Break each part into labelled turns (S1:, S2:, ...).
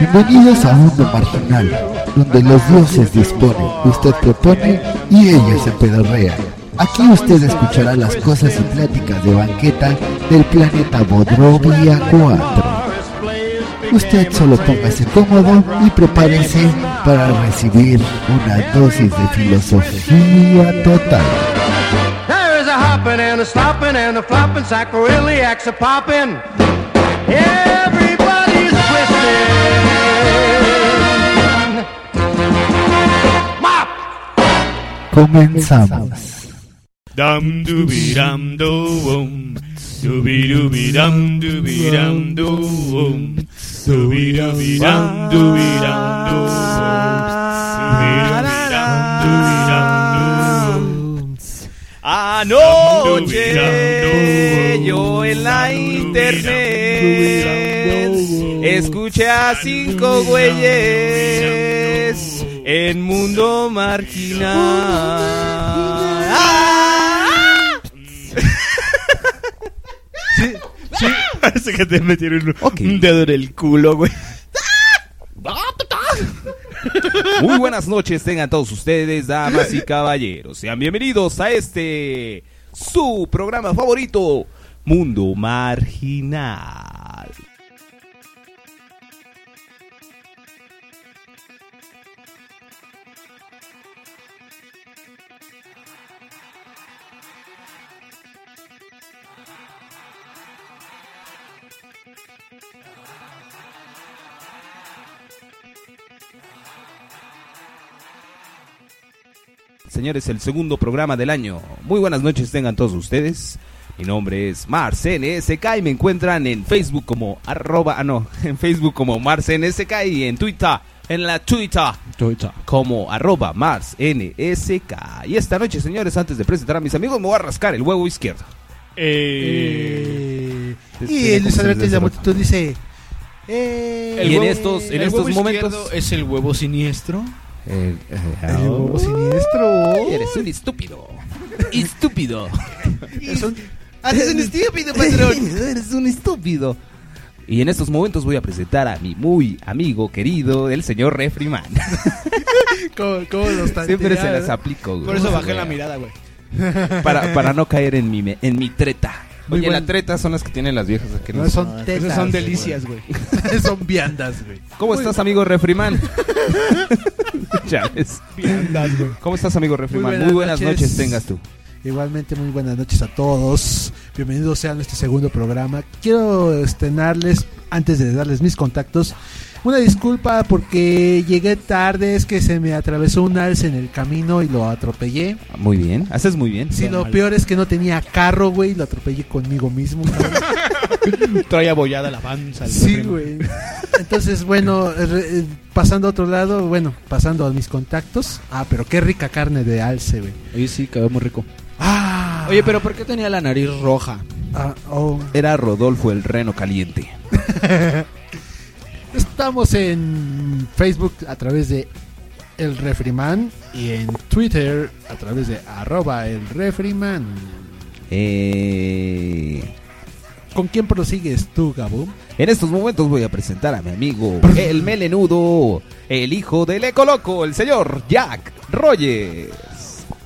S1: Bienvenidos a Mundo Marginal, donde los dioses disponen, usted propone y ellos se pedorrean. Aquí usted escuchará las cosas y pláticas de banqueta del planeta Bodrovia 4. Usted solo póngase cómodo y prepárese para recibir una dosis de filosofía total.
S2: There is a hopping and a slopping and a flopping, sacroiliacs a popping. Everybody's twisting. Mop!
S1: Comenzamos.
S3: Dam dooby dam doom, dooby dooby dam dooby dam doom, dooby dooby dam dooby dam doom,
S4: Anoche yo en la internet escuché a cinco güeyes en mundo marginal. ¡Ah!
S3: Parece que te metieron un, un dedo en el culo, güey.
S4: Muy buenas noches tengan todos ustedes, damas y caballeros. Sean bienvenidos a este su programa favorito, Mundo Marginal. Señores, el segundo programa del año. Muy buenas noches tengan todos ustedes. Mi nombre es MarsNSK y me encuentran en Facebook como arroba, ah no, en Facebook como MarsNSK y en Twitter, en la Twitter, como arroba MarsNSK. Y esta noche, señores, antes de presentar a mis amigos, me voy a rascar el huevo izquierdo.
S5: Eh, y el desadvertido de la multitud dice: eh,
S4: Y en estos- en estos
S5: huevo
S4: momentos-
S5: izquierdo Es el huevo siniestro.
S4: el Oh.
S5: huevo siniestro.
S4: Eres un estúpido. Estúpido.
S5: Es un, haces Ah, un estúpido, patrón.
S4: Eres un estúpido. Y en estos momentos voy a presentar a mi muy amigo querido, el señor Refriman.
S5: ¿Cómo, cómo los
S4: Siempre se
S5: tantea?
S4: las aplico, güey.
S5: Por eso bajé la mirada, güey.
S4: Para, para no caer en mi, me- en mi treta.
S5: Muy
S4: Oye,
S5: buen-
S4: la treta son las que tienen las viejas. aquí, ¿no?
S5: No son tetas.
S6: esas
S5: son
S6: son
S5: delicias,
S6: delicias,
S5: güey. son viandas, güey.
S4: ¿Cómo estás, amigo Refriman? Chávez. ¿Cómo estás, amigo Refriman? Muy
S5: buenas
S4: buenas, noches.
S5: noches.
S4: tengas tú.
S5: Igualmente, muy buenas noches a todos. Bienvenidos sean a nuestro segundo programa. Quiero estrenarles, antes de darles mis contactos, una disculpa porque llegué tarde, es que se me atravesó un alce en el camino y lo atropellé.
S4: Ah, Muy bien. Haces muy bien.
S5: Sí, lo peor es que no tenía carro, güey, lo atropellé conmigo mismo. cabrón.
S6: Trae abollada la panza. el
S5: sí,
S6: refrán.
S5: güey. Entonces, bueno, re- eh, pasando a otro lado, bueno, pasando a mis contactos. Ah, pero qué rica carne de alce, güey.
S6: Oye, sí, quedó muy rico.
S5: Ah,
S6: Oye, pero ¿por qué tenía la nariz roja?
S5: ah, oh.
S4: Era Rodolfo el Reno Caliente.
S5: Estamos en Facebook a través de El Refriman y en Twitter a través de arroba el Refriman.
S4: Eh...
S5: ¿Con quién prosigues tú, Gabo?
S4: En estos momentos voy a presentar a mi amigo, el melenudo, el hijo del Ecoloco, el señor Jack Rogers.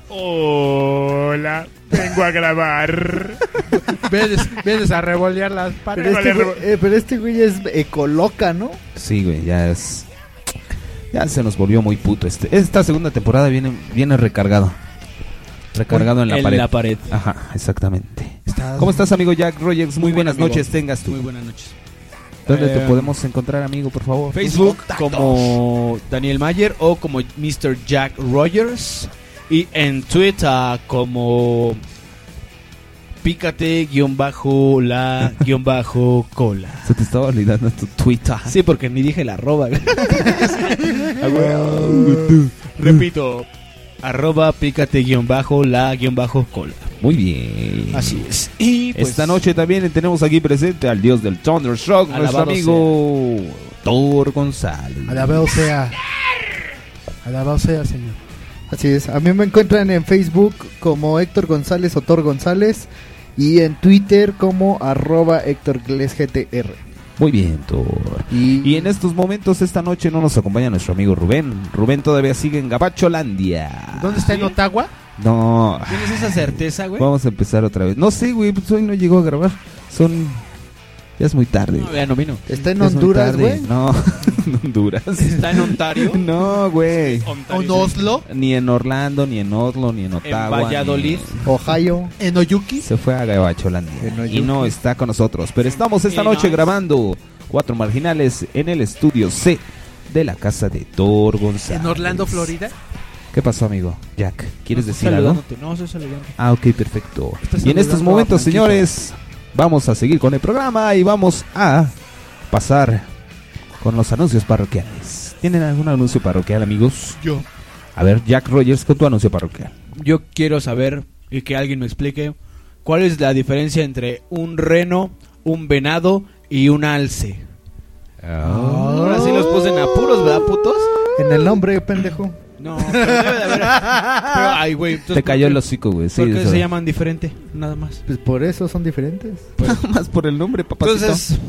S3: Hola, vengo a grabar.
S5: Vienes, vienes a revolear las
S7: Pero
S5: paredes.
S3: Vale,
S7: este, güey, eh, pero este güey ya es ecoloca, ¿no?
S4: Sí, güey, ya es. Ya se nos volvió muy puto este. Esta segunda temporada viene, viene recargado. Recargado en la pared.
S6: pared.
S4: Ajá, exactamente. ¿Cómo estás, amigo Jack Rogers? Muy, buenas
S6: amigo.
S4: noches, tengas tú.
S6: Muy buenas noches.
S4: ¿Dónde te
S6: Eh,
S4: podemos encontrar, amigo, por favor?
S6: Facebook como Daniel Mayer o como Mr. Jack Rogers. Y en Twitter como pícate guión bajo la guión bajo cola.
S4: Se te estaba olvidando tu Twitter.
S6: Sí, porque ni dije la arroba. Ah, Repito, arroba pícate guión bajo la guión bajo cola.
S4: Muy bien.
S6: Así es. Y pues,
S4: Esta noche también tenemos aquí presente al dios del Thundershock, nuestro
S6: Alabado
S4: amigo Thor González.
S5: Alabado sea. Alabado sea, señor.
S7: Así es. A mí me encuentran en Facebook como Héctor González o Tor González y en Twitter como arroba Héctor Gles GTR.
S4: Muy bien, Thor. Y en estos momentos, esta noche, no nos acompaña nuestro amigo Rubén. Rubén todavía sigue en Gabacholandia.
S5: ¿Dónde está en Ottawa?
S4: No,
S8: ¿Tienes esa certeza, güey?
S4: vamos a empezar otra vez. No sé, güey, pues hoy no llegó a grabar. Son... Ya es muy tarde.
S8: No, ya no vino.
S1: Está en
S4: Ya es muy
S1: Honduras,
S4: tarde.
S1: güey.
S4: No, en Honduras.
S8: Está en Ontario.
S4: No, güey.
S5: ¿O en
S8: Ontario.
S5: Oslo?
S4: Ni en Orlando, ni en Oslo, ni en Ottawa.
S8: En Valladolid.
S4: ni-
S1: Ohio.
S5: ¿En Oyuki?
S4: Se fue a Gabacholandia.
S1: En Oyuki.
S4: Y no está con nosotros. Pero estamos esta
S8: Y no
S4: noche
S8: es-
S4: grabando Cuatro Marginales en el estudio C de la casa de Thor González.
S5: ¿En Orlando, Florida?
S4: ¿Qué pasó, amigo? Jack, ¿quieres
S8: No,
S4: decir
S8: estoy
S4: algo?
S8: saludándote. No, estoy saludando.
S4: Ah, ok, perfecto.
S5: Estás
S4: Y en estos
S5: saludando a
S4: momentos,
S5: Blanquita.
S4: señores, vamos a seguir con el programa y vamos a pasar con los anuncios parroquiales. ¿Tienen algún anuncio parroquial, amigos?
S8: Yo.
S4: A ver, Jack Rogers, con tu anuncio parroquial.
S8: Yo quiero saber y que alguien me explique cuál es la diferencia entre un reno, un venado y un alce.
S4: Ah.
S8: Ahora sí los puse en apuros, ¿verdad, putos?
S1: En el nombre, pendejo.
S8: No, pero debe de haber. Pero, ay, güey. entonces,
S4: Te cayó
S8: ¿por
S4: el
S8: qué-
S4: hocico, güey. Sí,
S8: ¿Por qué
S4: eso.
S8: se llaman diferente? Nada más.
S1: Pues por eso son diferentes.
S4: Nada más por el nombre, papacito.
S8: Entonces,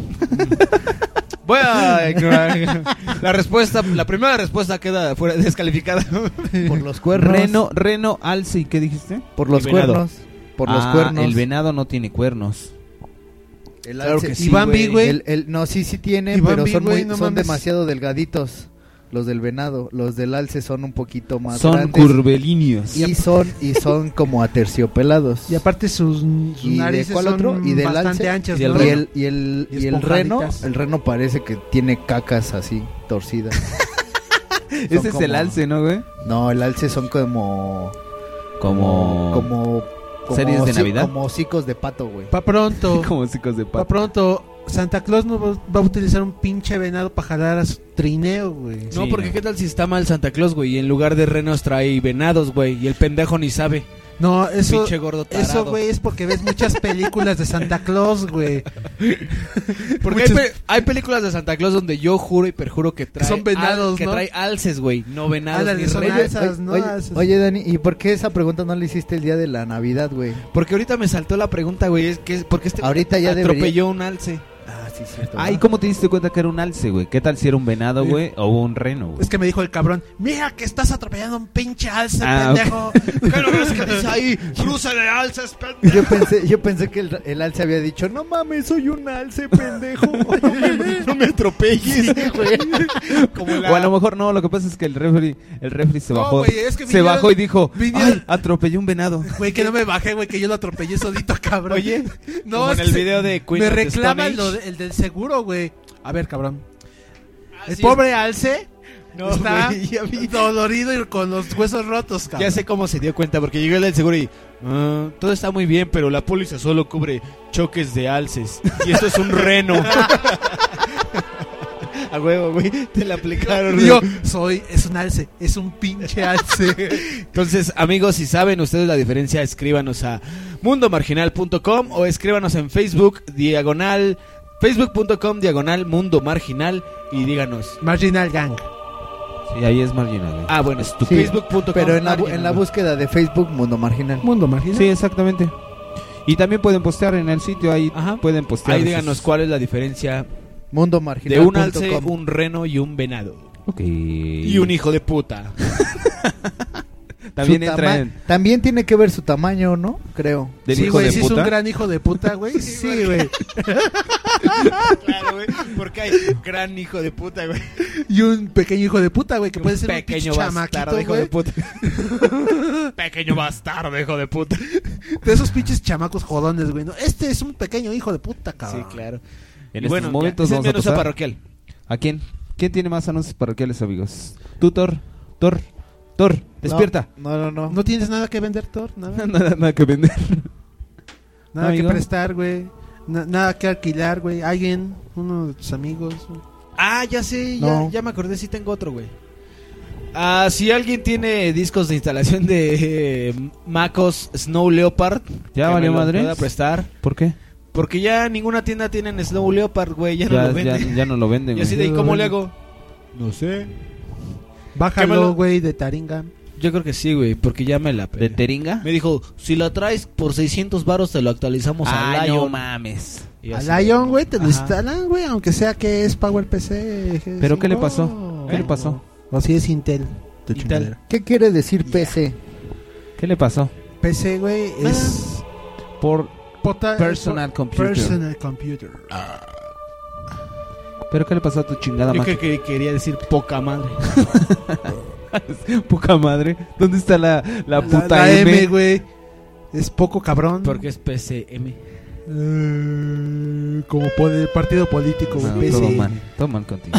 S8: voy a ignorar. La respuesta, la primera respuesta queda fuera descalificada.
S1: Por los cuernos.
S4: Reno, reno, alce, ¿y qué dijiste?
S1: Por los
S8: y venado.
S1: cuernos. Por los
S4: Ah,
S1: cuernos.
S4: El venado no tiene cuernos.
S1: El
S8: Claro
S1: alce-
S8: que sí,
S1: Iván
S8: güey.
S1: B, güey. El- el- no, sí, sí tiene,
S5: Iván
S1: pero
S5: B,
S1: son,
S5: güey,
S1: muy,
S5: no
S1: son
S5: mames.
S1: demasiado delgaditos. Los del venado, los del alce son un poquito más
S4: Son
S1: grandes
S4: curvelíneos.
S1: y son y son como aterciopelados.
S5: Y aparte sus, sus
S1: ¿Y de
S5: narices
S1: cuál
S5: son
S1: otro? ¿Y del
S5: bastante
S1: alce?
S5: anchas,
S4: ¿Y del
S5: ¿no?
S1: y el y el
S5: Y
S1: y el reno,
S5: esponjaditas.
S1: el reno parece que tiene cacas así torcidas. Son
S4: Ese es el
S1: como-
S4: alce, ¿no, güey?
S1: No, el alce son como
S4: Como...
S1: como, como
S4: ¿Series de
S1: hocic-
S4: Navidad?
S1: como hocicos de pato, güey.
S5: Pa' pronto,
S4: Como chicos de
S5: pa'
S4: pato.
S5: pronto, Santa Claus no va va a utilizar un pinche venado para jalar a su trineo, güey.
S8: No,
S4: Sí,
S8: porque
S4: no.
S8: ¿qué tal si está mal Santa Claus, güey? Y en lugar de renos trae venados, güey. Y el pendejo ni sabe.
S5: No, eso,
S8: Pinche gordo tarado.
S5: eso, güey, es porque ves muchas películas de Santa Claus, güey.
S8: Porque hay,
S5: Muchos-
S8: pe- hay películas de Santa Claus donde yo juro y perjuro que trae...
S5: son venados,
S8: al- Que
S5: ¿no?
S8: trae alces, güey. No venados
S5: Ándale,
S8: ni
S5: son
S8: renos.
S5: alces. esas,
S1: Oye,
S5: ¿no?
S1: oye,
S5: Esas-
S1: oye, Dani, ¿y por qué esa pregunta no le hiciste el día de la Navidad, güey?
S8: Porque ahorita me saltó la pregunta, güey. Es que, ¿Por qué este
S1: Ahorita ya debería-
S8: atropelló un alce?
S1: Ah, sí, cierto.
S4: Ay, ¿cómo te diste cuenta que era un alce, güey? ¿Qué tal si era un venado, güey? O un reno, güey.
S5: Es que me dijo el cabrón, mira que estás atropellando a un pinche alce,
S4: Ah,
S5: pendejo.
S8: ¿Qué no ves que dice ahí? ¡Cruce de alces, pendejo!
S1: Yo pensé, yo pensé que el, el alce había dicho, no mames, soy un alce, pendejo. No me- no me atropelles.
S8: Como
S4: O a lo mejor no, lo que pasa es que el referee, el referee se
S5: No,
S4: bajó.
S5: güey, es que
S4: se
S5: vinieron-
S4: bajó y dijo,
S5: vinieron-
S4: "Ay, atropellé un venado.
S5: Güey, que no me bajé, güey, que yo lo atropellé solito, cabrón.
S8: Oye,
S5: no,
S8: como en
S5: es que
S8: el
S5: se-
S8: video de Queen
S5: me
S8: of the
S5: reclama
S8: Stone
S5: lo
S8: Age.
S5: de- el del seguro, güey. A ver, cabrón. el
S8: sí,
S5: pobre alce
S8: No,
S5: está
S8: güey, ya vi.
S5: dolorido y con los huesos rotos, cabrón.
S8: Ya sé cómo se dio cuenta, porque llegó el del seguro y... "Ah, todo está muy bien, pero la póliza solo cubre choques de alces. Y esto es un reno. A huevo, güey. Te la aplicaron.
S5: Y Yo soy, es un alce, es un pinche alce.
S8: Entonces, amigos, si saben ustedes la diferencia, escríbanos a mundomarginal.com o escríbanos en Facebook diagonal facebook.com diagonal mundo marginal y díganos.
S5: Marginal Gang.
S4: Sí, ahí es marginal, eh. güey.
S8: Ah, bueno,
S4: Estúpido.
S8: facebook.com.
S1: Pero en la, bu-
S8: marginal.
S1: en la búsqueda de Facebook, Mundo Marginal.
S5: Mundo marginal.
S4: Sí, exactamente. Y también pueden postear en el sitio, ahí
S8: Ajá.
S4: pueden postear.
S8: Ahí
S4: sus-
S8: díganos cuál es la diferencia
S1: Mundo
S8: de
S1: Marginal.
S8: un alce,
S1: punto com.
S8: un reno y un venado.
S4: Ok.
S8: Y un hijo de puta.
S4: También
S1: Su
S4: entra
S1: tama-
S4: en
S1: También tiene que ver su tamaño, ¿no? Creo.
S4: del
S5: sí,
S4: hijo
S5: güey,
S4: de
S5: sí es
S4: puta.
S5: un gran hijo de puta, güey. Sí, güey.
S8: Claro, güey. Porque hay gran hijo de puta, güey.
S5: Y un pequeño hijo de puta, güey, que
S8: Un
S5: puede ser
S8: pequeño
S5: un pinche
S8: bastardo,
S5: chamaquito,
S8: hijo de
S5: güey.
S8: puta. pequeño bastardo, hijo de puta.
S5: De esos pinches chamacos jodones, güey. ¿no? Este es un pequeño hijo de puta, cabrón.
S8: Sí, claro.
S4: En
S8: Y
S4: estos
S8: ya,
S4: momentos
S8: ese es
S4: vamos
S8: mi
S4: a
S8: anuncio
S4: pasar-
S8: parroquial.
S4: ¿A quién? ¿Quién tiene más anuncios parroquiales, amigos? Tú, Thor. Thor. Thor, despierta.
S1: No, no, no.
S5: ¿No tienes nada que vender, Thor? Nada,
S4: nada, nada que vender.
S5: nada
S4: amigo.
S5: que prestar, güey. Na- nada que alquilar, güey. Alguien, uno de tus amigos.
S8: Ah, ya sé, ya,
S1: No.
S8: ya me acordé, sí tengo otro, güey. Ah, si alguien tiene discos de instalación de eh, Macos Snow Leopard,
S4: Ya
S8: que
S4: valió
S8: me los
S4: madres.
S8: pueda prestar,
S4: ¿Por qué?
S8: porque ya ninguna tienda tiene Snow Leopard, güey, ya, no lo venden.
S4: ya no lo venden.
S8: y así de,
S4: güey.
S8: ¿y
S5: Ya
S8: cómo
S5: lo
S8: le
S5: venden.
S8: hago? No sé.
S5: Bájalo,
S8: Quémalo.
S5: güey, de Taringa.
S8: Yo creo que sí, güey, porque ya me la
S4: ¿De
S8: pelé.
S4: Teringa?
S8: Me dijo, si la traes por 600 varos te lo actualizamos a
S4: Ay, no
S8: Lion.
S4: mames.
S8: Y yo así
S5: A
S8: de-
S5: Lion, güey, te lo
S8: Ajá.
S5: instalan, güey, aunque sea que es PowerPC. G5.
S4: ¿Pero qué le pasó? ¿Qué
S5: ¿Eh?
S4: le pasó?
S5: O si es Intel. tu
S8: Intel.
S5: chingadera.
S9: ¿Qué quiere decir PC?
S4: ¿Qué le pasó?
S5: PC, güey,
S8: Ah.
S5: es.
S4: Por
S5: pota- eh,
S4: personal computer. Ah.
S5: Personal computer.
S4: ¿Pero qué le pasó a tu chingada
S8: Yo
S4: máquina?
S8: creo que quería decir poca madre.
S4: Poca madre. ¿Dónde está la, la puta
S5: la
S4: M?
S5: M, güey. Es poco cabrón.
S8: Porque es PCM.
S5: Eh, como pode- partido político, güey.
S4: No,
S5: PC.
S4: todo mal, todo mal contigo.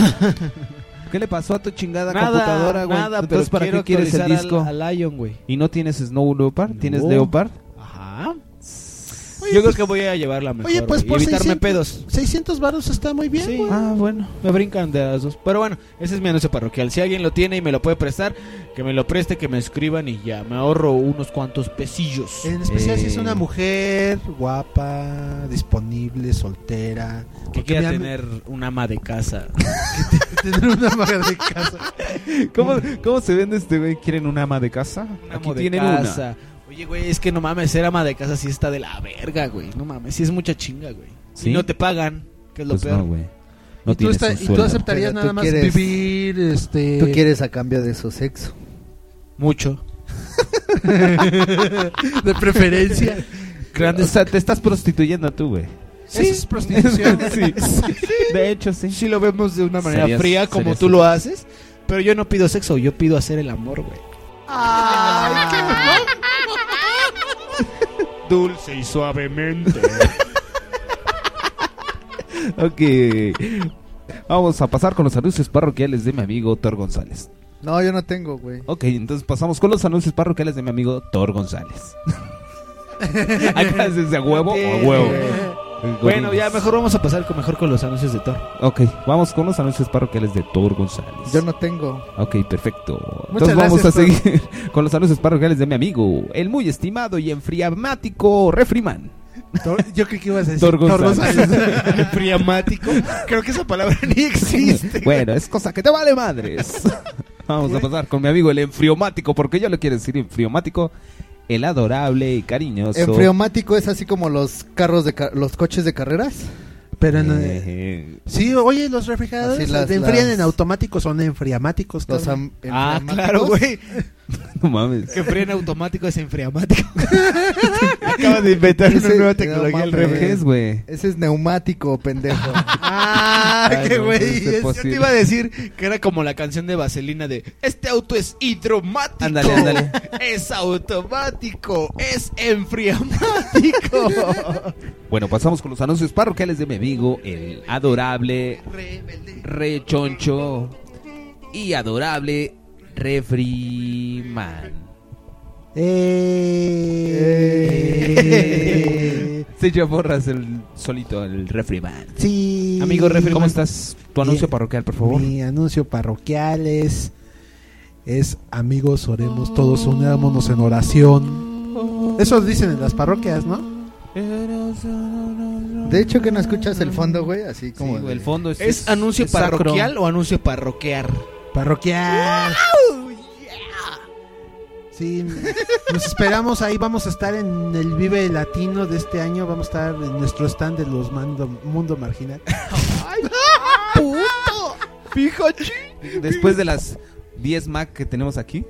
S4: ¿Qué le pasó a tu chingada computadora, güey?
S8: nada,
S4: Entonces,
S8: pero
S4: ¿para qué
S8: quiero
S4: quieres el
S8: actualizar al-
S4: disco?
S8: Al Lion, güey.
S4: ¿Y no tienes Snow Leopard? ¿Tienes
S8: No.
S4: Leopard?
S5: Ah,
S8: Ajá.
S5: Oye,
S8: Yo
S5: pues-
S8: creo que voy a llevarla mejor.
S5: Oye, pues
S8: güey,
S5: por
S8: y evitarme
S5: 600
S8: pedos.
S5: 600 baros está muy bien,
S8: Sí.
S5: güey.
S4: Ah, bueno.
S8: Me brincan de las dos. Pero bueno, ese es mi anuncio parroquial. Si alguien lo tiene y me lo puede prestar, que me lo preste, que me escriban y ya. Me ahorro unos cuantos pesillos.
S5: En especial si es
S4: Eh.
S5: una mujer guapa, disponible, soltera.
S8: Que
S5: Porque
S8: quiera
S5: mira,
S8: tener un ama de casa.
S5: tener una mujer de casa.
S4: ¿Cómo, ¿Cómo se vende este güey? ¿Quieren una ama de casa? Aquí tienen una.
S8: Oye, güey, es que no mames, ser ama de casa sí está de la verga, güey. No mames, sí es mucha chinga, güey.
S4: ¿Sí?
S8: Y no te pagan, que es lo
S4: Pues
S8: peor.
S4: no, güey. No
S5: y, tú
S4: tienes
S5: esta-
S4: un
S5: y tú
S4: sueldo.
S5: aceptarías
S9: Pero
S5: nada
S9: tú
S5: más
S9: quieres-
S5: vivir, este...
S9: ¿Tú quieres a cambio de su sexo?
S8: Mucho.
S5: De preferencia.
S4: O sea, te estás prostituyendo tú, güey.
S5: Sí. Eso es prostitución.
S4: Sí. De hecho, sí.
S8: Sí lo vemos de una manera
S4: Serías-
S8: fría como
S4: serías
S8: tú
S4: un-
S8: lo haces, pero yo no pido sexo, yo pido hacer el amor, güey.
S10: Dulce y suavemente.
S4: Ok. Vamos a pasar con los anuncios parroquiales de mi amigo Thor González.
S9: No, yo no tengo, güey.
S4: Ok, entonces pasamos con los anuncios parroquiales de mi amigo Thor González. Acá es de a huevo o a huevo.
S8: Bueno, ya mejor vamos a pasar con, mejor con los anuncios de Thor.
S4: Ok, vamos con los anuncios parroquiales de Thor González.
S9: Yo no tengo.
S4: Ok, perfecto.
S5: Muchas
S4: Entonces vamos a
S5: gracias, Thor.
S4: seguir con los anuncios parroquiales de mi amigo, el muy estimado y enfriamático Refriman.
S5: Tor- Yo creo que ibas a decir...
S4: Thor González.
S8: Priamático. Creo que esa palabra ni existe.
S4: Bueno, es cosa que te vale madres. Vamos a pasar con mi amigo el enfriomático, porque yo le quiero decir enfriomático, el adorable y cariñoso.
S9: Enfriomático es así como los carros de ca- los coches de carreras.
S5: Pero en,
S4: Eh,
S5: Sí, oye, los refrigeradores
S9: Así las-
S5: te enfrían
S9: las-
S5: en automático, son enfriamáticos.
S9: Los
S5: cabrón.
S9: am-
S8: Ah,
S9: enfriomáticos.
S8: claro, güey.
S4: no mames.
S8: Que fríen automático es enfriamático.
S4: Acaba de inventar
S9: una nueva tecnología el refri.
S4: güey.
S9: Ese es neumático, pendejo.
S8: Ah,
S4: Ay,
S8: qué
S4: no
S8: güey.
S4: puede ser
S8: es- Yo te
S4: posible.
S8: iba a decir que era como la canción de Vaselina de Este auto es hidromático.
S4: Ándale, ándale.
S8: Es automático. Es enfriamático.
S4: Bueno, pasamos con los anuncios parroquiales de mi amigo, el adorable, re choncho y adorable Refriman.
S5: Eh.
S4: Se echó borras el solito, el Refriman.
S5: sí.
S4: Amigo Refriman, ¿cómo estás? Tu anuncio
S5: Bien.
S4: parroquial, por favor.
S5: Mi anuncio parroquial es, es amigos, oremos todos, unámonos en oración. Eso dicen en las parroquias, ¿no?
S9: De hecho, que no escuchas el fondo, güey, así
S4: Mm. Sí,
S9: como.
S4: güey,
S9: de-
S4: el fondo es,
S8: ¿Es anuncio
S4: es sacro.
S8: parroquial o anuncio parroquear?
S5: Parroquial. Sí, nos esperamos ahí, vamos a estar en el Vive Latino de este año, vamos a estar en nuestro stand de los Mando- Mundo Marginal.
S4: Después de las 10 Mac que tenemos aquí.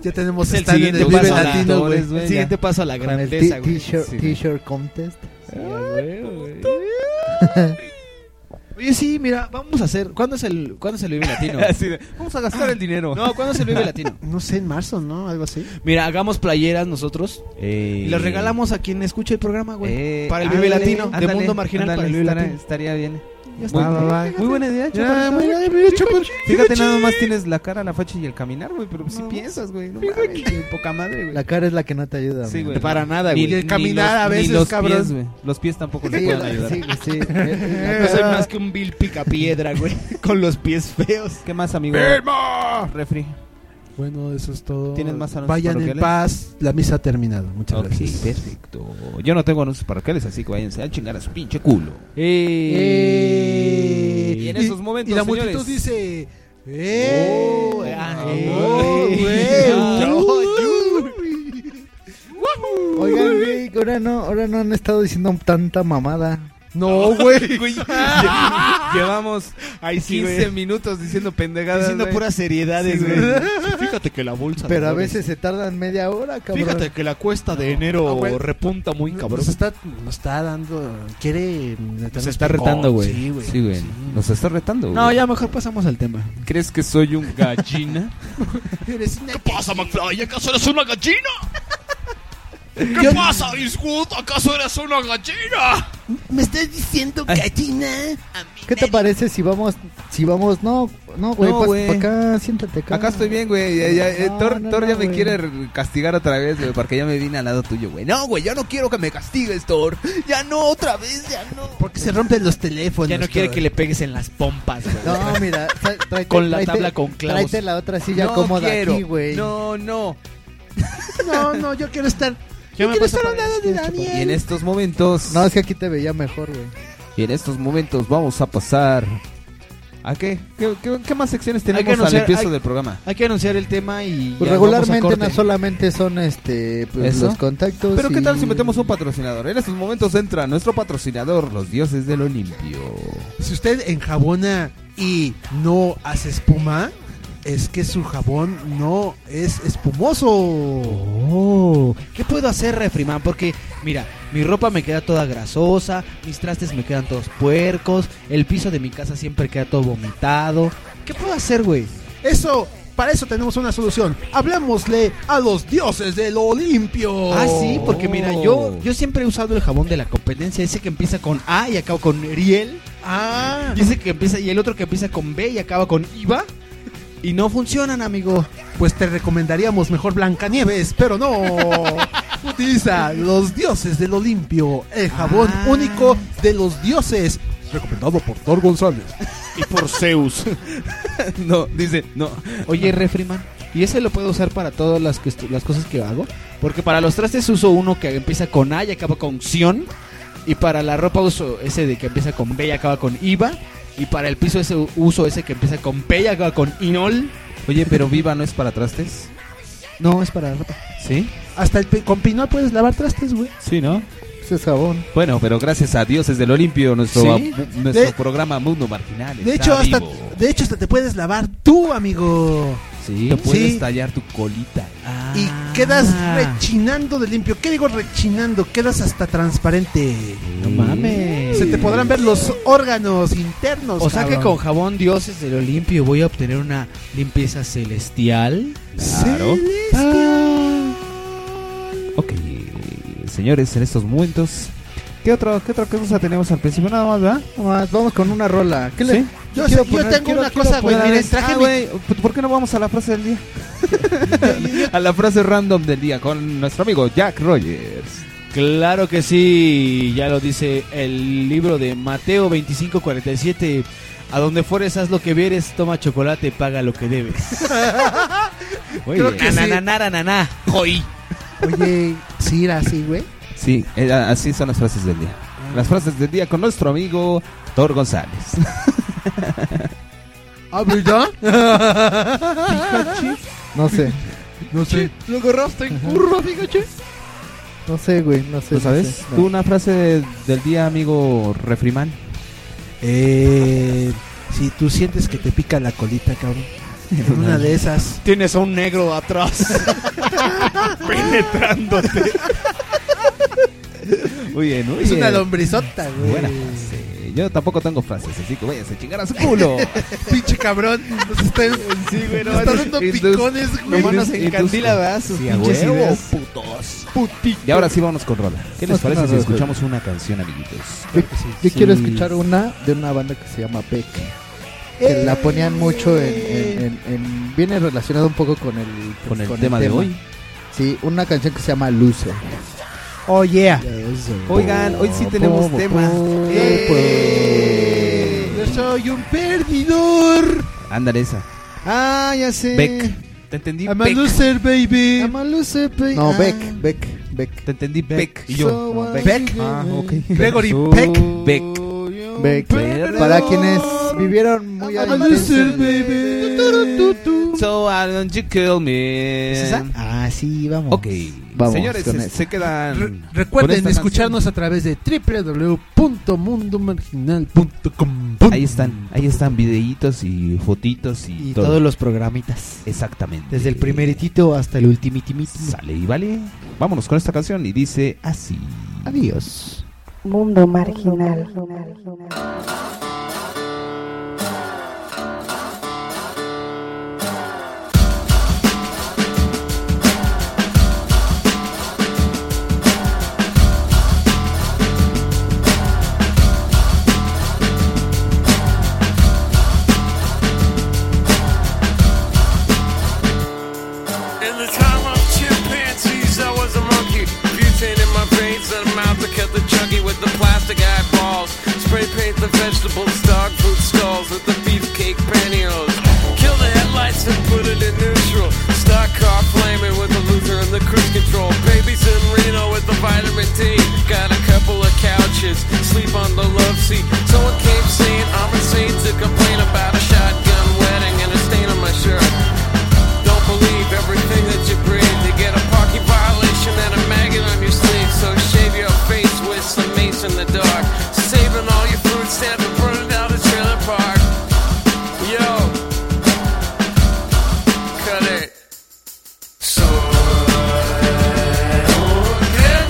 S5: Ya tenemos
S8: el
S5: stand en el
S8: siguiente
S5: Vive
S8: paso a la-
S5: Latino, güey.
S4: güey,
S8: El
S4: ya.
S8: siguiente paso a la
S9: Con el
S8: grandeza,
S9: t-
S8: güey.
S9: t-shirt
S4: Sí. Ah,
S9: t-shirt contest.
S8: Oye, sí, mira, vamos a hacer. ¿Cuándo es el, ¿cuándo es el Vive Latino?
S4: Así de, vamos a gastar el dinero.
S8: No, ¿cuándo es el Vive Latino?
S5: No sé, en marzo, ¿no? Algo así.
S8: Mira, hagamos playeras nosotros
S4: Eh,
S8: y las regalamos a quien escuche el programa, güey.
S4: eh,
S8: para el Vive
S4: ándale,
S8: Latino, de
S4: ándale,
S8: Mundo Marginal
S4: ándale,
S8: para el Vive
S4: estaría-
S8: Latino.
S4: Estaría bien.
S5: Ya está.
S4: Muy, muy buena idea,
S5: Ya,
S4: chaparrito.
S5: muy bien, muy bien, chaparro.
S4: Fíjate, nada más tienes la cara, la facha y el caminar, güey. Pero si piensas, güey. No mames, güey, poca madre, güey.
S9: La cara es la que no te ayuda.
S4: Sí,
S9: man.
S4: güey.
S8: Para nada,
S4: Ni-
S8: güey.
S5: el caminar
S4: ni
S5: a
S4: los-
S5: veces,
S4: ni los
S5: cabrón.
S4: Pies, güey. los pies tampoco le
S9: Sí,
S4: pueden
S9: la-
S4: ayudar.
S9: sí, güey, sí. Eh,
S8: No soy más que un vil picapiedra, güey. Con los pies feos.
S4: ¿Qué más, amigo? Refri.
S5: Bueno, eso es todo.
S4: ¿Tienes más anuncios
S5: Vayan en
S4: parroquiales?
S5: paz, la misa ha terminado. Muchas
S4: Ok,
S5: gracias.
S4: perfecto. Yo no tengo anuncios parroquiales, así que váyanse a chingar a su pinche culo.
S5: Eh,
S4: Y en esos momentos,
S5: y la
S4: señores. Oh,
S5: multitud dice ¡Eh!
S8: ah,
S5: ¡Oh,
S8: eh.
S5: güey!
S8: Ah.
S1: Oigan, güey, ahora no, ahora no han estado diciendo tanta mamada.
S5: No, güey.
S4: Güey, Llevamos 15 minutos diciendo pendejadas.
S11: Diciendo
S4: güey.
S11: puras seriedades,
S4: Sí,
S11: güey.
S4: güey.
S11: Fíjate que la bolsa. de
S1: Pero a
S11: valores-
S1: veces se tardan media hora, cabrón.
S11: Fíjate que la cuesta de enero
S5: Ah, güey.
S11: repunta muy cabrón.
S5: Nos está, nos está dando. Quiere.
S8: Nos está retando, güey.
S5: Sí, güey.
S4: Sí, güey.
S5: Sí.
S4: Nos está retando, güey.
S8: No, ya mejor pasamos al tema.
S4: ¿Crees que soy un gallina?
S11: ¿Qué pasa, McFly? ¿Acaso eres una gallina? ¿Qué
S5: Yo-
S11: pasa, Iswood? ¿Acaso eres una gallina?
S1: ¿Qué te parece si vamos, si vamos, no, no, güey,
S4: No,
S1: pasa
S4: güey.
S1: pa' acá, siéntate acá.
S4: Acá estoy bien, güey. Ya, ya, eh,
S1: No,
S4: Thor,
S1: no,
S4: Thor
S1: no,
S4: ya me
S1: güey.
S4: quiere r- castigar otra vez, güey, porque ya me vine al lado tuyo, güey. No, güey, ya no quiero que me castigues, Thor. Ya no, otra vez, ya no.
S5: Porque se rompen los teléfonos.
S8: Ya no quiere
S5: todo.
S8: que le pegues en las pompas, güey.
S1: No, mira, tra- tráete-
S8: Con la
S1: tráete-
S8: tabla con clavos.
S1: Tráete la otra silla
S4: no
S1: cómoda
S4: quiero.
S1: aquí, güey.
S4: No, no.
S5: No, no, yo quiero estar.
S11: Yo me
S5: quiero
S11: paso
S5: estar al
S11: para
S5: lado de Daniel.
S4: Y en este? estos momentos,
S1: No, es que aquí te veía mejor, güey.
S4: y en estos momentos vamos a pasar. ¿A qué? ¿Qué, qué- qué más secciones tenemos
S8: que anunciar-
S4: al empiezo
S8: hay-
S4: del programa?
S8: Hay que anunciar el tema y.
S1: Pues
S8: ya
S1: regularmente
S8: vamos a
S1: no
S8: corte.
S1: solamente son este pues,
S4: ¿Eso?
S1: los contactos.
S4: Pero qué tal
S1: y-
S4: si metemos un patrocinador? En estos momentos entra nuestro patrocinador, los dioses del Olimpio.
S5: Si usted enjabona y no hace espuma, es que su jabón no es espumoso.
S8: Oh, ¿Qué puedo hacer, Refriman? Porque, mira, mi ropa me queda toda grasosa, mis trastes me quedan todos puercos, el piso de mi casa siempre queda todo vomitado. ¿Qué puedo hacer, güey?
S5: Eso, para eso tenemos una solución. Hablemosle a los dioses del Olimpio.
S8: Ah, sí, porque mira,
S4: Oh.
S8: yo, yo siempre he usado el jabón de la competencia, ese que empieza con A y acaba con Riel,
S5: Ah,
S8: y ese que empieza, y el otro que empieza con B y acaba con IVA, y no funcionan, amigo.
S5: pues te recomendaríamos mejor Blancanieves, pero no. Utiliza los dioses del Olimpio, el jabón
S8: Ah.
S5: único de los dioses. Recomendado por Thor González.
S11: Y por Zeus.
S4: no, dice, no.
S8: Oye, Refriman, ¿y ese lo puedo usar para todas las, cuest- las cosas que hago? Porque para los trastes uso uno que empieza con A y acaba con Sion. Y para la ropa uso ese de que empieza con B y acaba con IVA. Y para el piso ese uso ese que empieza con P y acaba con INOL.
S4: Oye, pero Viva no es para trastes.
S8: No, es para la ropa.
S4: ¿Sí?
S5: Hasta el pi- con pinol puedes lavar trastes, güey.
S4: Sí, ¿no?
S1: Ese es jabón.
S4: Bueno, pero gracias a Dioses del Olimpio, nuestro,
S8: Sí.
S4: nuestro
S5: De-
S4: programa Mundo Marginal.
S5: De
S4: está
S5: hecho, hasta,
S4: vivo.
S5: de hecho, hasta te puedes lavar tú, amigo.
S4: Sí, te puedes
S5: sí.
S4: tallar tu colita.
S5: Y quedas rechinando de limpio. ¿Qué digo rechinando? Quedas hasta transparente.
S8: No mames.
S5: Se te podrán ver los órganos internos.
S8: O sea que con
S5: cabrón.
S8: jabón dioses del Olimpio voy a obtener una limpieza celestial.
S4: Claro. Ok, señores, en estos momentos. ¿Qué otra qué otra cosa tenemos al principio? Nada más, ¿verdad?
S1: Nomás, vamos con una rola. ¿Qué le-
S4: Sí.
S5: Yo,
S1: quiero
S5: yo
S1: poner-
S5: tengo
S1: quiero-
S5: una
S1: quiero
S5: cosa, güey.
S1: poner-
S5: Miren, traje
S4: Ah,
S5: mi-
S4: güey, ¿por qué no vamos a la frase del día? a la frase random del día con nuestro amigo Jack Rogers.
S8: Claro que sí, ya lo dice el libro de Mateo 25:47. A donde fueres, haz lo que vieres, toma chocolate, paga lo que debes.
S4: Muy
S5: Creo
S4: bien.
S5: que-
S8: Na, na, na, na, na, na.
S5: Oye, sí, era así, güey.
S4: Sí, eh, así son las frases del día. Las frases del día con nuestro amigo Thor González.
S5: ¿Ah, verdad?
S1: No sé,
S5: No sé.
S8: Lo agarraste en curro, Pikachu.
S1: no sé, güey, no sé.
S4: ¿Lo
S1: no
S4: sabes?
S1: sé, no.
S4: ¿Tú una frase de- del día, amigo Refriman?
S5: Eh, si tú sientes que te pica la colita, cabrón. En una de esas.
S8: Tienes a un negro atrás.
S11: Penetrándote.
S4: Muy bien, muy
S5: Es una
S4: bien.
S5: lombrizota, güey.
S4: Buena frase. Yo tampoco tengo frases, así que váyanse a chingar a su culo.
S5: Pinche cabrón. Nos está, sí, güey,
S4: no,
S5: está
S4: no,
S5: dando
S4: y-
S5: picones, güey.
S4: Nomás nos encandila,
S8: ¿verdad? Sus
S4: Sí, a huevo,
S8: putos.
S4: y ahora sí vámonos con Rola. ¿Qué les
S1: Vamos con
S4: parece
S1: una
S4: si
S1: rola.
S4: escuchamos una canción, amiguitos?
S1: Yo, yo
S4: Sí.
S1: quiero escuchar una de una banda que se llama Peck.
S4: Eh.
S1: Que la ponían mucho en, en- en- en- Viene relacionado un poco con el,
S4: Con el tema de hoy.
S1: Sí, una canción que se llama Luso.
S5: Oh, yeah.
S4: Oigan, hoy sí tenemos temas. ¡Eh!
S5: Yo soy un perdidor.
S4: Ándale esa.
S5: Ah, ya sé.
S4: Beck. Te entendí
S5: I'm a
S4: Beck.
S5: loser, baby.
S1: I'm No, Beck, Beck, Beck.
S4: Te entendí Ah. Beck. Y yo.
S1: So
S4: no,
S1: I-
S5: Beck.
S4: Ah, ok.
S5: Gregory Peck.
S4: Beck.
S1: Beck. Para quienes vivieron muy
S5: I'm a
S1: al-
S5: loser, baby.
S4: So why don't you kill me?
S1: ¿Es esa? Ah, sí, vamos.
S4: Ok,
S1: Vamos
S4: señores,
S1: con
S4: se,
S1: esa.
S4: se quedan.
S5: Re-
S4: con
S5: recuerden
S4: esta
S5: escucharnos a través de www.mundomarginal.com.
S4: canción. Ahí están, ahí están videitos y fotitos y,
S1: Y
S4: todo.
S1: todos los programitas.
S4: Exactamente.
S1: Desde el primeritito hasta el ultimitimito.
S4: Sale y vale. Vámonos con esta canción y dice así.
S1: Adiós.
S12: Mundo marginal.
S13: In the time of chimpanzees, I was a monkey. Butane in my veins and a mouth that cut the chunky with the plastic eyeballs. Spray paint the vegetables, dog food skulls with the beefcake pantyhose. Kill the headlights and put it in neutral. Stock car flaming with the Luther and the cruise control. Babies in Reno with the vitamin D. Got a couple of couches, sleep on the love seat. Someone came saying I'm insane to complain about a shotgun wedding and a stain on my shirt. Don't believe everything that you breathe. You get a parking violation and a maggot on your sleeve. So shave your face with some mace in the dark. Saving all your food stamps and burning down the trailer park. Yo, cut it. So. open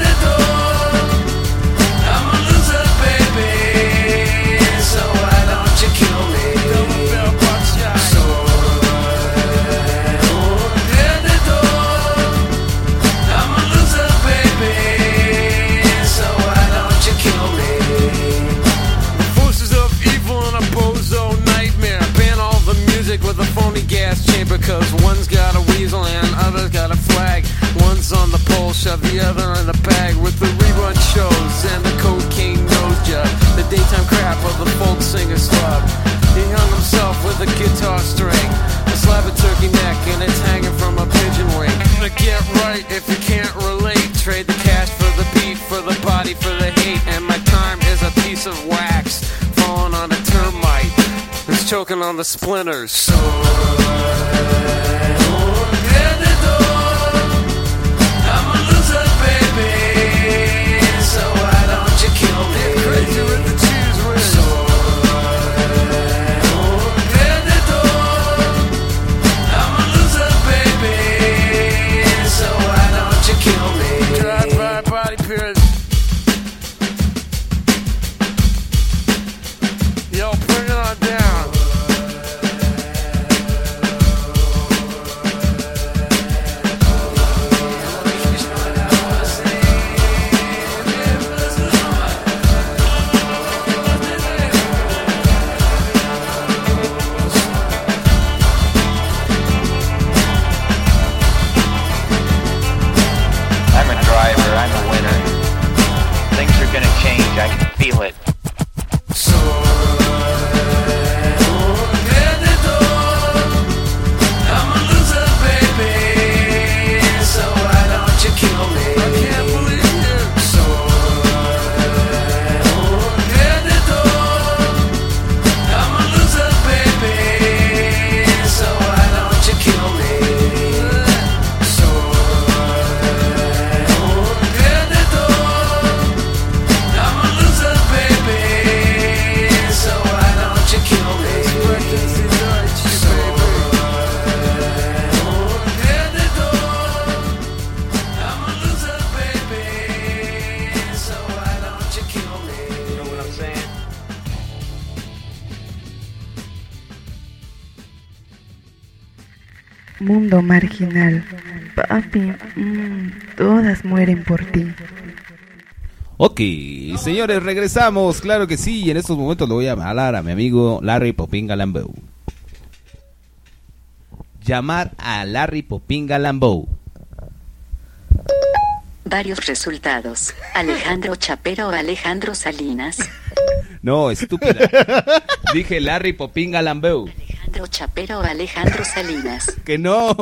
S13: the door. I'm a loser, baby. So why don't you kill me? So open uh, the door. I'm a loser, baby. So why don't you kill me? Forces of evil and a bozo nightmare. Ban all the music with a phony gas chamber. Cause one's got a weasel and other's got a flag. One's on the pole, shove the other in the bag. With the rerun shows and the cocaine nose job. The daytime crap of the folk singer's club. He hung himself with a guitar string. A slab of turkey neck and it's hanging from a pigeon wing. But get right if you can't relate. Trade the cash for the beat, for the body, for the hate. And my time is a piece of wax falling on a termite. It's choking on the splinters. So open the door. I'm a loser, baby. So why don't you kill me? Crazy with the cheese whiz. So open the door. I'm a loser, baby. So why don't you kill me? Drive by body pierce. Yo, bring it on down.
S14: I'm a driver, I'm a winner. Things are gonna change, I can feel it.
S13: So open the door. I'm a loser, baby. So why don't you kill me? I can't believe you. So open the door. I'm a loser, baby. So why don't you kill me? So open the door. I'm a loser, baby. So why don't you kill me? So open the door. I'm a loser, baby. So why don't you kill me? You know what I'm saying?
S12: Mundo marginal. Papi, mm, todas mueren por ti.
S4: Ok, señores, regresamos. Claro que sí. Y en estos momentos le voy a hablar a mi amigo Larry Popinga Lambeau. Llamar a Larry Popinga Lambeau.
S15: Varios resultados. Alejandro Chapero o Alejandro Salinas.
S4: No, estúpida. Dije Larry Popinga Lambeau.
S15: Alejandro Chapero o Alejandro Salinas.
S4: Que no.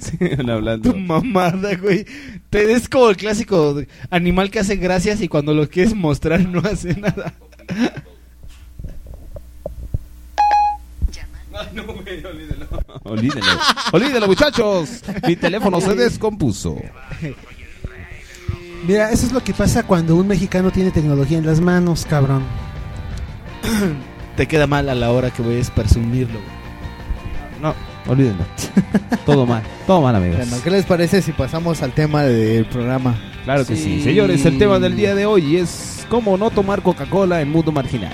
S4: Siguen hablando.
S8: Tu mamada, güey. Te es como el clásico animal que hace gracias y cuando lo quieres mostrar no hace nada.
S15: Llamando
S4: No, güey, olvídelo. Olvídenlo. Olvídenlo, muchachos. Mi teléfono se descompuso.
S5: Mira, eso es lo que pasa cuando un mexicano tiene tecnología en las manos, cabrón.
S8: Te queda mal a la hora que voy a presumirlo.
S4: No, olvídenlo. Todo mal, todo mal, amigos.
S1: Bueno, ¿Qué les parece si pasamos al tema del programa?
S4: Claro que sí. Señores, el tema del día de hoy es cómo no tomar Coca-Cola en mundo marginal.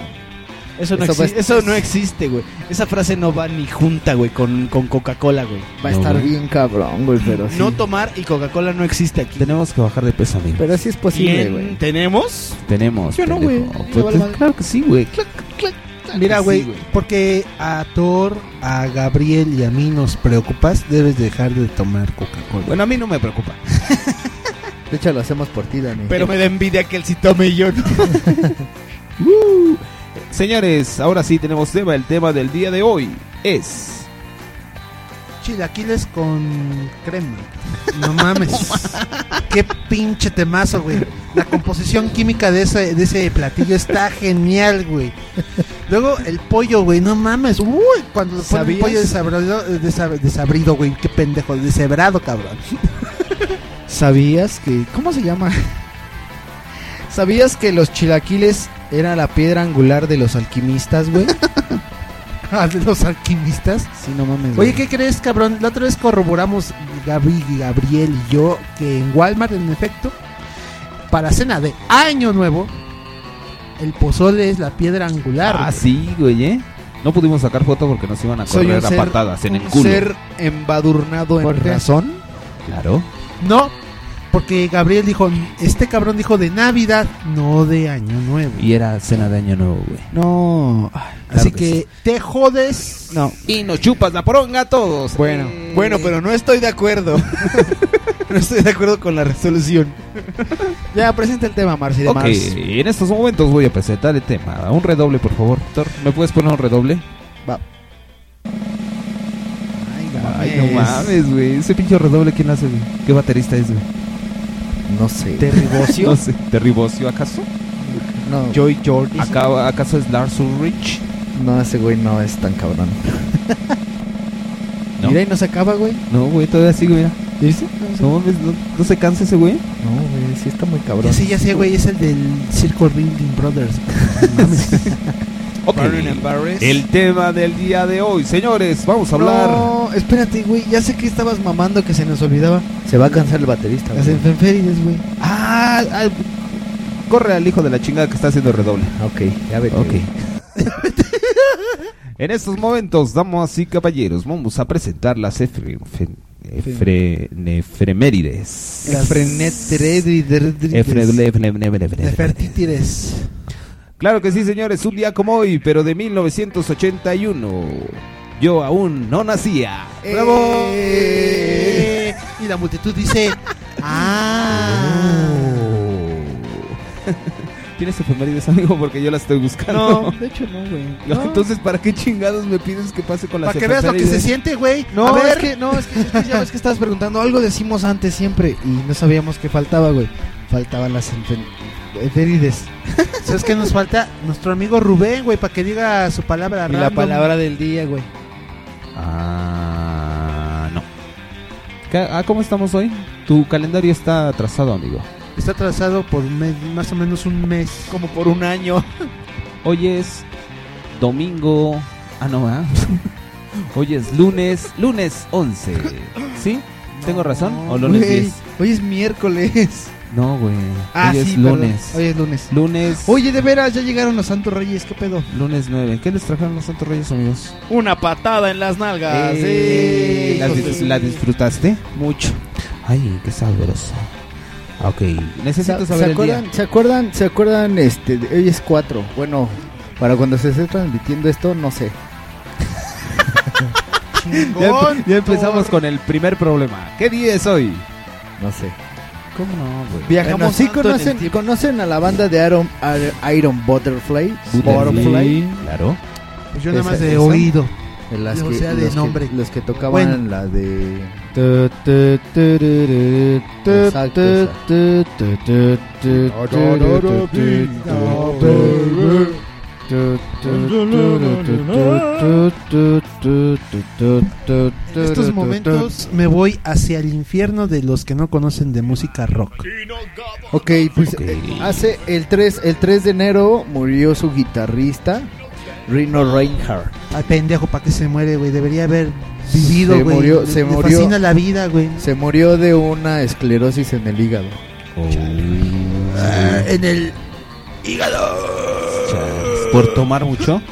S8: Eso no,
S4: Eso va a
S8: exi-
S4: estar-
S8: eso no existe, güey. Esa frase no va ni junta, güey, con, con Coca-Cola, güey.
S1: Va a estar bien cabrón, güey, pero sí.
S8: No tomar y Coca-Cola no existe aquí.
S4: Tenemos que bajar de peso, amigo.
S1: Pero sí es posible, güey.
S8: ¿Tenemos?
S4: Tenemos.
S5: Yo no,
S4: pendejo.
S5: güey.
S4: Pues,
S5: Vale, vale.
S4: Claro que sí, güey. Claro
S5: Mira,
S4: Sí,
S5: güey,
S4: güey.
S5: porque a Thor, a Gabriel y a mí nos preocupas, debes dejar de tomar Coca-Cola.
S4: Bueno, a mí no me preocupa.
S1: De hecho, lo hacemos por ti, Dani.
S8: Pero me da envidia que él sí tome y yo no.
S4: Uh. Señores, ahora sí tenemos tema. El tema del día de hoy es.
S5: Chilaquiles con crema. No mames. Qué pinche temazo, güey. La composición química de ese, de ese platillo está genial, güey. Luego el pollo, güey. No mames. Uy, cuando le ponen
S8: ¿Sabías?
S5: pollo desabrido, eh, desab- desabrido, güey. Qué pendejo. Deshebrado, cabrón.
S1: ¿Sabías que... ¿Cómo se llama? ¿Sabías que los chilaquiles era la piedra angular de los alquimistas, güey?
S5: ¿De los alquimistas?
S1: Sí, no mames,
S5: Oye,
S1: güey.
S5: ¿qué crees, cabrón? La otra vez corroboramos, Gabi- Gabriel y yo, que en Walmart, en efecto, para cena de Año Nuevo, el pozole es la piedra angular.
S4: Ah,
S5: güey.
S4: sí, güey, ¿eh? No pudimos sacar foto porque nos iban a
S1: Soy
S4: Ah, correr
S1: un
S4: a
S1: ser-
S4: patadas en el
S1: un
S4: culo.
S1: ser embadurnado en
S5: ¿Por qué?
S1: razón.
S4: Claro.
S5: No, porque Gabriel dijo, este cabrón dijo de Navidad, no de Año Nuevo.
S4: Y era cena de año nuevo, güey.
S1: No.
S5: Así que te jodes.
S1: No.
S4: Y nos chupas la poronga a todos. Eh.
S1: Bueno.
S8: Bueno, pero no estoy de acuerdo. no estoy de acuerdo con la resolución.
S1: Ya, presenta el tema, Marci, de
S4: Ok,
S1: Mars.
S4: en estos momentos voy a presentar el tema. Un redoble, por favor. Thor, ¿me puedes poner un redoble?
S1: Va.
S4: Ay, no mames, güey. Ese pinche redoble, ¿quién hace, güey? ¿Qué baterista es, güey?
S1: No sé.
S4: no sé. ¿Terribocio acaso?
S1: No.
S4: Joy Jordan. ¿Acaso es Lars Ulrich?
S1: No, ese güey no es tan cabrón.
S4: No.
S1: Mira, y no se acaba, güey.
S4: No, güey, todavía sigue, mira.
S1: ¿Dice?
S4: No, mames, no, no se cansa ese güey.
S1: No, güey, sí está muy cabrón.
S5: Ya sé, ya sé, güey, es el del Circo Ringling Brothers.
S4: Ok. El tema del día de hoy, señores, vamos a hablar.
S1: No, espérate, güey. Ya sé que estabas mamando que se nos olvidaba. Se va a cansar el baterista. Las enfermerides, güey.
S4: Ah, ah, corre al hijo de la chingada que está haciendo redoble.
S1: Ok, ya vete.
S4: Ok. en estos momentos, damas y caballeros, vamos a presentar las efre- fe- efre- nefremérides. Efre-
S1: Efrenet
S4: le- le- le- le- le-
S5: Nefertitides.
S4: Claro que sí, señores, un día como hoy, pero de 1981. Yo aún no nacía.
S5: ¡Bravo!
S1: Eh.
S5: Y la multitud dice, ah.
S4: ¿Tienes efemérides, amigo? Porque yo las estoy buscando.
S8: No, de hecho no, güey.
S4: No, Entonces, ¿para qué chingados me pides que pase con las
S5: Para que veas lo que se
S4: efemérides?
S5: siente, güey.
S1: No,
S5: A ver.
S1: es que, no, es que, es que ya ves que estabas preguntando. Algo decimos antes siempre y no sabíamos que faltaba, güey. Faltaban las enfer- efemérides.
S5: ¿Sabes qué nos falta? Nuestro amigo Rubén, güey, para que diga su palabra
S1: Y la
S5: random.
S1: palabra del día, güey.
S4: Ah, no. ¿Qué- ah, ¿Cómo estamos hoy? Tu calendario está atrasado, amigo.
S5: Está atrasado por un mes, más o menos un mes.
S8: Como por un año.
S4: Hoy es domingo. Ah, no, ¿verdad? Hoy es lunes, lunes 11. ¿Sí? ¿Tengo razón? ¿O lunes
S1: Güey,
S4: 10?
S1: Hoy es miércoles.
S4: No, güey.
S1: Ah,
S4: hoy es
S1: sí, perdón.
S4: lunes.
S1: Hoy es lunes.
S4: Lunes.
S1: Oye, de veras, ya llegaron los Santos Reyes, ¿qué pedo?
S4: Lunes 9. ¿Qué les trajeron los Santos Reyes, amigos?
S8: Una patada en las nalgas.
S4: Eh,
S8: sí.
S4: ¿la, dis- la disfrutaste?
S8: Mucho.
S4: Ay, qué sabroso. Ah, Ok, necesito
S1: ¿Se,
S4: saber el
S1: acuerdan,
S4: día.
S1: ¿Se acuerdan? ¿Se acuerdan? Este, de- hoy es 4. Bueno, para cuando se esté transmitiendo esto, no sé.
S4: Ya, empe- ya empezamos con el primer problema. ¿Qué día es hoy?
S1: No sé.
S4: ¿Cómo no, güey?
S1: Viajamos.
S8: Bueno,
S1: sí
S8: tanto en el
S1: conocen,
S8: tiempo.
S1: conocen a la banda de Iron, Ar- Iron Butterfly. Butterfly.
S4: Butterfly, Claro.
S5: Pues yo nada
S1: Esa-
S5: más de
S1: esa.
S5: oído.
S1: de las
S5: O
S1: que-
S5: sea, de
S1: los que-
S5: nombre.
S1: los que tocaban
S5: Bueno.
S1: la de. Exacto,
S13: Exacto.
S5: En estos momentos me voy hacia el infierno de los que no conocen de música rock.
S1: Ok, pues eh, hace el 3, el 3 de enero murió su guitarrista, Reno Reinhardt.
S5: Ay, pendejo, ¿para qué se muere, güey? Debería haber vivido,
S1: se
S5: güey.
S1: murió,
S5: Le-
S1: se
S5: le
S1: murió.
S5: fascina la vida, güey.
S1: Se murió de una esclerosis en el hígado. Oh.
S5: Ah, en el hígado.
S4: ¿Por tomar mucho?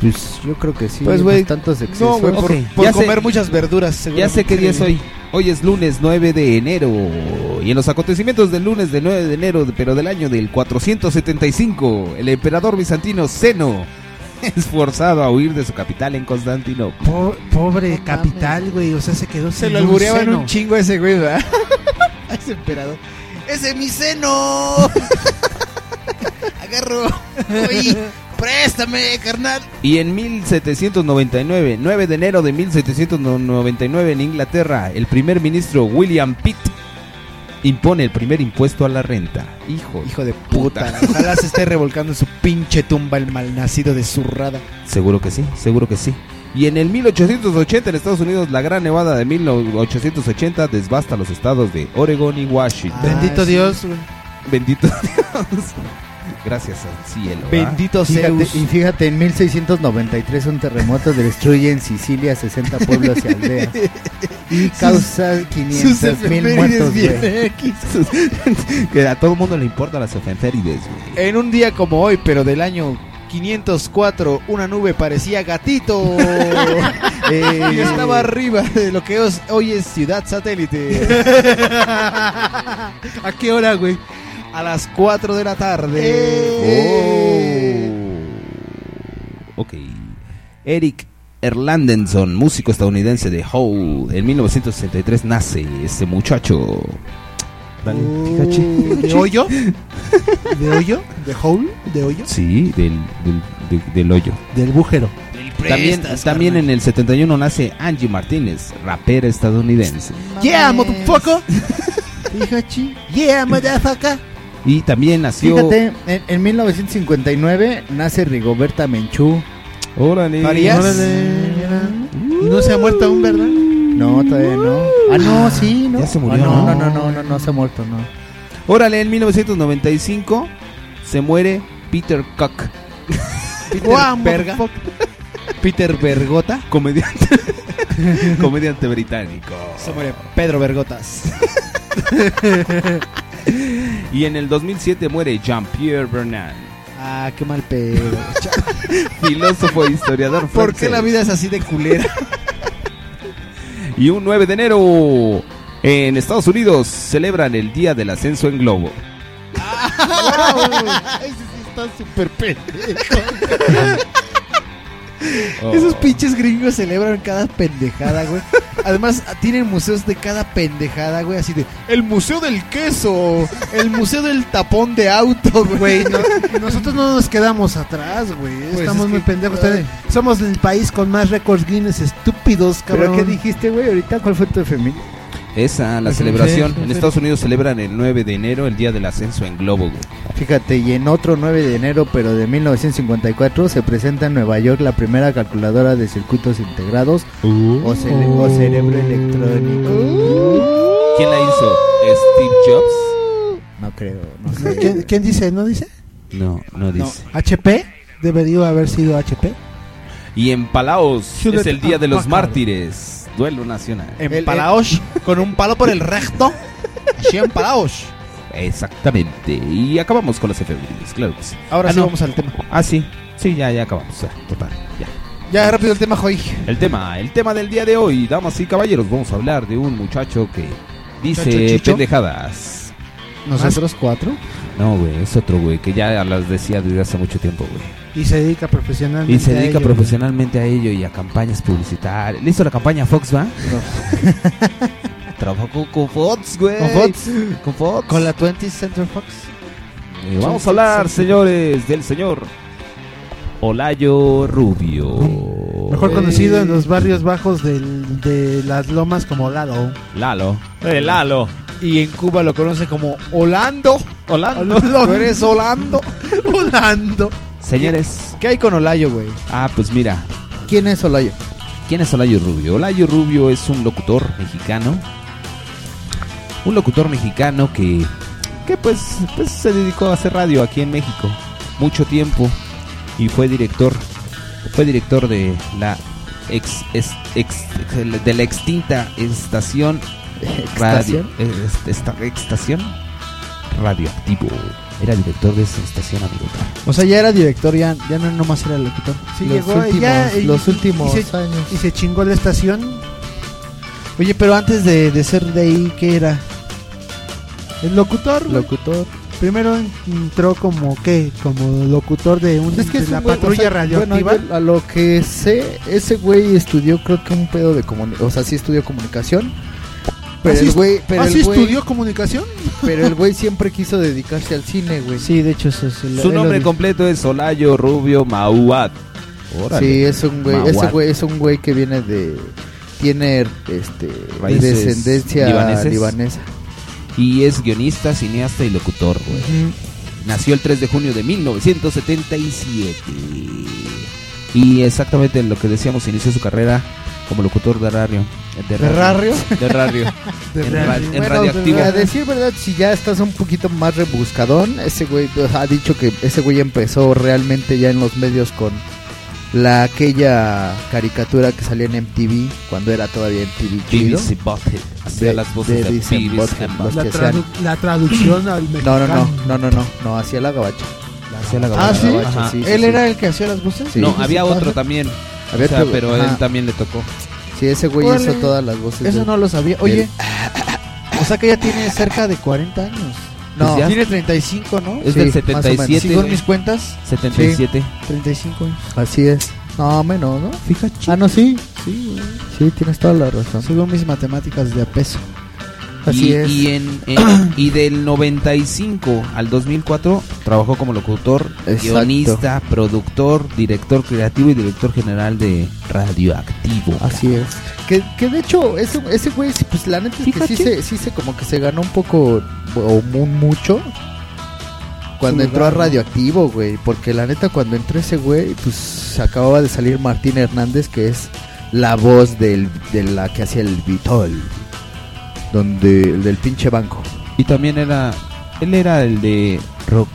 S1: Pues yo creo que sí.
S4: Pues, güey,
S1: unos tantos excesos.
S4: no, güey, por- por comer
S1: muchas verduras.
S4: Ya sé qué día es hoy. Hoy es lunes 9 de enero. Y en los acontecimientos del lunes del 9 de enero, pero del año del 475, el emperador bizantino Zeno es forzado a huir de su capital en Constantinopla.
S5: Po- pobre capital, güey. O sea, se quedó
S1: Se lo albureaban un chingo ese güey, ¿verdad?
S5: ese emperador.
S13: ¡Ese mi seno! Agarro. Oye, préstame, carnal.
S4: Y en 1799, 9 de enero de 1799 en Inglaterra, el primer ministro William Pitt impone el primer impuesto a la renta. Hijo,
S1: hijo de puta. Ojalá se esté revolcando en su pinche tumba el malnacido de zurrada.
S4: Seguro que sí, seguro que sí. Y en el 1880 en Estados Unidos, la gran nevada de 1880 desbasta los estados de Oregon y Washington.
S1: Ah,
S5: Bendito Dios, güey.
S4: Bendito Dios. Gracias al cielo. ¿ah? ¿verdad?
S1: Ah, Bendito fíjate, Y fíjate, en 1693 un terremoto destruye en Sicilia 60 pueblos y aldeas. Y causa 500 mil muertos, güey.
S4: que a todo el mundo le importan las efemérides, güey.
S3: En un día como hoy, pero del año 504, una nube parecía gatito. Eh, y estaba arriba de lo que os- hoy es Ciudad Satélite. ¿A qué hora, güey? A las 4 de la tarde. Eh. Oh.
S4: Ok. Eric Erlandenson, músico estadounidense de Hole, en 1963 nace este muchacho. Dale,
S3: Uh.
S1: Uh,
S5: ¿De hoyo? ¿De hoyo? ¿De hole? ¿De hoyo?
S4: Sí, del, del, de- del hoyo.
S5: Del bujero.
S4: También,
S5: prestas,
S4: también en el 71 nace Angie Martínez, rapera estadounidense.
S5: Yeah, motherfucker. Yeah, motherfucker.
S4: Y también nació...
S1: Fíjate, en, en 1959 nace Rigoberta Menchú.
S4: Órale.
S1: Farías.
S5: Y no se ha muerto aún, ¿verdad?
S1: No, todavía no. Ah, no, sí, no.
S4: Ya se murió.
S1: Ah, no, no, no, no, no, no se ha muerto, no.
S4: Órale, en 1995 se muere Peter Cook. Peter
S1: Guau,
S4: Verga. Peter Vergota. Comediante. comediante británico.
S3: Se muere Pedro Vergotas.
S4: Y en el 2007 muere Jean-Pierre Bernard.
S3: ah, qué mal pedo.
S4: Filósofo e historiador
S3: ¿Por qué la
S4: francés.
S3: vida es así de culera?
S4: Y un 9 de enero en Estados Unidos celebran el Día del Ascenso en Globo.
S13: Ese sí está súper pendejo.
S4: Oh.
S3: Esos pinches gringos celebran cada pendejada, güey. Además, tienen museos de cada pendejada, güey. Así de, el museo del queso, el museo del tapón de auto, güey.
S5: Güey, no- nosotros no nos quedamos atrás, güey.
S1: Pues
S6: Pues,
S5: Estamos
S3: es
S5: muy
S3: que-
S5: pendejos. Ustedes- Somos el país con más récords Guinness estúpidos,
S1: ¿Pero
S5: cabrón.
S1: qué dijiste, güey? Ahorita, ¿cuál fue tu efeméride?
S4: Esa, la
S1: Sí,
S4: celebración.
S1: sí,
S4: En
S1: sí.
S4: Estados Unidos celebran el 9 de enero el Día del Ascenso en Globo. güey.
S1: Fíjate, y en otro 9 de enero, pero de 1954, se presenta en Nueva York la primera calculadora de circuitos integrados
S5: Uh.
S1: o, cere- o cerebro electrónico.
S4: ¿Quién la hizo? ¿Steve Jobs?
S1: No creo, no
S5: ¿Quién,
S1: sé.
S5: quién dice? ¿No dice?
S4: No, no dice.
S5: ¿HP? Debería haber sido HP.
S4: Y en Palaos
S5: Hewlett
S4: es el Día
S1: Ah,
S4: de los
S5: Packard.
S4: Mártires. Duelo nacional.
S3: En Palaos, con un palo por el recto. Así en Palaos.
S4: Exactamente. Y acabamos con las efemérides, claro que sí.
S3: Ahora
S4: Ah,
S3: sí
S4: no.
S3: vamos al tema.
S4: Ah, sí. Sí, ya, ya acabamos. Ya, total, ya.
S3: Ya, rápido el tema, Joy.
S4: El tema, el tema del día de hoy, damas y caballeros, vamos a hablar de un muchacho que
S1: ¿Muchacho
S4: dice
S1: chicho?
S4: pendejadas. Ah,
S1: ¿Nosotros cuatro?
S4: No, güey, es otro güey que ya las decía desde hace mucho tiempo, güey.
S5: Y se dedica profesionalmente.
S4: Y se
S5: a
S4: dedica
S5: ello,
S4: profesionalmente a ello y a campañas publicitarias. ¿Le hizo la campaña a Fox, va? Trabajó con Fox, güey.
S3: ¿Con Fox?
S4: Con Fox.
S3: Con la 20th Central Fox.
S4: Eh, vamos a hablar, señores, del señor Olayo Rubio.
S5: güey. Mejor conocido en los barrios bajos del- de las lomas como Lado.
S4: Lalo.
S5: Eh,
S8: El Lalo.
S3: Y en Cuba lo conoce como Holando.
S4: Holando.
S3: Tú eres Holando.
S5: Holando.
S4: Señores.
S1: ¿Qué hay con Olayo, güey?
S4: Ah, pues mira.
S1: ¿Quién es Olayo?
S4: ¿Quién es Olayo Rubio? Olayo Rubio es un locutor mexicano. Un locutor mexicano que, que pues, pues se dedicó a hacer radio aquí en México mucho tiempo y fue director, fue director de la ex, es- ex- de la extinta estación radio,
S1: ¿Extación?
S4: eh, esta, estación radioactivo. Era director de esa estación, amigo.
S1: O sea, ya era director, ya, ya no nomás era locutor.
S5: Sí,
S1: los
S5: llegó
S1: últimos,
S5: ya, eh,
S1: los
S5: y-
S1: últimos
S5: y se,
S1: años.
S5: y se chingó la estación.
S1: Oye, pero antes de, de ser de ahí, ¿qué era?
S5: El locutor. güey.
S1: Locutor.
S5: Primero en- entró como qué, como locutor de, un,
S1: Es que
S5: de
S1: es
S5: la
S1: un güey, o
S5: patrulla
S1: sea,
S5: radioactiva.
S1: bueno, yo a lo que sé, ese güey estudió creo que un pedo de comunicación, o sea, sí estudió comunicación. Pero
S5: ¿Así
S1: el
S5: est-
S1: güey, pero
S5: así
S1: el güey-
S5: estudió comunicación?
S1: Pero el güey siempre quiso dedicarse al cine, güey. Sí, de hecho eso es
S4: Su nombre completo es Olayo Rubio Mauat. Órale.
S1: Sí, es un güey, ese
S4: Mauat.
S1: güey es un güey que viene de tiene este
S4: Raíces
S1: descendencia
S4: libaneses.
S1: libanesa.
S4: Y es guionista, cineasta y locutor, güey.
S1: Ujú.
S4: Nació el 3 de junio de 1977. Y exactamente en lo que decíamos, inició su carrera como locutor de radio. ¿De
S1: radio?
S4: De radio. en, ra- en
S1: Bueno,
S4: radioactivo.
S1: A decir verdad, si ya estás un poquito más rebuscadón, ese güey pues, ha dicho que ese güey empezó realmente ya en los medios con la aquella caricatura que salía en MTV cuando era todavía MTV chido.
S4: Beavis y Butthead. Hacía
S1: De-
S4: las voces de
S1: Beavis and
S4: Beavis
S1: Butthead,
S4: and
S1: los
S5: La,
S1: que
S5: tradu-
S1: hacían-
S5: la traducción al
S1: No,
S5: mexicano.
S1: no, no, no, no, no, no, hacía la gabacha.
S4: Hacía la
S1: Ah,
S4: gabacha.
S1: sí.
S4: Ajá.
S1: Sí, sí,
S3: ¿Él
S1: sí.
S3: era el que hacía las voces?
S1: Sí.
S4: No, había otro también.
S1: Había
S4: O sea,
S1: otro-
S4: pero
S1: ajá.
S4: él también le tocó.
S1: Sí, ese güey
S3: Órale.
S1: hizo todas las voces.
S3: Eso
S1: del-
S3: no lo sabía. Oye,
S1: del-
S3: o sea que ya tiene cerca de 40 años.
S1: No.
S3: No, tiene 35, ¿no?
S1: Es del 77,
S3: Según
S1: güey.
S3: mis cuentas.
S1: 77.
S3: Sí, 35 años.
S1: Así es. No, menos, ¿no? Fíjate. Ah, no, sí. Sí, sí, tienes toda la razón.
S3: Según mis matemáticas de a peso.
S1: Así
S4: y,
S1: es.
S4: y en- en- y del 95 al 2004 trabajó como locutor,
S1: Exacto.
S4: guionista, productor, director creativo y director general de Radioactivo.
S1: Así es. Que, que de hecho, ese, ese güey, sí, pues la neta es que sí se, sí se como que se ganó un poco o mu- mucho cuando
S3: Su
S1: entró a
S3: lugar, ¿no?
S1: Radioactivo, güey. Porque la neta, cuando entró ese güey, pues acababa de salir Martín Hernández, que es la voz del, de la que hacía el Vitol, donde, el del pinche banco.
S4: Y también era, él era el de rock.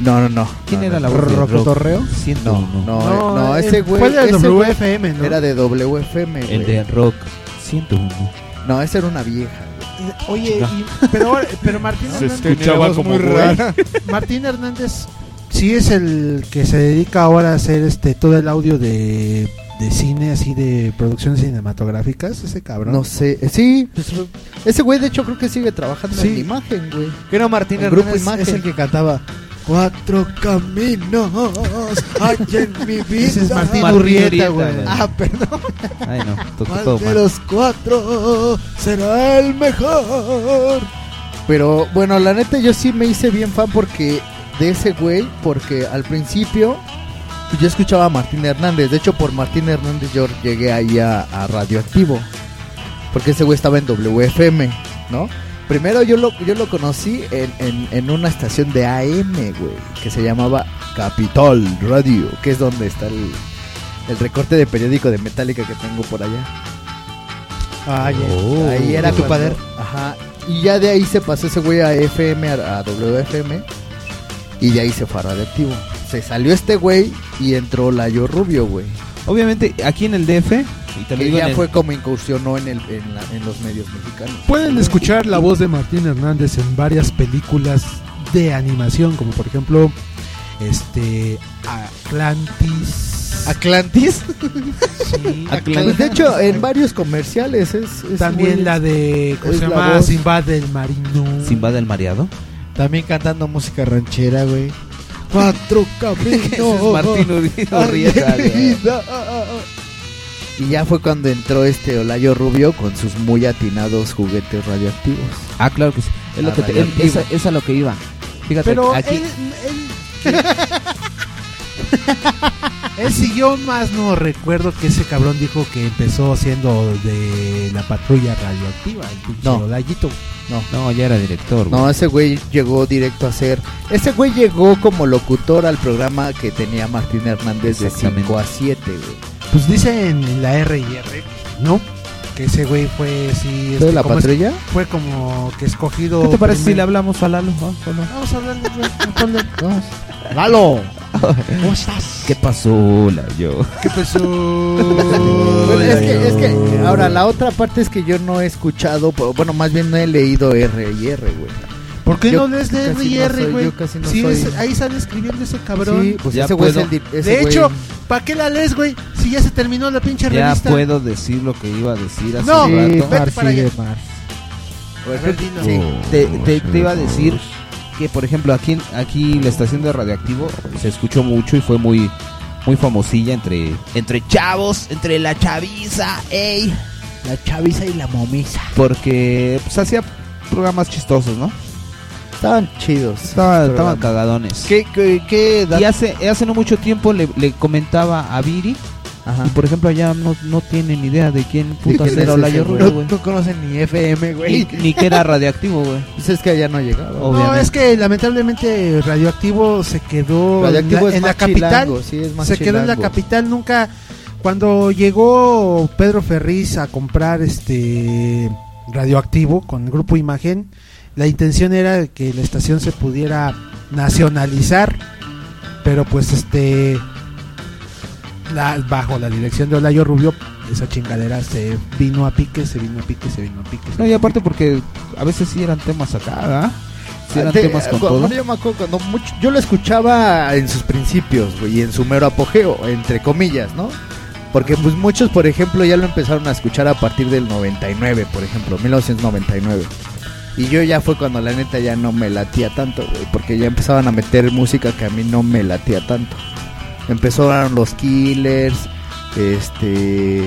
S1: No, no, no.
S4: ¿Quién
S1: No,
S4: era
S1: no,
S4: la voz de
S1: Rocco
S4: rock?
S1: Torreo?
S4: Siento, no,
S1: No, eh, no,
S3: eh,
S1: ese güey.
S5: ¿Cuál era el
S1: ese güey
S5: WFM, no?
S1: Era de WFM, güey.
S4: El de rock. 101.
S1: No, esa era una vieja.
S5: Oye, y- pero, ahora- pero Martín
S1: Se
S5: Hernández-
S1: escuchaba como güey.
S5: Martín Hernández sí es el que se dedica ahora a hacer este todo el audio de, de cine, así de producciones cinematográficas, ese cabrón.
S1: No sé, eh, sí, pues, ese güey de hecho creo que sigue trabajando en imagen, güey.
S3: Que no, Martín
S1: El
S3: Hernández
S1: grupo Imagen.
S3: es el que cantaba. Cuatro caminos hay en mi vida.
S1: Ese es Martín Martín Urrieta, Urrieta, güey. güey.
S3: Ah, perdón.
S4: Ay, no, tocó
S3: ¿Cuál
S4: todo
S3: de
S4: mal.
S3: los cuatro será el mejor?
S1: Pero bueno, la neta yo sí me hice bien fan porque de ese güey, porque al principio yo escuchaba a Martín Hernández, de hecho por Martín Hernández yo llegué ahí a, a Radioactivo, porque ese güey estaba en WFM, ¿no? Primero yo lo, yo lo conocí en, en, en una estación de AM, güey, que se llamaba Capitol Radio, que es donde está el, el recorte de periódico de Metallica que tengo por allá.
S3: Ay,
S1: Oh.
S3: Ah, ahí era tu
S1: Cuando-
S3: padre.
S1: Ajá. Y ya de ahí se pasó ese güey a FM, a, a WFM. Y de ahí se fue a Radioactivo. Se salió este güey y entró Layo Rubio, güey.
S4: Obviamente, aquí en el DF, y te lo
S1: Que
S4: digo en
S1: ya
S4: el-
S1: fue como incursionó en, el, en, la- en los medios mexicanos.
S5: Pueden escuchar la voz de Martín Hernández en varias películas de animación, como por ejemplo este Atlantis.
S1: ¿Atlantis?
S5: Atlantis.
S1: Pues, de hecho, en varios comerciales es... es
S5: Ah, También
S1: muy-
S5: la de ¿cómo
S1: es
S5: se
S1: la
S5: llama?
S1: voz.
S5: Sinbad del Marino.
S4: Simba del mareado.
S3: También cantando música ranchera, güey. Cuatro caminos.
S4: Martín Uri- Urrieta,
S3: Ay,
S4: güey.
S3: vida.
S1: Y ya fue cuando entró este Olayo Rubio con sus muy atinados juguetes radioactivos.
S4: Ah, claro que sí. Es lo
S1: A
S4: que te- es-
S1: radioactivo.
S4: esa- es a lo que iba. Fíjate,
S5: Pero
S4: aquí.
S5: él- él- Él siguió más, no recuerdo que ese cabrón dijo que empezó siendo de la patrulla radioactiva, el pinche
S1: No.
S5: Odayito.
S1: No.
S4: No, ya era director.
S1: No, ese güey llegó directo a ser. Ese güey llegó como locutor al programa que tenía Martín Hernández de 5 a 7, güey.
S5: Pues dice en la R y R, ¿no? Que ese güey fue sí.
S1: ¿Fue de la
S5: como
S1: patrulla?
S5: es- fue como que escogido.
S4: ¿Qué te parece si le
S5: primero.
S4: hablamos a Lalo?
S5: Vamos a hablar de
S1: ¡Lalo!
S5: ¿Cómo estás?
S4: ¿Qué pasó, Layo?
S5: ¿Qué pasó?
S1: Bueno, es, que, es que ahora la otra parte es que yo no he escuchado, po- bueno, más bien no he leído R y R, güey.
S5: ¿Por qué
S1: Yo
S5: no lees
S1: casi
S5: de
S1: no
S5: R y R,
S1: soy-
S5: güey?
S1: yo casi no
S5: Sí,
S1: soy-
S5: es- ahí sale escribiendo ese cabrón.
S1: Sí, pues Ya ese güey es puedo. el di- ese
S5: de
S1: güey-
S5: hecho, ¿para qué la lees, güey? Si ya se terminó la pinche
S4: Ya
S5: revista.
S4: puedo decir lo que iba a decir hace
S5: No,
S4: un
S5: Sí,
S4: rato.
S5: vete para allá. Pues,
S1: A ver,
S4: Pero-
S1: dilo.
S4: sí, te, te- te iba a decir que, por ejemplo, aquí, en- aquí en la estación de Radioactivo se escuchó mucho y fue muy, muy famosilla entre, entre chavos, entre la chaviza, ey.
S3: La chaviza y la momisa.
S4: porque pues, hacía programas chistosos, ¿no?
S1: Estaban chidos.
S4: Estaban,
S3: programas.
S4: cagadones.
S1: ¿Qué, qué, qué edad?
S4: Y hace, hace no mucho tiempo le, le comentaba a Viri. Y por ejemplo, allá no, no tienen idea de quién putas era
S1: ¿Quién es ese,
S4: Olayo
S1: güey?
S4: Ruiz,
S1: No,
S4: güey.
S1: no conocen ni FM, güey.
S4: Ni, ni que era radioactivo, güey.
S1: Pues es que allá no llegaba.
S5: No, es que lamentablemente Radioactivo se quedó
S1: Radioactivo
S5: en
S1: es
S5: la, en la
S1: más
S5: capital.
S1: chilango, sí, es más
S5: se quedó en la
S1: chilango.
S5: capital nunca. Cuando llegó Pedro Ferriz a comprar este Radioactivo con Grupo Imagen, la intención era que la estación se pudiera nacionalizar, pero pues este la- bajo la dirección de Olayo Rubio esa chingadera se vino a pique, se vino a pique, se vino a pique. se
S4: No, y aparte porque a veces sí eran temas acá, ¿verdad? Sí eran
S1: Te-
S4: temas con
S1: cuando
S4: todo.
S1: Yo, me acuerdo cuando mucho- yo lo escuchaba en sus principios, güey, y en su mero apogeo, entre comillas, ¿no? Porque pues muchos, por ejemplo, ya lo empezaron a escuchar a partir del 99, por ejemplo, 1999. Y yo ya fue cuando la neta ya no me latía tanto, güey, porque ya empezaban a meter música que a mí no me latía tanto. Empezaron los Killers, este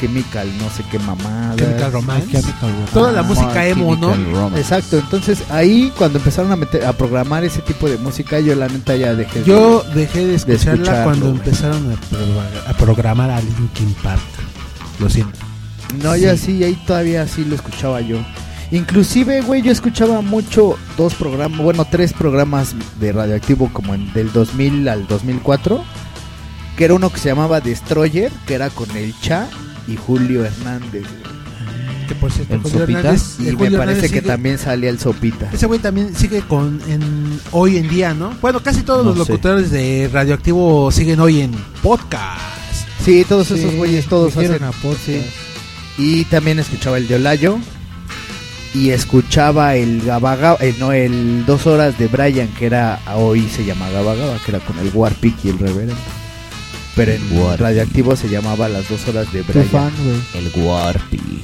S1: Chemical, no sé qué mamada.
S5: Chemical Romance. Chemical Romance.
S1: Toda la
S5: Ah,
S1: música emo, ¿no?
S5: Chemical Romance.
S1: Exacto, entonces ahí cuando empezaron a meter a programar ese tipo de música, yo la neta ya dejé de-
S5: Yo dejé de escucharla
S1: escucharlo,
S5: cuando
S1: güey.
S5: empezaron a, pro- a programar a Linkin Park. Lo siento.
S1: No, yo sí, ahí todavía sí lo escuchaba yo. Inclusive, güey, yo escuchaba mucho dos programas, bueno, tres programas de Radioactivo como en, del 2000 al 2004, que era uno que se llamaba Destroyer, que era con el Cha y Julio Hernández. güey.
S5: Que por cierto,
S1: El
S5: Julio
S1: Sopita,
S5: Hernández-
S1: y
S5: el
S1: me
S5: Julio
S1: parece
S5: Hernández
S1: que
S5: sigue-
S1: también salía el Sopita.
S5: Ese güey también sigue con en, hoy en día, ¿no? Bueno, casi todos
S1: No
S5: los
S1: sé.
S5: locutores de Radioactivo siguen hoy en podcast.
S1: Sí, todos
S5: Sí,
S1: esos güeyes, todos hacen
S5: dijeron a podcast.
S1: sí. Y también escuchaba el de Olayo. Y escuchaba el Gabaga, eh, no, el Dos Horas de Brian, que era, a hoy se llama Gabagaba, que era con el Warpick y el Reverendo. Pero en Radioactivo se llamaba Las Dos Horas de Brian.
S3: fan, güey.
S4: El Warpy.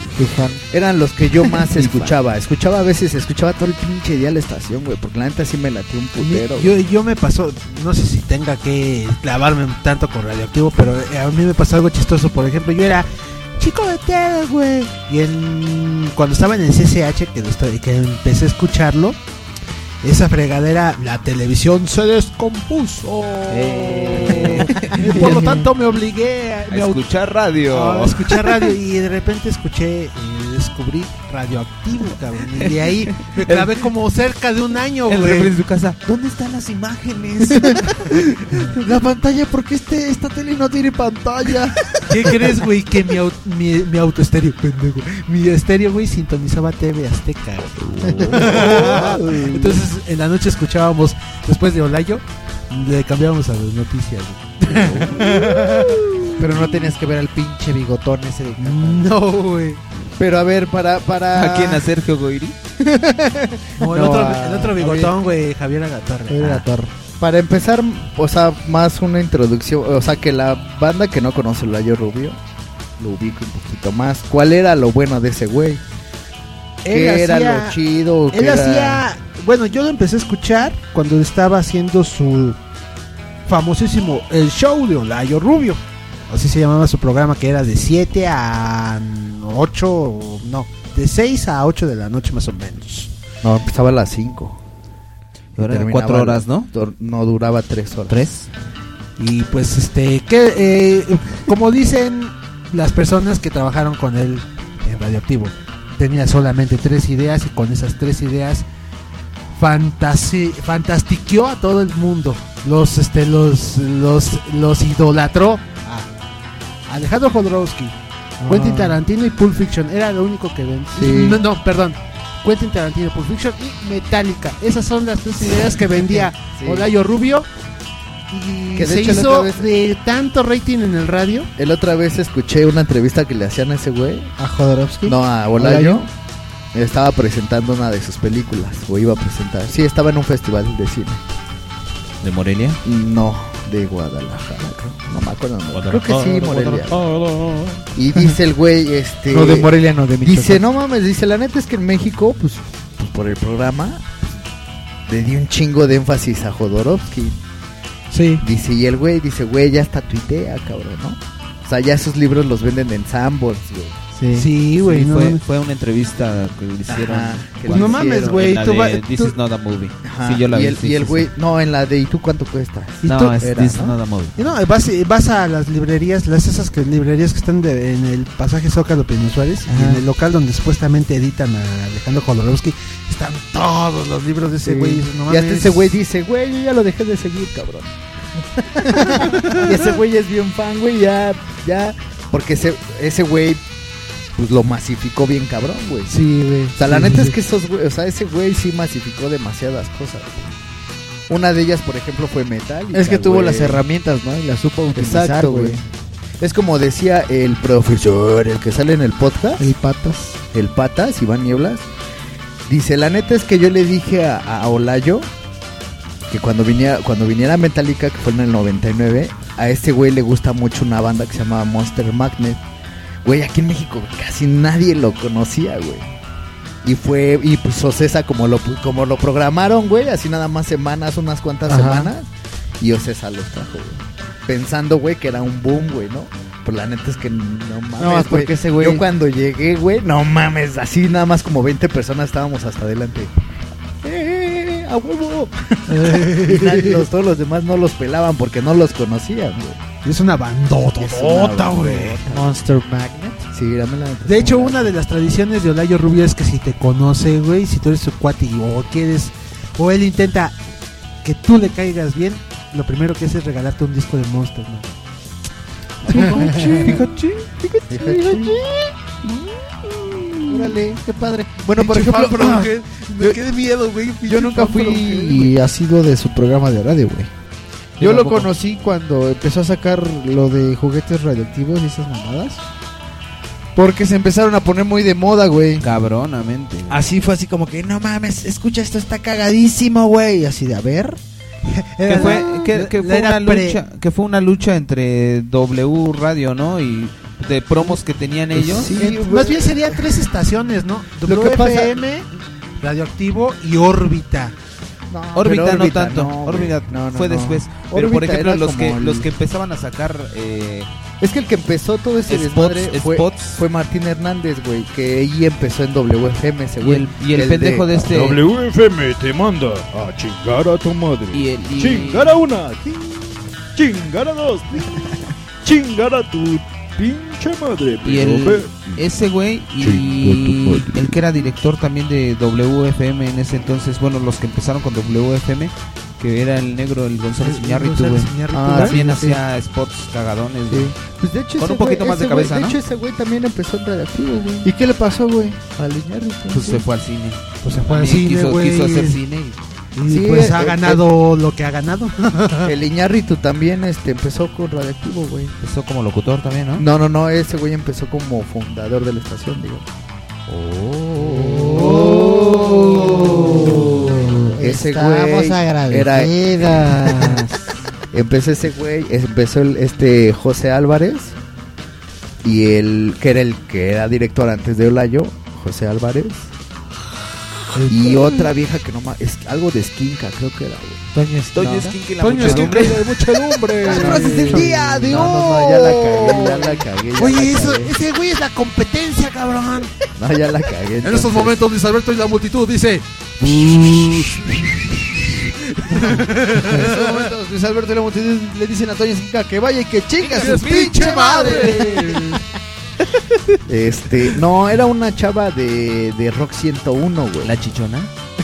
S1: Eran los que yo más
S3: Mi
S1: escuchaba. Escuchaba a veces, escuchaba todo el pinche día la estación, güey, porque la neta sí me latió un putero.
S5: Yo, yo me pasó, no sé si tenga que clavarme un tanto con radioactivo, pero eh, a mí me pasó algo chistoso. Por ejemplo, yo era chico de telas, güey. Y en, cuando estaba en el CCH, que, lo estoy- que empecé a escucharlo, esa fregadera, la televisión se descompuso. Y por lo tanto me obligué a, me
S4: A escuchar radio.
S5: a escuchar Ah, radio y de repente escuché eh, descubrí radioactivo, cabrón. Y de ahí me clavé como cerca de un año,
S4: El
S5: güey.
S4: refri de su casa.
S3: ¿Dónde están las imágenes? la pantalla, porque este, esta tele no tiene pantalla?
S5: ¿Qué crees, güey? Que mi, au- mi, mi autoestéreo, pendejo. Mi estéreo, güey, sintonizaba TV Azteca. güey. Entonces, en la noche escuchábamos, después de Olayo, le cambiábamos a las noticias.
S1: Pero no tenías que ver al pinche bigotón ese de
S5: No, güey.
S1: Pero a ver, para... para...
S4: ¿A quién? ¿A Sergio Goiri?
S5: No, el,
S1: No,
S5: otro,
S1: ah,
S5: el otro bigotón, güey, Javier Agatorre. Ah,
S1: Era la torre. Para empezar, o sea, más una introducción, o sea, que la banda que no conoce el Layo Rubio, lo ubico un poquito más. ¿Cuál era lo bueno de ese güey? ¿Qué
S5: Él
S1: era
S5: hacía-
S1: lo chido? ¿Qué
S5: Él
S1: era-
S5: hacía. Bueno, yo lo empecé a escuchar cuando estaba haciendo su famosísimo El Show de Olayo Rubio. Así se llamaba su programa, que era de 7 a 8, no, de 6 a 8 de la noche más o menos.
S1: No, empezaba a las 5.
S4: Ahora eran cuatro horas, ¿no?
S1: No duraba tres horas.
S4: ¿Tres?
S5: Y pues este, que eh, como dicen las personas que trabajaron con él en Radioactivo, tenía solamente tres ideas y con esas tres ideas fantasi- fantastiqueó a todo el mundo. Los este los los los idolatró. a Alejandro Jodorowsky, Quentin Tarantino y Pulp Fiction era lo único que ven.
S1: Ah. Sí.
S5: No, no, perdón. Quentin Tarantino, Pulp Fiction y Metallica. Esas son las tres ideas que vendía
S1: Sí.
S5: Olayo Rubio. Y
S1: Que de
S5: se
S1: hecho la
S5: hizo
S1: otra vez-
S5: de tanto rating en el radio.
S1: El otra vez escuché una entrevista que le hacían a ese güey.
S5: ¿A Jodorowsky?
S1: No, a Olayo. Estaba presentando una de sus películas. O iba a presentar. Sí, estaba en un festival de cine.
S4: ¿De Morelia?
S1: No, de Guadalajara, creo.
S4: Ah,
S1: No me acuerdo. dónde. Creo que sí, Morelia. Y dice el güey, este.
S5: No, de Morelia, no, de Michoacán.
S1: Dice, no mames, dice, la neta es que en México, pues, pues, por el programa, pues, le di un chingo de énfasis a Jodorowsky.
S5: Sí.
S1: Dice, y el güey dice, güey, ya hasta tuitea, cabrón, ¿no? O sea, ya sus libros los venden en Sambors, güey.
S5: Sí. Sí, güey, no
S4: fue,
S5: mames.
S4: fue una entrevista que le hicieron.
S1: Ajá, que
S4: cuando
S1: no mames,
S4: hicieron
S1: güey,
S4: la
S1: tú
S4: de
S1: va-
S4: This
S1: tú-
S4: is not a movie.
S1: Ajá.
S4: Sí, yo la
S1: y
S4: vi,
S1: el,
S4: sí,
S1: y el
S4: sí,
S1: güey,
S4: sí.
S1: no, en la de, ¿y tú cuánto cuesta?
S5: ¿Y
S4: No,
S5: tú-
S4: es
S1: era,
S4: This is
S1: no?
S4: not a movie.
S5: Y No, vas, vas a las librerías, las esas que, librerías que están de- en el pasaje Zócalo Pino Suárez, y
S1: Ajá.
S5: en el local donde supuestamente editan a Alejandro Jodorowsky, están todos los libros de ese
S1: Sí.
S5: güey. no
S1: y
S5: mames.
S1: hasta ese güey dice, güey, yo ya lo dejé de seguir, cabrón. y ese güey es bien fan, güey, ya, ya. Porque ese, ese güey, pues lo masificó bien, cabrón, güey.
S5: Sí, güey.
S1: O sea, la
S5: Sí,
S1: neta
S5: sí,
S1: es que esos, güey, o sea, ese güey sí masificó demasiadas cosas. güey. Una de ellas, por ejemplo, fue metal.
S3: Es que tuvo las herramientas, ¿no? Y las supo utilizar,
S1: Exacto, güey.
S3: güey.
S1: Es como decía el profesor, el que sale en el podcast. El Patas. El Patas, Iván Nieblas. Dice, la neta es que yo le dije a, a Olayo que cuando viniera, cuando viniera Metallica, que fue en el 99, a este güey le gusta mucho una banda que se llamaba Monster Magnet. Güey, aquí en México casi nadie lo conocía, güey. Y fue, y pues Ocesa como lo, como lo programaron, güey, así nada más semanas, unas cuantas
S5: Ajá.
S1: semanas. Y Ocesa los trajo, güey. Pensando, güey, que era un boom, güey, ¿no? Pues la neta es que no mames.
S3: No, porque
S1: güey.
S3: ese güey-
S1: Yo cuando llegué, güey, no mames, así nada más como 20 personas estábamos hasta adelante. ¡Eh, a huevo! Y nadie- los- todos los demás no los pelaban porque no los conocían, güey.
S5: Es una bandota,
S1: Es una
S5: bandota, güey.
S3: Monster Magnet.
S1: Sí, dame la
S5: De hecho, una de las tradiciones de Olayo Rubio es que si te conoce, güey, si tú eres su cuate y- o quieres, o él intenta que tú le caigas bien, lo primero que hace es regalarte un disco de Monster, ¿no?
S1: Órale, qué padre. Bueno, por ejemplo,
S3: Me quedé miedo, güey. Yo nunca fui.
S16: ah, Y ha sido de su programa de radio, güey.
S3: Yo
S16: Yo lo
S3: tampoco.
S16: conocí cuando empezó a sacar lo de juguetes radioactivos y esas mamadas. Porque se empezaron a poner muy de moda, güey.
S4: Cabronamente.
S16: Así fue así como que, no mames, escucha, esto está cagadísimo, güey. Así de, a ver.
S4: Que fue, que- que
S16: la
S4: fue
S16: era
S4: una
S16: pre-
S4: lucha, que fue una lucha entre W Radio, ¿no? Y de promos que tenían
S16: Pues
S4: ellos.
S5: Eh, más bien sería tres estaciones, ¿no?
S4: Lo que pasa-
S5: WFM, Radioactivo y Órbita.
S4: órbita
S5: pero
S4: no tanto,
S5: güey.
S4: órbita
S5: No, no,
S4: fue
S5: no.
S4: después. Pero por
S5: Órbita
S4: ejemplo,
S5: era
S4: los que
S5: como el-
S4: los que empezaban a sacar eh,
S1: Es que el que empezó todo ese
S4: Spots,
S1: desmadre fue,
S4: spots.
S1: fue Martín Hernández, güey, que ahí empezó en WFM ese güey.
S4: y el pendejo de este-
S2: WFM te manda a chingar a tu madre.
S4: y-
S2: Chingar a una. ching- Chingar a dos. chingar a tu pinche madre.
S4: y
S2: pero ve-
S4: el, ese güey y el que era director también de WFM en ese entonces, bueno, los que empezaron con WFM, que era el negro, el González
S1: El
S4: Iñárritu,
S1: González
S4: güey.
S1: Iñárritu.
S4: Ah,
S1: Ah,
S4: también
S1: sí, sí.
S4: hacía spots cagadones, güey.
S1: Pues de hecho
S4: con
S1: ese
S4: un poquito
S1: güey-
S4: más de
S1: ese güey-
S4: cabeza,
S1: De
S4: ¿no?
S1: hecho ese güey también empezó en Radioactivo, güey.
S16: ¿Y qué le pasó, güey?
S1: Al Iñárritu,
S4: Pues
S1: sí.
S4: se fue al cine.
S5: Pues se fue al
S4: También
S5: cine,
S4: quiso-
S5: güey.
S4: quiso hacer cine
S5: Y
S1: Sí,
S5: pues
S1: eh,
S5: ha
S1: eh,
S5: ganado lo que ha ganado.
S1: El Iñárritu también este, empezó con Radioactivo, güey.
S4: Empezó como locutor también, ¿no?
S1: No, no, no, ese güey empezó como fundador de la estación, digo. Oh, Ese güey
S16: Estamos
S1: era Empezó ese güey, es- empezó el- este José Álvarez y el que era el que era director antes de Olayo, José Álvarez. Y otra vieja que no ma- es algo de esquinca, creo que era. güey.
S4: Toño
S1: No.
S4: Esquinca y la Toño muchedumbre. Esquinca y la
S1: muchedumbre.
S5: Las frases del día de
S1: No, no, no, ya la cagué, ya la cagué. ya la
S5: Oye, eso-
S1: cagué.
S5: ese güey es la competencia, cabrón.
S1: No, ya la cagué.
S5: En estos
S1: entonces.
S5: momentos, Luis Alberto y la multitud dice.
S3: En estos momentos, Luis Alberto y la multitud le dicen a Toño Esquica que vaya y que chinga su pinche madre.
S1: Este, no, era una chava de, de Rock 101, güey. ¿La chichona?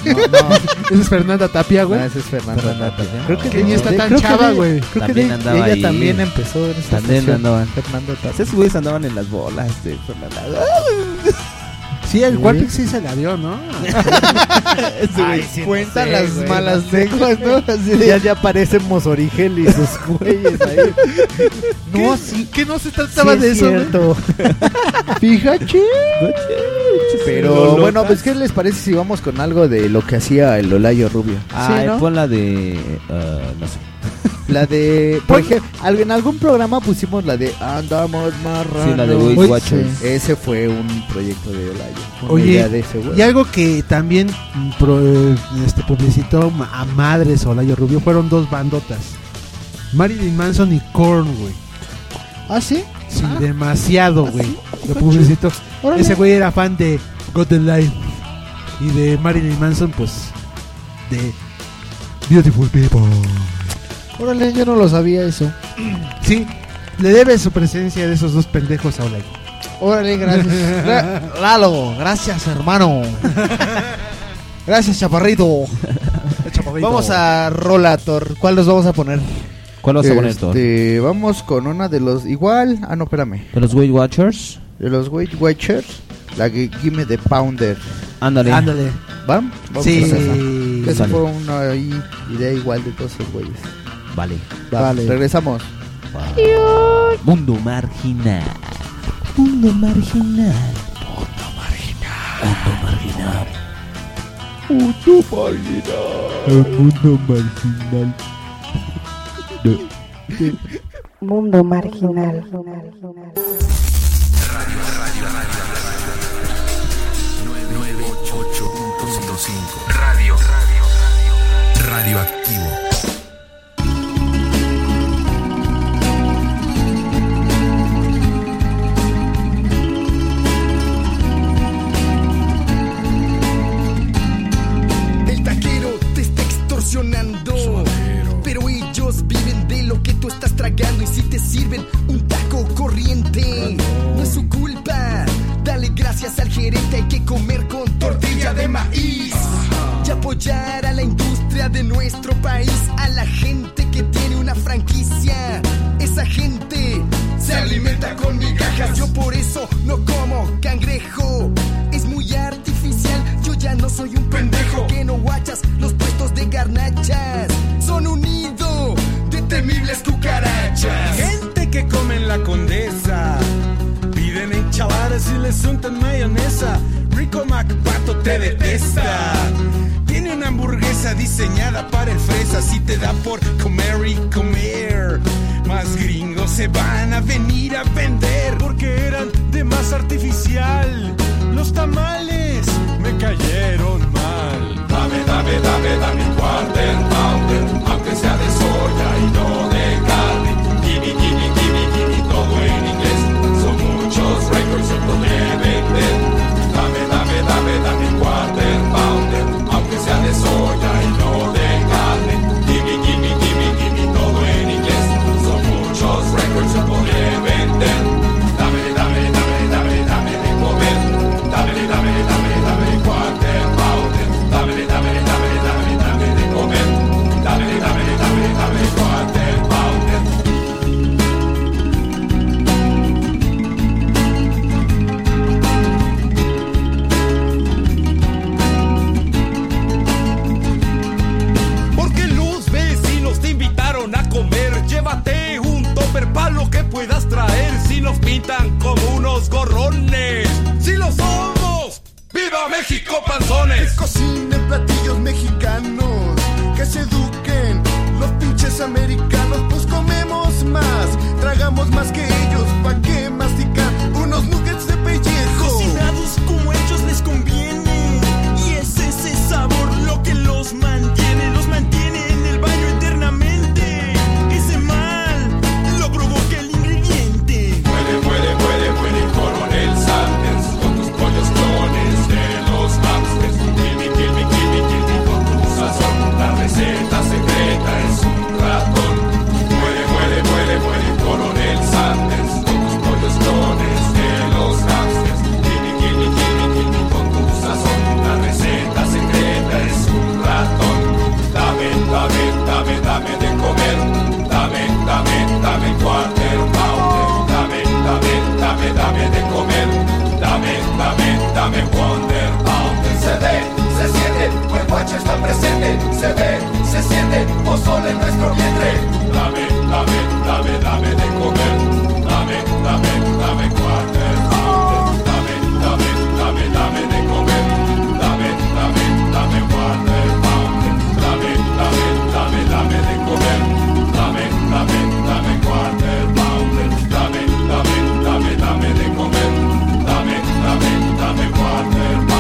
S1: No, no.
S16: Esa es Fernanda Tapia, güey.
S1: No, esa es Fernanda Tapia.
S16: Creo que ni está tan
S1: Eh, creo que
S16: chava,
S1: de-
S16: güey.
S1: Creo que
S4: También
S1: de-
S4: andaba
S1: ella
S4: ahí.
S1: también empezó en esta
S4: También
S1: estación,
S4: andaban.
S1: Fernanda Tapia.
S4: Esos güeyes andaban en las bolas de Fernanda.
S5: Sí, el
S1: Sí.
S5: Warpix sí se la dio, ¿no?
S1: Ay, sí, no
S3: cuenta
S1: sé,
S3: las
S1: güey,
S3: malas
S1: no sé.
S3: lenguas, ¿no? Así de-
S1: Ya, ya aparece Mosorigel y sus güeyes ahí.
S3: No,
S1: sí.
S3: ¿Qué no se
S1: Sí, es cierto. Fíjate. Pero bueno, pues ¿qué les parece si vamos con algo de lo que hacía el Olayo Rubio?
S4: Ah,
S1: Sí, ¿no?
S4: pon la de.
S1: uh,
S4: eh, no sé.
S1: La de. Por ejemplo, al- en algún programa pusimos la de Andamos Marranos.
S4: Sí, la de Boys
S1: Oye,
S4: Watchers.
S1: sí. Ese fue un proyecto de Olayo. una idea
S5: Oye,
S1: de ese güey.
S5: y algo que también mm, pro- este, publicitó ma- a madres Olayo Rubio fueron dos bandotas. Marilyn Manson y Korn, güey.
S16: ¿Ah, sí?
S5: Sí, demasiado, güey. Lo publicitó.
S16: Órale.
S5: Ese güey era fan de Gotten Life. Y de Marilyn Manson, pues, de Beautiful People.
S16: Órale, yo no lo sabía eso.
S5: Sí, le debe su presencia de esos dos pendejos a Olayo.
S16: Órale, gracias. Ra- Lalo, gracias, Ah, hermano. Gracias, chaparrito. Vamos a Rolator. ¿Cuál nos vamos a poner?
S4: ¿Cuál vas a poner, Thor?
S1: Este, vamos con una de los. Igual. Ah, no, espérame.
S4: ¿De los Weight Watchers?
S1: De los Weight Watchers. La que Gimme the Pounder.
S4: Ándale.
S5: Ándale.
S1: ¿Va? Vamos
S5: Sí.
S1: con esa. Esa
S4: Sale.
S1: fue una ahí, idea igual de todos esos güeyes.
S4: Vale.
S1: Va,
S4: Vale.
S1: Regresamos.
S4: Mundo marginal.
S13: Mundo marginal. Mundo marginal.
S2: El mundo marginal.
S12: Mundo marginal.
S17: Radio, radio, radio. Radioactivo.
S18: El taquero te está extorsionando. Pero ellos viven de lo que tú estás tragando. Y si te sirven un taco corriente, no es su culpa. Dale gracias al gerente. Hay que comer con tortilla de maíz. Y apoyar a la industria de nuestro país. A la gente que tiene una franquicia. Esa gente se alimenta con migajas. Yo por eso no como cangrejo. Es muy artificial. Yo ya no soy un pendejo que no guachas los puestos de garnachas. Son un nido de temibles cucarachas.
S19: Gente que come en la condesa. Piden enchiladas y les untan mayonesa. Rico MacPato te detesta. Tiene una hamburguesa diseñada para el fresa. Si te da por comer y comer. Más gringos se van a venir a vender. Porque eran de más artificial. Los tamales me cayeron mal.
S17: Dame, dame, dame, dame quarter pounder, aunque sea de soya y no de carne. Gimme, gimme, gimme, gimme, todo en inglés. Son muchos records, solo de vender. Dame, dame, dame, dame quarter pounder, aunque sea de soya y no de carne. Gimme, gimme, gimme, gimme, todo en inglés. Son muchos records, solo de vender. Dame, dame, dame, dame, dame de comer. Dame, dame, dame, dame quarter pounder. Dame, dame, dame, dame, dame de comer. Dame, dame, dame, dame quarter pounder.
S19: Porque los vecinos te invitaron a comer. Llévate un topper pa' lo que puedas traer. Si nos pintan como unos gorrones. Si lo somos. ¡Viva México, panzones!
S18: Que cocinen platillos mexicanos, que se eduquen los pinches americanos, pues comemos más, tragamos más que ellos, pa' que masticar unos nuggets de pellejo.
S19: Cocinados como ellos les conviene. Y es ese sabor lo que los mantiene. Los mantiene en el baño eternamente. Ese mal lo provoca el ingrediente.
S17: Muere, muere, muere, muere, coronel Sanders Con tus pollos clones de los hamsters Gimme, gimme, gimme, gimme, con tus siente, se ve, se siente, pozole en nuestro vientre. Dame, dame, dame, dame de comer. Dame, dame, dame cuarter pounder. Dame, dame, dame, dame de comer. Dame, dame, dame quarter pounder. Dame, dame, dame, dame de comer. Dame, dame, dame quarter pounder. Dame, dame, dame, dame de comer. Dame, dame, dame quarter pounder.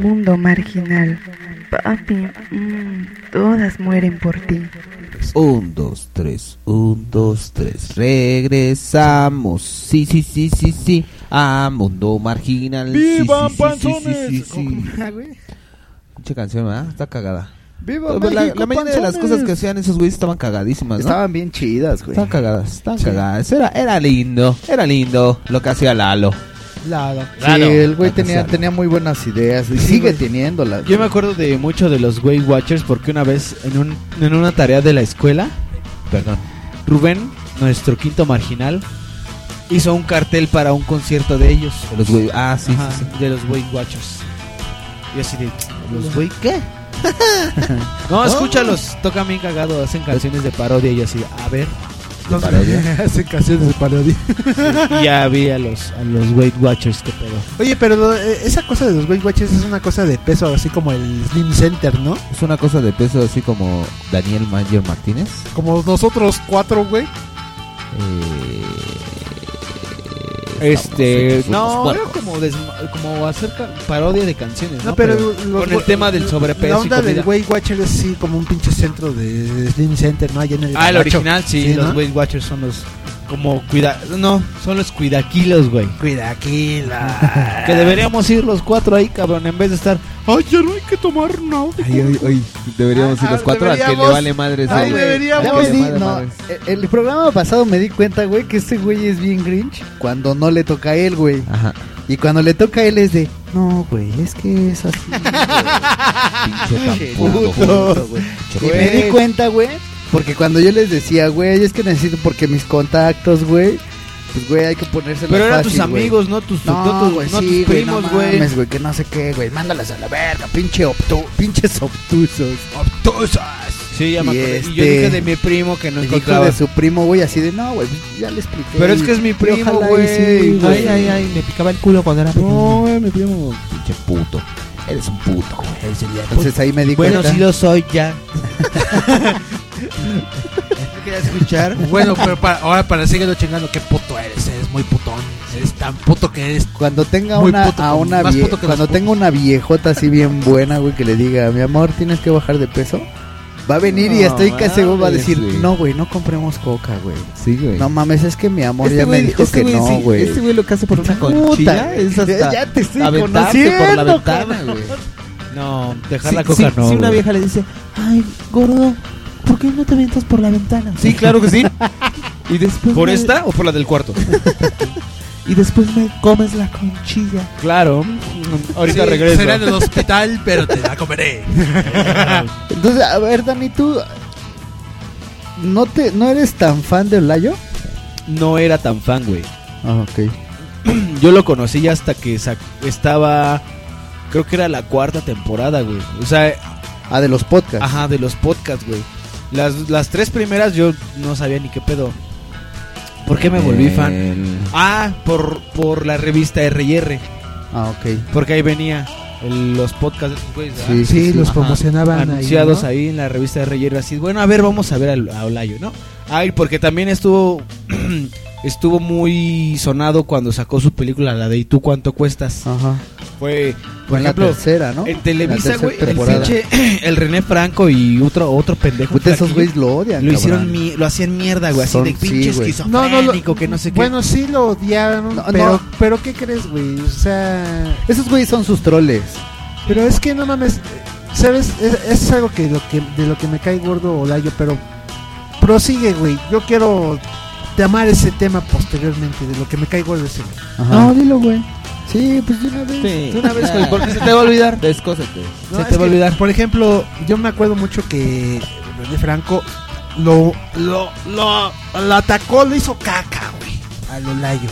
S12: Mundo marginal. Papi, mm, todas mueren por ti.
S6: Un, dos, tres, un, dos, tres. Regresamos. Sí, sí, sí, sí, sí. A Mundo Marginal. Sí,
S20: ¡Vivan
S6: sí, sí, sí, sí, sí,
S20: panzones!
S6: sí.
S5: Ah,
S6: Mucha canción, ¿verdad? Está cagada.
S20: ¡Viva
S6: Pues la,
S20: México,
S6: la mayoría de las
S20: panzones!
S6: cosas que hacían esos güeyes estaban cagadísimas, ¿no?
S20: Estaban bien chidas, güey.
S6: Estaban cagadas, estaban cagadas. Era, era lindo, era lindo lo que hacía Lalo.
S1: Sí,
S6: Claro.
S1: el güey
S6: Para
S1: tenía,
S6: hacerlo.
S1: tenía muy buenas ideas y sigue teniéndolas.
S4: Yo me acuerdo de mucho de los Weight Watchers porque una vez en, un, en una tarea de la escuela, perdón, Rubén, nuestro quinto marginal, hizo un cartel para un concierto de ellos.
S6: De los Weight- ah, sí,
S4: Ajá,
S6: sí,
S4: De los Weight Watchers. Y así de, ¿los Weight qué? no,
S1: Oh.
S4: escúchalos, tocan bien cagado, hacen canciones de parodia y yo así, a ver.
S5: ¿De parodia? Hacen canciones de parodia.
S4: Sí, y ya vi a los, a los Weight Watchers, qué pedo.
S5: Oye, pero lo- eh, esa cosa de los Weight Watchers es una cosa de peso, así como el Slim Center, ¿no?
S6: Es una cosa de peso así como Daniel Mayer Martínez.
S5: Como nosotros cuatro, güey.
S4: Este,
S6: Eh, Estamos hechos
S4: no,
S6: unos
S4: era
S6: puercos.
S4: como, desma- como hacer ca- parodia de canciones. No, pero,
S5: los
S4: con el
S5: we-
S4: tema del sobrepeso.
S5: La
S4: y
S5: onda
S4: comida.
S5: del Weight Watcher es así como un pinche centro de Slim Center, ¿no? Allá en el
S4: Ah, el
S5: Gabacho.
S4: original, sí, los
S5: ¿no?
S4: Weight Watchers son los como cuida, no, son los cuidaquilos, güey.
S5: Cuidaquila.
S4: que deberíamos ir los cuatro ahí, cabrón, en vez de estar, ay, ya no hay que tomar nada.
S6: Ay, ay, ay,
S4: Ah,
S6: deberíamos ir los cuatro al que le
S1: deberíamos.
S6: vale madres.
S1: Ay,
S6: al-
S1: Ya
S6: al que
S1: me
S6: le
S1: di-
S6: vale
S1: no,
S6: madres.
S1: eh, el programa pasado me di cuenta, güey, que este güey es bien grinch cuando no le toca a él, güey. Y cuando le toca a él es de, no, güey, es que es así. güey".
S20: Pinche
S1: Puto.
S20: puto, güey.
S1: Y me di cuenta, güey, porque cuando yo les decía, güey, es que necesito porque mis contactos, güey, pues, güey, hay que ponérselo
S4: Pero eran
S1: fácil,
S4: tus
S1: güey.
S4: amigos, no tus,
S1: No,
S4: no tus-
S1: güey,
S4: no
S1: sí,
S4: tus
S1: güey, no
S4: primos, güey.
S1: mames, güey, que no sé qué, güey, mándalas a la
S18: pues.
S1: verga, pinche obtu, pinches obtusos. Obtusos.
S4: Sí, ya me
S1: Y
S4: acordé. Y yo
S1: este-
S4: dije de mi primo que no
S1: El hijo
S4: encontraba.
S1: de su primo, güey, así de, no, güey, ya le expliqué.
S4: Pero es que es mi
S1: Y
S4: primo,
S1: ojalá y
S4: güey.
S1: sí, eh,
S4: Ay, ay, ay, me picaba el culo cuando era
S6: No,
S4: pequeño. mi primo.
S6: Pinche puto. Eres un puto, güey. Eres el
S1: Entonces ahí me di
S4: Bueno,
S1: cuenta.
S4: sí lo soy ya. ¿No quería escuchar?
S5: Bueno, pero para, ahora para seguirlo chingando, qué puto eres, eres muy putón. Eres tan puto que eres.
S1: Cuando tenga
S5: Muy
S1: una,
S5: puto,
S1: a una
S5: más
S1: vie-
S5: puto que los
S1: cuando
S5: putos.
S1: tenga una viejota así bien buena, güey, que le diga, mi amor, tienes que bajar de peso. Va a venir y
S20: No
S1: estoy casi seguro va a
S20: mames,
S1: decir,
S20: güey.
S1: no, güey, no compremos coca, güey.
S6: Sí, güey.
S1: No mames, es que mi amor
S6: Este
S1: ya
S6: güey-
S1: me dijo
S6: este
S1: que
S6: güey
S1: no,
S6: sí,
S1: güey.
S6: este güey lo que hace por una conchilla es hasta
S1: ya te estoy
S6: aventarte
S1: conociendo,
S6: por la
S1: cabrón.
S6: ventana, güey.
S4: No, dejar
S6: Sí,
S4: la coca
S6: sí,
S4: no.
S6: sí, una
S4: güey.
S6: vieja le dice,
S21: Ay, gordo, ¿por qué no te avientas por la ventana?
S6: sí, claro que sí. y después
S4: ¿Por
S6: me-
S4: esta o por la del cuarto?
S21: Y después me comes la conchilla.
S4: Claro. Ahorita
S5: Sí,
S4: regreso.
S5: Será en el hospital, pero te la comeré.
S1: Entonces, a ver, Dani, tú no te no eres tan fan de Olayo?
S4: No era tan fan, güey.
S1: Ah, ok.
S4: Yo lo conocí ya hasta que sac- estaba. Creo que era la cuarta temporada, güey. O sea.
S1: Ah, de los podcasts.
S4: Ajá, de los podcasts, güey. Las, las tres primeras yo no sabía ni qué pedo. ¿Por qué me volví fan? Ah, por, por la revista R&R.
S1: Ah, ok.
S4: Porque ahí venía el- los podcasts de esos güeyes, ¿verdad?
S5: Sí, sí, Sí, los
S4: Ajá.
S5: promocionaban ahí,
S4: Anunciados
S5: ¿no?
S4: ahí, en la revista de Reyero. Así, bueno, a ver, vamos a ver al- a, Olayo, ¿no? Ay, porque también estuvo estuvo muy sonado cuando sacó su película, la de ¿Y tú cuánto cuestas?
S1: Ajá.
S4: Fue,
S1: Fue en la tercera, ¿no?
S4: En
S1: La
S4: Televisa,
S1: tercera
S4: güey, el
S1: temporada.
S4: pinche- el René Franco y otro, otro pendejo.
S1: Puta, esos
S4: flaquillo,
S1: güeyes lo odian,
S4: Lo, hicieron
S1: cabrón.
S4: mi- lo hacían mierda, güey, así
S1: Son-
S4: de pinche
S1: sí, güey.
S4: esquizofrénico,
S5: No, no,
S4: que no sé qué.
S5: Bueno, sí lo odiaron,
S1: no.
S5: pero, pero ¿qué crees, güey? O sea.
S1: Esos güeyes son sus troles.
S5: Pero es que no mames, ¿sabes? Es, es algo que, lo que de lo que me cae gordo Olayo, pero prosigue, güey. Yo quiero llamar ese tema posteriormente, de lo que me caigo de ese.
S1: Ajá. No, dilo, güey. Sí, pues de una vez.
S5: De una vez, güey, porque se te va a olvidar.
S4: Descósate.
S5: No, es que, Por ejemplo, yo me acuerdo mucho que René Franco lo, lo, lo, lo atacó, lo hizo caca, güey, a lo layo.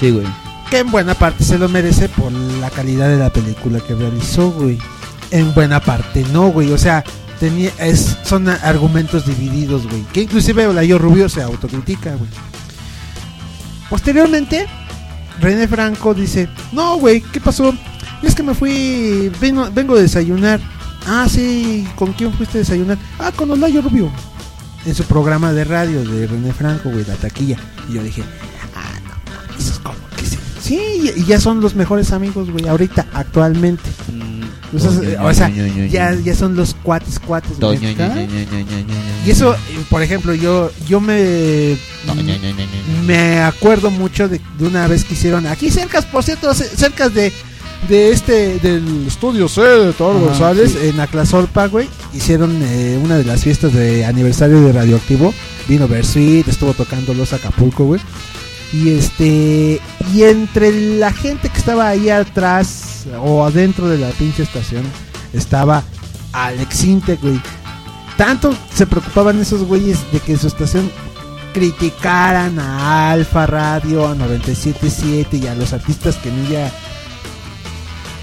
S4: Sí, güey.
S5: Que en buena parte se lo merece por la calidad de la película que realizó, güey. En buena parte no, güey. O sea, tenía, es, son a- argumentos divididos, güey. Que inclusive Olayo Rubio se autocritica, güey. Posteriormente, René Franco dice, no, güey, ¿qué pasó? Es que me fui, vino- vengo a desayunar. Ah, sí, ¿con quién fuiste a desayunar? Ah, con Olayo Rubio. En su programa de radio de René Franco, güey, La Taquilla. Y yo dije, Ah, sí, y- y ya son los mejores amigos, güey, ahorita, actualmente. Entonces,
S4: Oye,
S5: eh,
S4: oye,
S5: o sea,
S4: oye, oye,
S5: ya, ya son los cuates, cuates, güey. acá. Y
S4: Y
S5: eso, eh, por ejemplo, yo, yo me, me acuerdo mucho de, de una vez que hicieron aquí cercas, por cierto, ce- cercas de, de este, del estudio C de Toro
S3: Ajá,
S5: González,
S3: sí.
S5: en Aclasorpa, güey, hicieron eh, una de las fiestas de aniversario de Radioactivo, vino Versuit, estuvo tocando los Acapulco, güey. Y este, y entre la gente que estaba ahí atrás o adentro de la pinche estación, estaba Alex Intec, güey. Tanto se preocupaban esos güeyes de que su estación criticaran a Alfa Radio, a 977 y a los artistas que en ella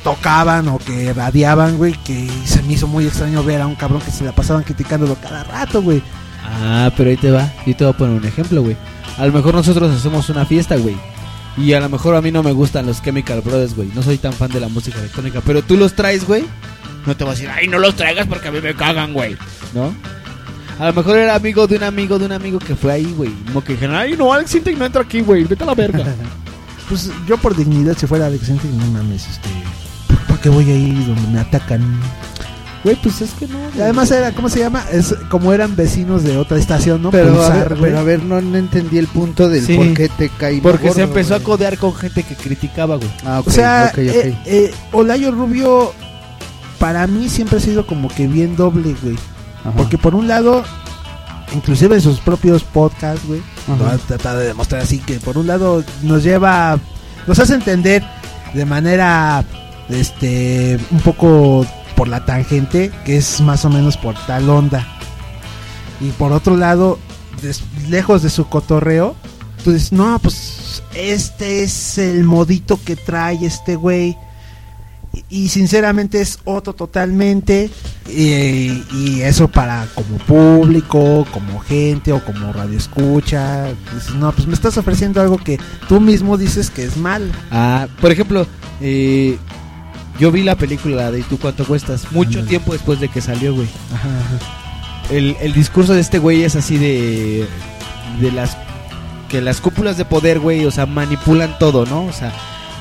S5: tocaban o que radiaban, güey, que se me hizo muy extraño ver a un cabrón que se la pasaban criticándolo cada rato, güey.
S4: Ah, pero ahí te va. Yo te voy a poner un ejemplo, güey. A lo mejor nosotros hacemos una fiesta, güey. Y a lo mejor a mí no me gustan los Chemical Brothers, güey. No soy tan fan de la música electrónica. Pero tú los traes, güey. No te vas a decir, ay, no los traigas porque a mí me cagan, güey. ¿No? A lo mejor era amigo de un amigo de un amigo que fue ahí, güey. Como que dijeron, ay, no, Alex Intec no entra aquí, güey. Vete a la verga.
S5: Pues yo por dignidad, si fuera Alex Intec, no mames, este, ¿por, por qué voy a ir donde me atacan? Güey, pues es que no. Y además era, ¿cómo se llama? Es como eran vecinos de otra estación, ¿no?
S1: Pero, a
S5: Pulsar,
S1: ver,
S5: güey.
S1: pero a ver, no, no entendí el punto del
S5: Sí.
S1: por qué te caí.
S4: Porque
S1: gordo,
S4: se empezó
S1: güey.
S4: a codear con gente que criticaba, güey.
S1: Ah, ok,
S5: o sea,
S1: ok, ok.
S5: eh, eh, Olayo Rubio para mí siempre ha sido como que bien doble, güey. Porque por un lado, inclusive en sus propios podcasts, güey,
S3: Ajá.
S5: lo ha tratado de demostrar así que por un lado nos lleva, nos hace entender de manera, este, un poco por la tangente, que es más o menos por tal onda. Y por otro lado, des- lejos de su cotorreo, tú dices, no, pues este es el modito que trae este güey. Y, y sinceramente es otro totalmente. Y, y eso para como público, como gente o como radio escucha. Dices, no, pues me estás ofreciendo algo que tú mismo dices que es mal.
S4: Ah, por ejemplo, eh, yo vi la película de ¿Y tú cuánto cuestas? Mucho
S5: Ándale.
S4: tiempo después de que salió, güey. El, el discurso de este güey es así de. de las. que las cúpulas de poder, güey, o sea, manipulan todo, ¿no? O sea,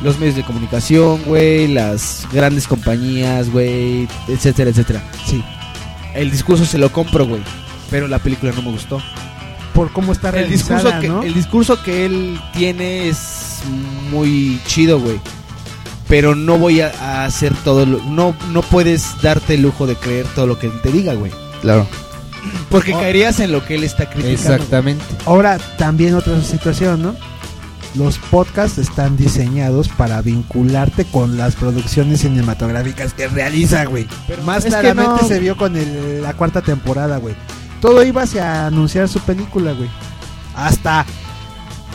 S4: los medios de comunicación, güey, las grandes compañías, güey, etcétera, etcétera.
S5: Sí.
S4: El discurso se lo compro, güey. Pero la película no me gustó.
S5: Por cómo está
S4: El
S5: realizada,
S4: discurso que-
S5: ¿no?
S4: el discurso que él tiene es muy chido, güey. Pero no voy a, a hacer todo lo- no no puedes darte el lujo de creer todo lo que él te diga, güey.
S1: Claro.
S4: Porque
S5: Oh.
S4: caerías en lo que él está criticando.
S1: Exactamente.
S5: Ahora, también otra situación, ¿no? Los podcasts están diseñados para vincularte con las producciones cinematográficas que realiza, güey. Más
S3: es que
S5: claramente
S3: no-
S5: se vio con el- la cuarta temporada, güey. Todo iba hacia anunciar su película, güey. Hasta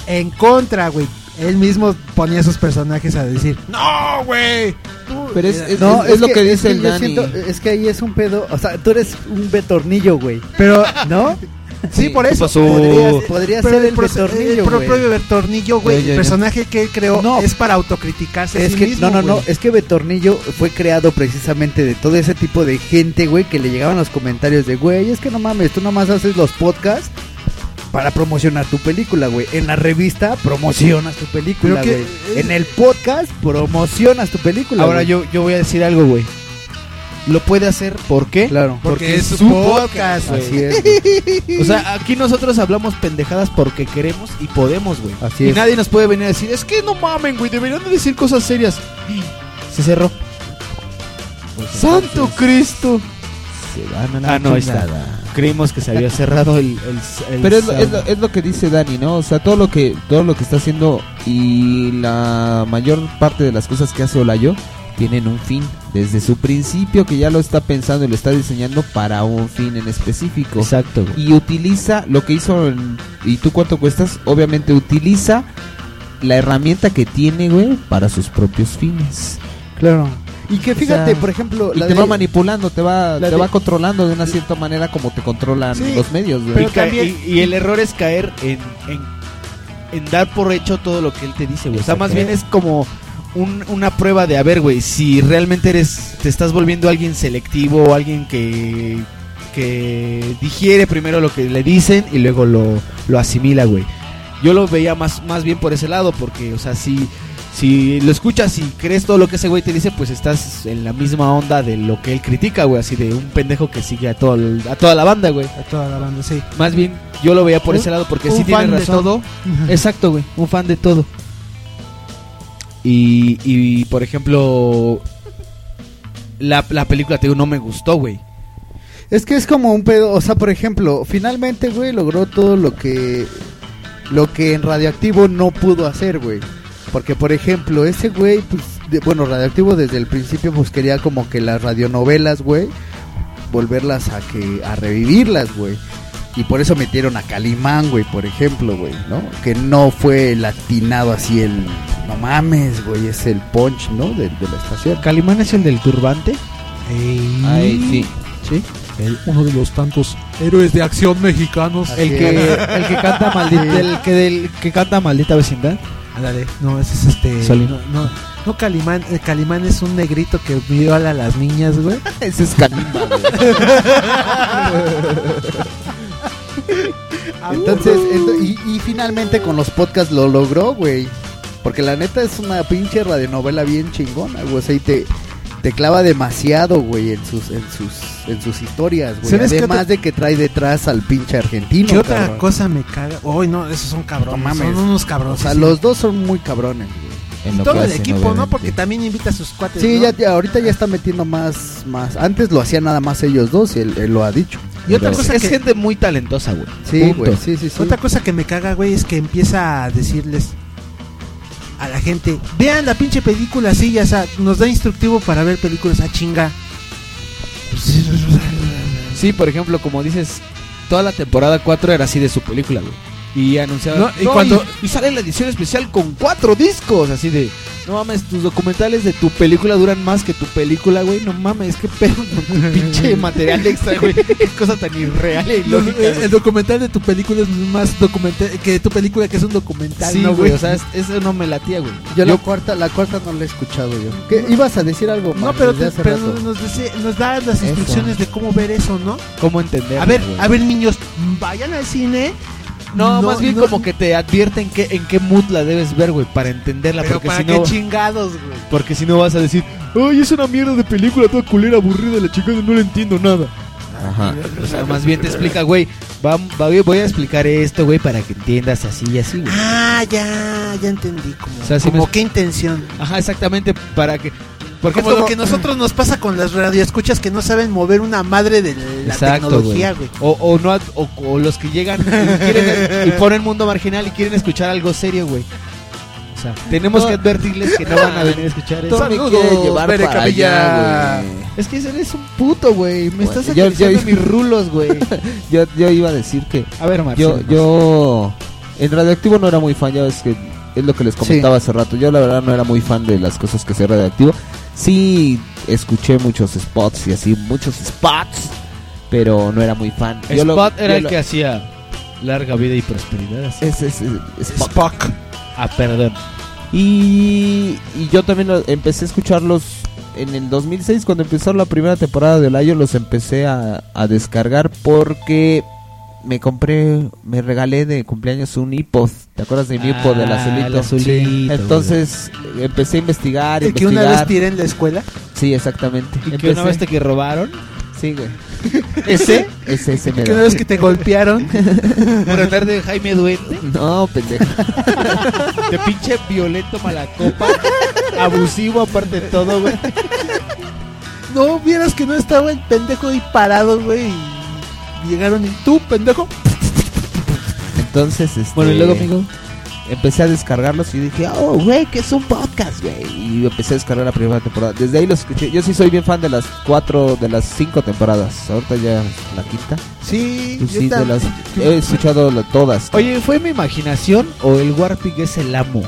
S5: en contra, güey. Él mismo ponía a sus personajes a decir, no, güey. tú-".
S1: Pero
S5: Eh, no, es, lo que, dice el
S1: yo
S5: Dani.
S1: siento- es que ahí es un pedo. O sea, tú eres un betornillo, güey.
S5: Pero,
S1: ¿no?
S5: Sí, por eso.
S1: Podrías- podría
S5: pero
S1: ser el
S5: proce-
S1: betornillo,
S5: El pro-
S1: güey.
S5: propio betornillo, güey.
S1: Ya, ya,
S5: El
S1: ya.
S5: personaje que él creó
S1: No.
S5: es para autocriticarse. a
S1: Es
S5: sí
S1: que,
S5: mismo,
S1: no, no, no,
S5: güey.
S1: es que Betornillo fue creado precisamente de todo ese tipo de gente, güey, que le llegaban los comentarios de, güey, es que no mames, tú nomás haces los podcasts para promocionar tu película, güey. En la revista promocionas tu película,
S4: Pero que-
S1: güey. En el podcast promocionas tu película.
S4: Ahora
S1: güey.
S4: yo yo voy a decir algo, güey. Lo puede hacer, ¿por qué?
S1: Claro.
S4: porque es su podcast, güey.
S1: Así es.
S4: O sea, aquí nosotros hablamos pendejadas porque queremos y podemos, güey.
S1: Así
S4: y
S1: es.
S4: nadie nos puede venir a decir, es que no mamen, güey, deberían de decir cosas serias. Se cerró. ¡Santo Cristo! Se van
S3: a la
S4: ah, no, ahí está.
S3: chingada.
S4: creímos que se había cerrado el... el- el
S3: Pero es lo,
S4: sábado.
S3: es lo- es lo que dice Dani, ¿no? O sea, todo lo que todo lo que está haciendo y la mayor parte de las cosas que hace Olayo tienen un fin desde su principio que ya lo está pensando y lo está diseñando para un fin en específico.
S4: Exacto.
S3: Y utiliza lo que hizo en- y tú cuánto cuestas, obviamente utiliza la herramienta que tiene, güey, para sus propios fines.
S1: Claro. Y que
S3: O
S1: fíjate,
S3: sea,
S1: por ejemplo,
S3: y
S1: la
S3: te
S1: de-
S3: va manipulando, te va,
S1: la
S3: te
S1: de-
S3: va controlando de una cierta manera como te controlan
S1: Sí,
S3: los medios, güey.
S4: Y, ca- y- y el error es caer en, en, en dar por hecho todo lo que él te dice, güey. O sea, más bien es como un- una prueba de, a ver, güey, si realmente eres, te estás volviendo alguien selectivo o alguien que, que digiere primero lo que le dicen y luego lo, lo asimila, güey. Yo lo veía más, más bien por ese lado, porque, o sea, si, si lo escuchas y crees todo lo que ese güey te dice, pues estás en la misma onda de lo que él critica, güey. Así de un pendejo que sigue a, todo, el- a toda la banda, güey.
S5: A toda la banda, sí.
S4: Más bien, yo lo veía por
S5: Un-
S4: ese lado, porque
S5: un
S4: sí tiene
S5: fan de
S4: razón.
S5: todo.
S4: Exacto, güey. Un fan de todo. Y, y, por ejemplo, la, la película, te digo, no me gustó, güey.
S1: Es que es como un pedo, o sea, por ejemplo, finalmente, güey, logró todo lo que lo que en Radioactivo no pudo hacer, güey. Porque, por ejemplo, ese güey, pues, de- bueno, Radioactivo desde el principio, pues quería como que las radionovelas, güey, volverlas a que a revivirlas, güey. Y por eso metieron a Calimán, güey, por ejemplo, güey, ¿no? Que no fue latinado así el... No mames, güey, es el punch, ¿no? De, de la estación.
S4: ¿Calimán es el del turbante?
S1: Ay, sí.
S4: Sí.
S5: uno de los tantos héroes de acción mexicanos.
S4: El que, el que canta maldita, el que, del, que canta maldita vecindad.
S5: Ándale, no, ese es este.
S4: Solín.
S5: No, no, no Calimán. eh, Calimán es un negrito que viola a las niñas, güey.
S1: ese es Calimán. Entonces, ento- y, y finalmente con los podcasts lo logró, güey. Porque la neta es una pinche radionovela bien chingona, güey. O sea, y te, te clava demasiado, güey, en sus, en sus, en sus historias, güey.
S5: ¿Sabes qué
S1: Además
S5: otra-
S1: de que trae detrás al pinche argentino.
S5: ¿Qué otra
S1: cabrón.
S5: cosa me caga? Uy, no, esos son cabrones.
S1: No mames.
S5: Son unos cabrones.
S1: O sea,
S5: sí.
S1: los dos son muy cabrones,
S5: Y
S1: güey.
S5: todo el equipo, ¿no? Porque también invita a sus cuates.
S1: Sí,
S5: ¿no?
S1: ya, ya, ahorita ya está metiendo más, más. Antes lo hacían nada más ellos dos y él, él lo ha dicho.
S5: Y otra cosa
S4: es
S5: que-
S4: gente muy talentosa, güey.
S1: Sí,
S4: Punto.
S1: güey, sí, sí, sí.
S5: Otra cosa que me caga, güey, es que empieza a decirles a la gente, vean la pinche película así, ya sea, nos da instructivo para ver películas a chinga.
S4: Sí, por ejemplo, como dices, toda la temporada 4 era así de su película, güey. Y anunciaba.
S5: No, y cuando-
S4: y, y sale la edición especial con cuatro discos, así de. No mames, tus documentales de tu película duran más que tu película, güey. No mames, qué pedo con tu pinche material extra, güey. Qué cosa tan irreal y
S5: No,
S4: lógica.
S5: el, el documental de tu película es más documental que tu película que es un documental,
S4: Sí,
S5: ¿no,
S4: güey,
S5: güey?
S4: o sea, es- eso no me latía, güey.
S1: Yo, la cuarta, la cuarta no la he escuchado yo. ¿Qué, ibas a decir algo?
S5: No,
S1: Marco,
S5: pero,
S1: desde
S5: te-
S1: hace
S5: pero
S1: rato?
S5: nos, dice- nos da las instrucciones de cómo ver eso, ¿no?
S4: ¿Cómo entender?
S5: A ver, a ver, niños, vayan al cine.
S4: No, más bien como que te advierten que, en qué mood la debes ver, güey, para entenderla.
S5: Pero
S4: porque
S5: para
S4: si
S5: qué
S4: no,
S5: chingados, güey.
S4: Porque si no vas a decir, ¡ay, es una mierda de película toda culera, aburrida, la chingada, no le entiendo nada!
S3: Ajá.
S4: O sea, más bien te explica, güey, vam- va- voy a explicar esto, güey, para que entiendas así y así, güey.
S5: Ah, ya, ya entendí. Como,
S4: O sea, sí
S5: como
S4: me-
S5: qué intención.
S4: Ajá, exactamente, para que... Porque
S5: como,
S4: es
S5: lo que nosotros nos pasa con las radioescuchas que no saben mover una madre de la
S4: Exacto, güey.
S5: tecnología, güey.
S4: O, o no, ad- o, o los que llegan y,
S1: e-,
S4: quieren- y ponen mundo marginal y quieren escuchar algo serio, güey. O sea, tenemos que advertirles que no van a venir a escuchar eso.
S1: Todo me quiere llevar
S4: Pere
S1: para
S4: Camilla.
S1: allá, güey.
S4: Es que eres un puto, güey. Me
S3: Bueno,
S4: estás
S3: yo-
S4: acariciando
S3: yo-
S4: mis rulos, güey.
S3: yo, yo iba a decir que.
S4: A ver, Marcelo,
S3: Yo, yo. En Radioactivo no era muy fan, ya ves que. Es lo que les comentaba hace rato. Yo, la verdad, no era muy fan de las cosas que hacía Radioactivo. Sí, escuché muchos spots y así, muchos spots. Pero no era muy fan. Yo lo-
S4: Spot
S3: yo
S4: era el
S3: lo-
S4: que hacía larga vida y prosperidad.
S3: Ese es, es- Spock.
S4: Ah, perdón.
S3: Y, y yo también lo- empecé a escucharlos en el 2006, cuando empezó la primera temporada de Olayo, los empecé a, a descargar porque me compré, me regalé de cumpleaños un iPod. ¿Te acuerdas de mi
S4: Ah,
S3: iPod, del azulito?
S4: el azulito,
S3: Entonces empecé a investigar,
S5: El que una
S3: investigar.
S5: vez tiré en la escuela.
S3: Sí, exactamente.
S4: ¿Y que una vez te que robaron?
S3: Sí, güey.
S4: ¿Ese?
S3: Ese, ese me
S5: Que una
S3: da.
S5: vez que te golpearon.
S4: Por andar de Jaime Duende.
S3: No, pendejo.
S4: De pinche violento malacopa. Abusivo aparte de todo, güey.
S5: no, vieras que no estaba el pendejo ahí parado, güey. y Llegaron y tú, pendejo.
S4: Entonces, este,
S5: Bueno, ¿y luego, amigo?
S4: Empecé a descargarlos y dije, oh, güey, que es un podcast, güey. Y empecé a descargar la primera temporada. Desde ahí los escuché. Yo sí soy bien fan de las cuatro, de las cinco temporadas. Ahorita ya la quinta.
S3: Sí,
S4: Pues
S3: yo
S4: sí, de
S3: tam-
S4: las, he escuchado la- todas.
S3: Oye, ¿fue mi imaginación o el Warpig es el amo?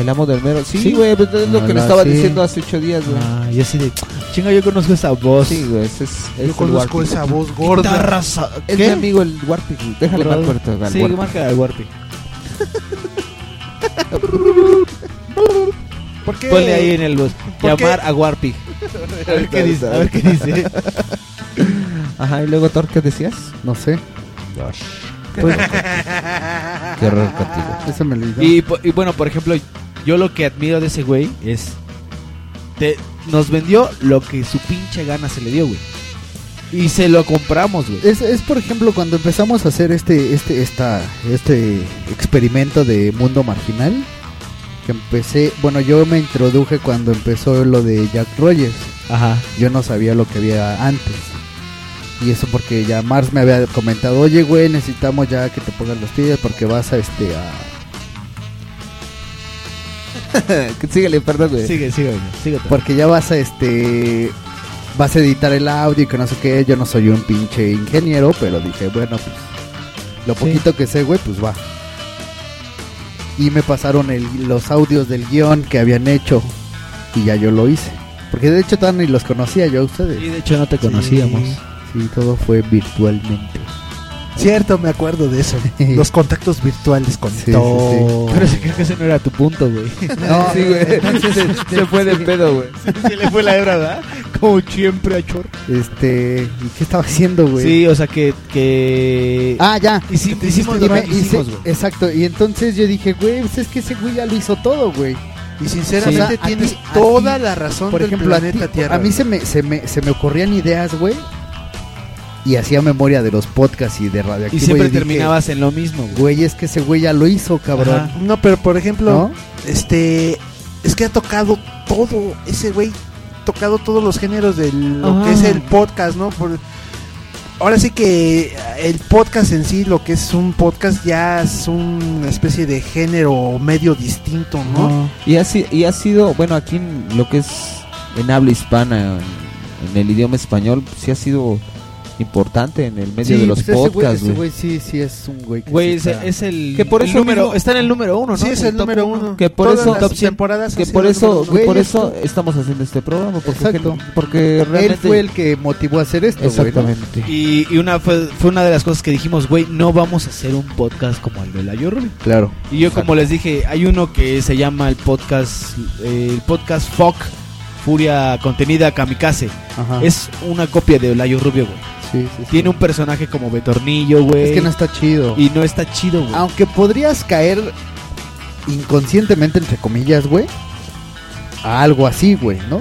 S4: El amo del mero. Sí, güey, pues es lo que le
S3: le
S4: estaba diciendo hace ocho días, güey.
S3: Ah, yo así de. Chinga, yo conozco esa voz.
S4: Sí, güey, ese es. es el
S3: yo conozco
S4: Warpig.
S3: esa voz gorda.
S4: Guitarra sa- Es mi amigo el Warpig. Déjale
S3: Bro.
S4: marco ahorita al
S3: Sí,
S4: Warpig.
S3: marca al Warpig. ¿Por qué?
S8: Ponle ahí en el bus.
S3: ¿Por qué?
S8: Llamar a Warpig.
S3: A ver qué dice. A ver qué dice.
S4: Ajá, y luego Thor, ¿qué decías?
S1: No sé.
S4: Pues- Qué horror contigo.
S1: Eso me lo olvidó.
S8: Y, po- y bueno, por ejemplo, yo lo que admiro de ese güey es. te- nos vendió lo que su pinche gana se le dio, güey. Y se lo compramos, güey.
S1: Es, es, por ejemplo cuando empezamos a hacer este este esta este experimento de mundo marginal que empecé, bueno, yo me introduje cuando empezó lo de Jack Rogers.
S8: Ajá.
S1: Yo no sabía lo que había antes. Y eso porque ya Mars me había comentado, "Oye, güey, necesitamos ya que te pongas los tigres porque vas a este a
S4: Síguele, perdón, güey.
S8: Sigue, sigue, güey. Sigue.
S1: porque ya vas a este vas a editar el audio y que no sé qué, yo no soy un pinche ingeniero, pero dije, bueno, pues lo poquito que sé, güey, pues va. Y me pasaron el- los audios del guión que habían hecho y ya yo lo hice. Porque de hecho tan ni los conocía yo a ustedes.
S8: Y de hecho no te conocíamos.
S1: Sí, todo fue virtualmente.
S5: Cierto, me acuerdo de eso. Los contactos virtuales con todo.
S8: Pero sí creo que ese no era tu punto, güey.
S5: No,
S4: sí, güey.
S5: entonces,
S4: se, se fue de pedo, güey.
S3: Se le fue la hebra, ¿verdad? Como siempre a Chor.
S1: Este, ¿y qué estaba haciendo, güey?
S8: Sí, o sea que. que...
S1: Ah, ya.
S8: Hici- hicimos
S1: Y
S8: lo
S1: me-
S8: que
S1: hice-
S8: hicimos, güey.
S1: Exacto, y entonces yo dije, güey, pues es que ese güey ya lo hizo todo, güey.
S3: Y sinceramente tienes toda la razón
S1: por
S3: del
S1: ejemplo, a
S3: planeta
S1: ti-
S3: Tierra,
S1: A mí
S3: güey.
S1: se me, se, me, se me ocurrían ideas, güey. Y hacía memoria de los podcasts y de radioactivo.
S8: Y siempre
S1: dije,
S8: terminabas en lo mismo, güey.
S1: Güey, es que ese güey ya lo hizo, cabrón.
S8: Ajá.
S5: No, pero por ejemplo,
S1: ¿No?
S5: este es que ha tocado todo ese güey, ha tocado todos los géneros de lo
S3: Ajá.
S5: que es el podcast, ¿no? Por- ahora sí que el podcast en sí, lo que es un podcast ya es una especie de género o medio distinto, ¿no?
S4: Y ha, si- y ha sido, bueno, aquí en lo que es en habla hispana, en, en el idioma español, sí ha sido importante en el medio
S1: Sí,
S4: de los
S1: pues ese
S4: podcasts,
S1: ese
S4: güey.
S1: sí, sí es un güey que
S8: Güey,
S1: sí
S8: ese-
S1: está-
S8: es el.
S1: Que por
S8: el
S1: eso
S8: número,
S1: mismo-
S8: está en el número uno, ¿no?
S1: Sí, es el
S8: top
S1: número
S8: uno.
S1: uno.
S4: Que por
S8: Todas
S4: eso,
S8: las
S4: top cien-
S8: temporadas ha
S4: que
S8: sido
S4: por
S8: el
S4: eso,
S8: número uno.
S4: que por
S8: Güey,
S4: eso estamos haciendo este programa, porque,
S1: Exacto.
S4: porque realmente
S1: Él fue el que motivó a hacer esto, güey. ¿no?
S4: Exactamente.
S8: Y, y una fue, pues, fue una de las cosas que dijimos, güey, no vamos a hacer un podcast como el de la Yorri.
S1: Claro.
S8: Y yo como les dije, hay uno que se llama el podcast, eh, el podcast Fuck, Furia Contenida Kamikaze.
S1: Ajá.
S8: Es una copia de Olayo Rubio, güey.
S1: Sí, sí,
S8: Tiene un personaje como Betornillo, güey.
S1: Es que no está chido.
S8: Y no está chido, güey.
S1: Aunque podrías caer inconscientemente, entre comillas, güey, a algo así, güey, ¿no?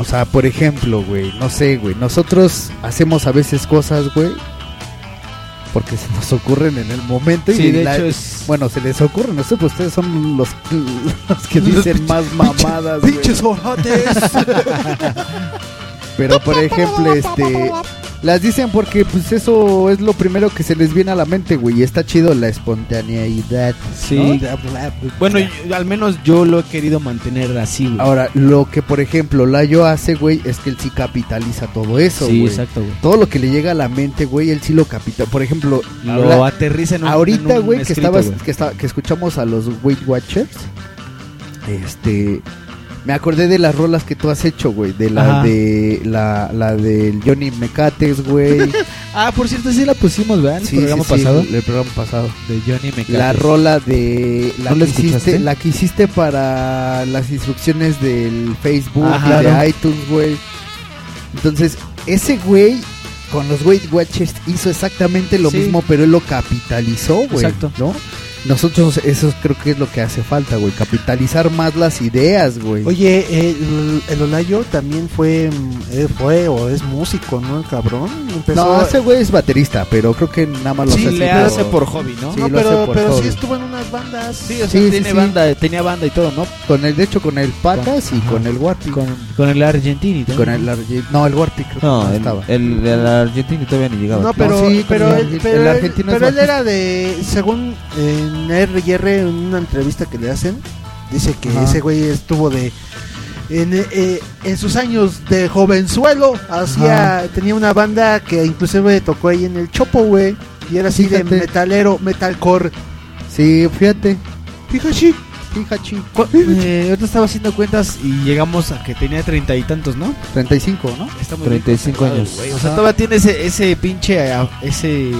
S1: O sea, por ejemplo, güey, no sé, güey, nosotros hacemos a veces cosas, güey, porque se nos ocurren en el momento y
S8: Sí, de
S1: la-
S8: hecho es-
S1: bueno, se les ocurre, no sé, pues ustedes son los, los que dicen más mamadas, güey.
S5: Pinches orotes.
S1: Pero por ejemplo, este las dicen porque pues eso es lo primero que se les viene a la mente, güey, y está chido la espontaneidad.
S8: Sí.
S1: Ah, pues,
S8: Bueno, yo- al menos yo lo he querido mantener así, güey.
S1: Ahora, lo que por ejemplo Layo hace, güey, es que él sí capitaliza todo eso,
S8: Sí,
S1: güey.
S8: exacto, güey.
S1: Todo lo que le llega a la mente, güey, él sí lo capita. Por ejemplo,
S8: Lo
S1: habla-
S8: aterriza en un-
S1: Ahorita,
S8: en un
S1: güey, que
S8: escrito,
S1: estabas
S8: güey.
S1: que estaba- que escuchamos a los Weight Watchers, este me acordé de las rolas que tú has hecho, güey, de la
S8: Ajá.
S1: de la, la del Johnny Mecatex, güey.
S8: Ah, por cierto, sí la pusimos, ¿verdad? En el
S1: Sí,
S8: programa
S1: sí, sí,
S8: pasado.
S1: el programa pasado.
S8: De Johnny Mecates.
S1: La rola de la,
S8: ¿No la
S1: que hiciste,
S8: escuchaste?
S1: la que hiciste para las instrucciones del Facebook
S8: Ajá,
S1: y de
S8: claro.
S1: iTunes, güey. Entonces, ese güey con los Weight Watchers hizo exactamente lo
S8: Sí.
S1: mismo, pero él lo capitalizó, güey.
S8: Exacto.
S1: ¿No? Nosotros, eso creo que es lo que hace falta, güey. Capitalizar más las ideas, güey.
S5: Oye, eh, el, el Olayo también fue, mm, eh, fue o es músico, ¿no? El cabrón. Empezó
S1: no, ese güey es baterista, pero creo que nada más lo
S5: Sí,
S1: así
S5: le
S1: por-
S5: hace por hobby,
S1: Sí,
S5: No,
S1: lo hace
S5: pero,
S1: por
S5: pero sí
S1: hobby.
S5: estuvo en unas bandas. Sí,
S1: o sea, Sí, sí, tiene sí. banda,
S5: tenía banda y todo, ¿no?
S1: Con el, de hecho, con el Pacas y con el Warpy. Con,
S8: Con el argentino.
S1: el Arge- No, el Warpy creo que
S6: No, el,
S1: estaba.
S6: el, el argentino todavía ni llegaba.
S5: No, pero,
S1: sí, con
S5: pero,
S1: el
S5: él,
S1: argentino.
S5: pero
S1: El
S5: él-
S1: argentino es
S5: pero él
S1: bajista.
S5: era de, según en RR, en una entrevista que le hacen, dice que
S1: Ajá.
S5: ese güey estuvo de, en, eh, en sus años de jovenzuelo, hacía, tenía una banda que inclusive tocó ahí en el Chopo, güey, y era así de metalero, metalcore.
S1: Sí, fíjate.
S5: Fijachi.
S1: Fijachi.
S8: Eh, ahorita estaba haciendo cuentas y llegamos a que tenía treinta y tantos, ¿no?
S1: 35, ¿no?
S8: Está muy
S6: 35
S8: bien.
S6: años.
S8: Güey, O sea, todavía tiene ese, ese pinche. ah, Ese.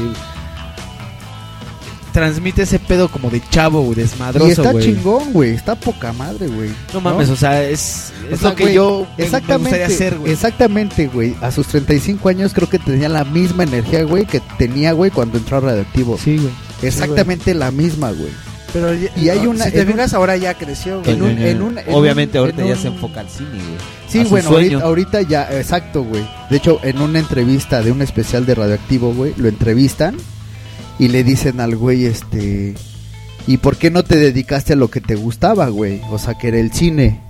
S8: Transmite ese pedo como de chavo, güey, desmadroso,
S1: y está
S8: güey.
S1: chingón, güey. Está poca madre, güey.
S8: No mames, o sea, es,
S1: O
S8: es
S1: sea,
S8: lo que
S1: güey,
S8: yo me- me
S1: exactamente,
S8: gustaría hacer, güey.
S1: Exactamente, güey. A sus 35 años creo que tenía la misma energía, güey, que tenía, güey, cuando entró a Radioactivo.
S8: Sí, güey.
S1: Exactamente la misma, güey.
S5: Pero ya-
S1: Y hay
S5: no,
S1: una-
S5: si te
S1: en un-
S5: fijas, ahora ya creció, güey.
S1: En un- en un- en
S6: Obviamente
S1: un-
S6: ahorita
S1: en
S6: ya
S1: un-
S6: se enfoca al cine, güey.
S1: Sí,
S6: A su
S1: bueno,
S6: sueño.
S1: ahorita, ahorita ya, exacto, güey. De hecho, en una entrevista de un especial de Radioactivo, güey, lo entrevistan y le dicen al güey, este, ¿y por qué no te dedicaste a lo que te gustaba, güey? O sea, que era el cine.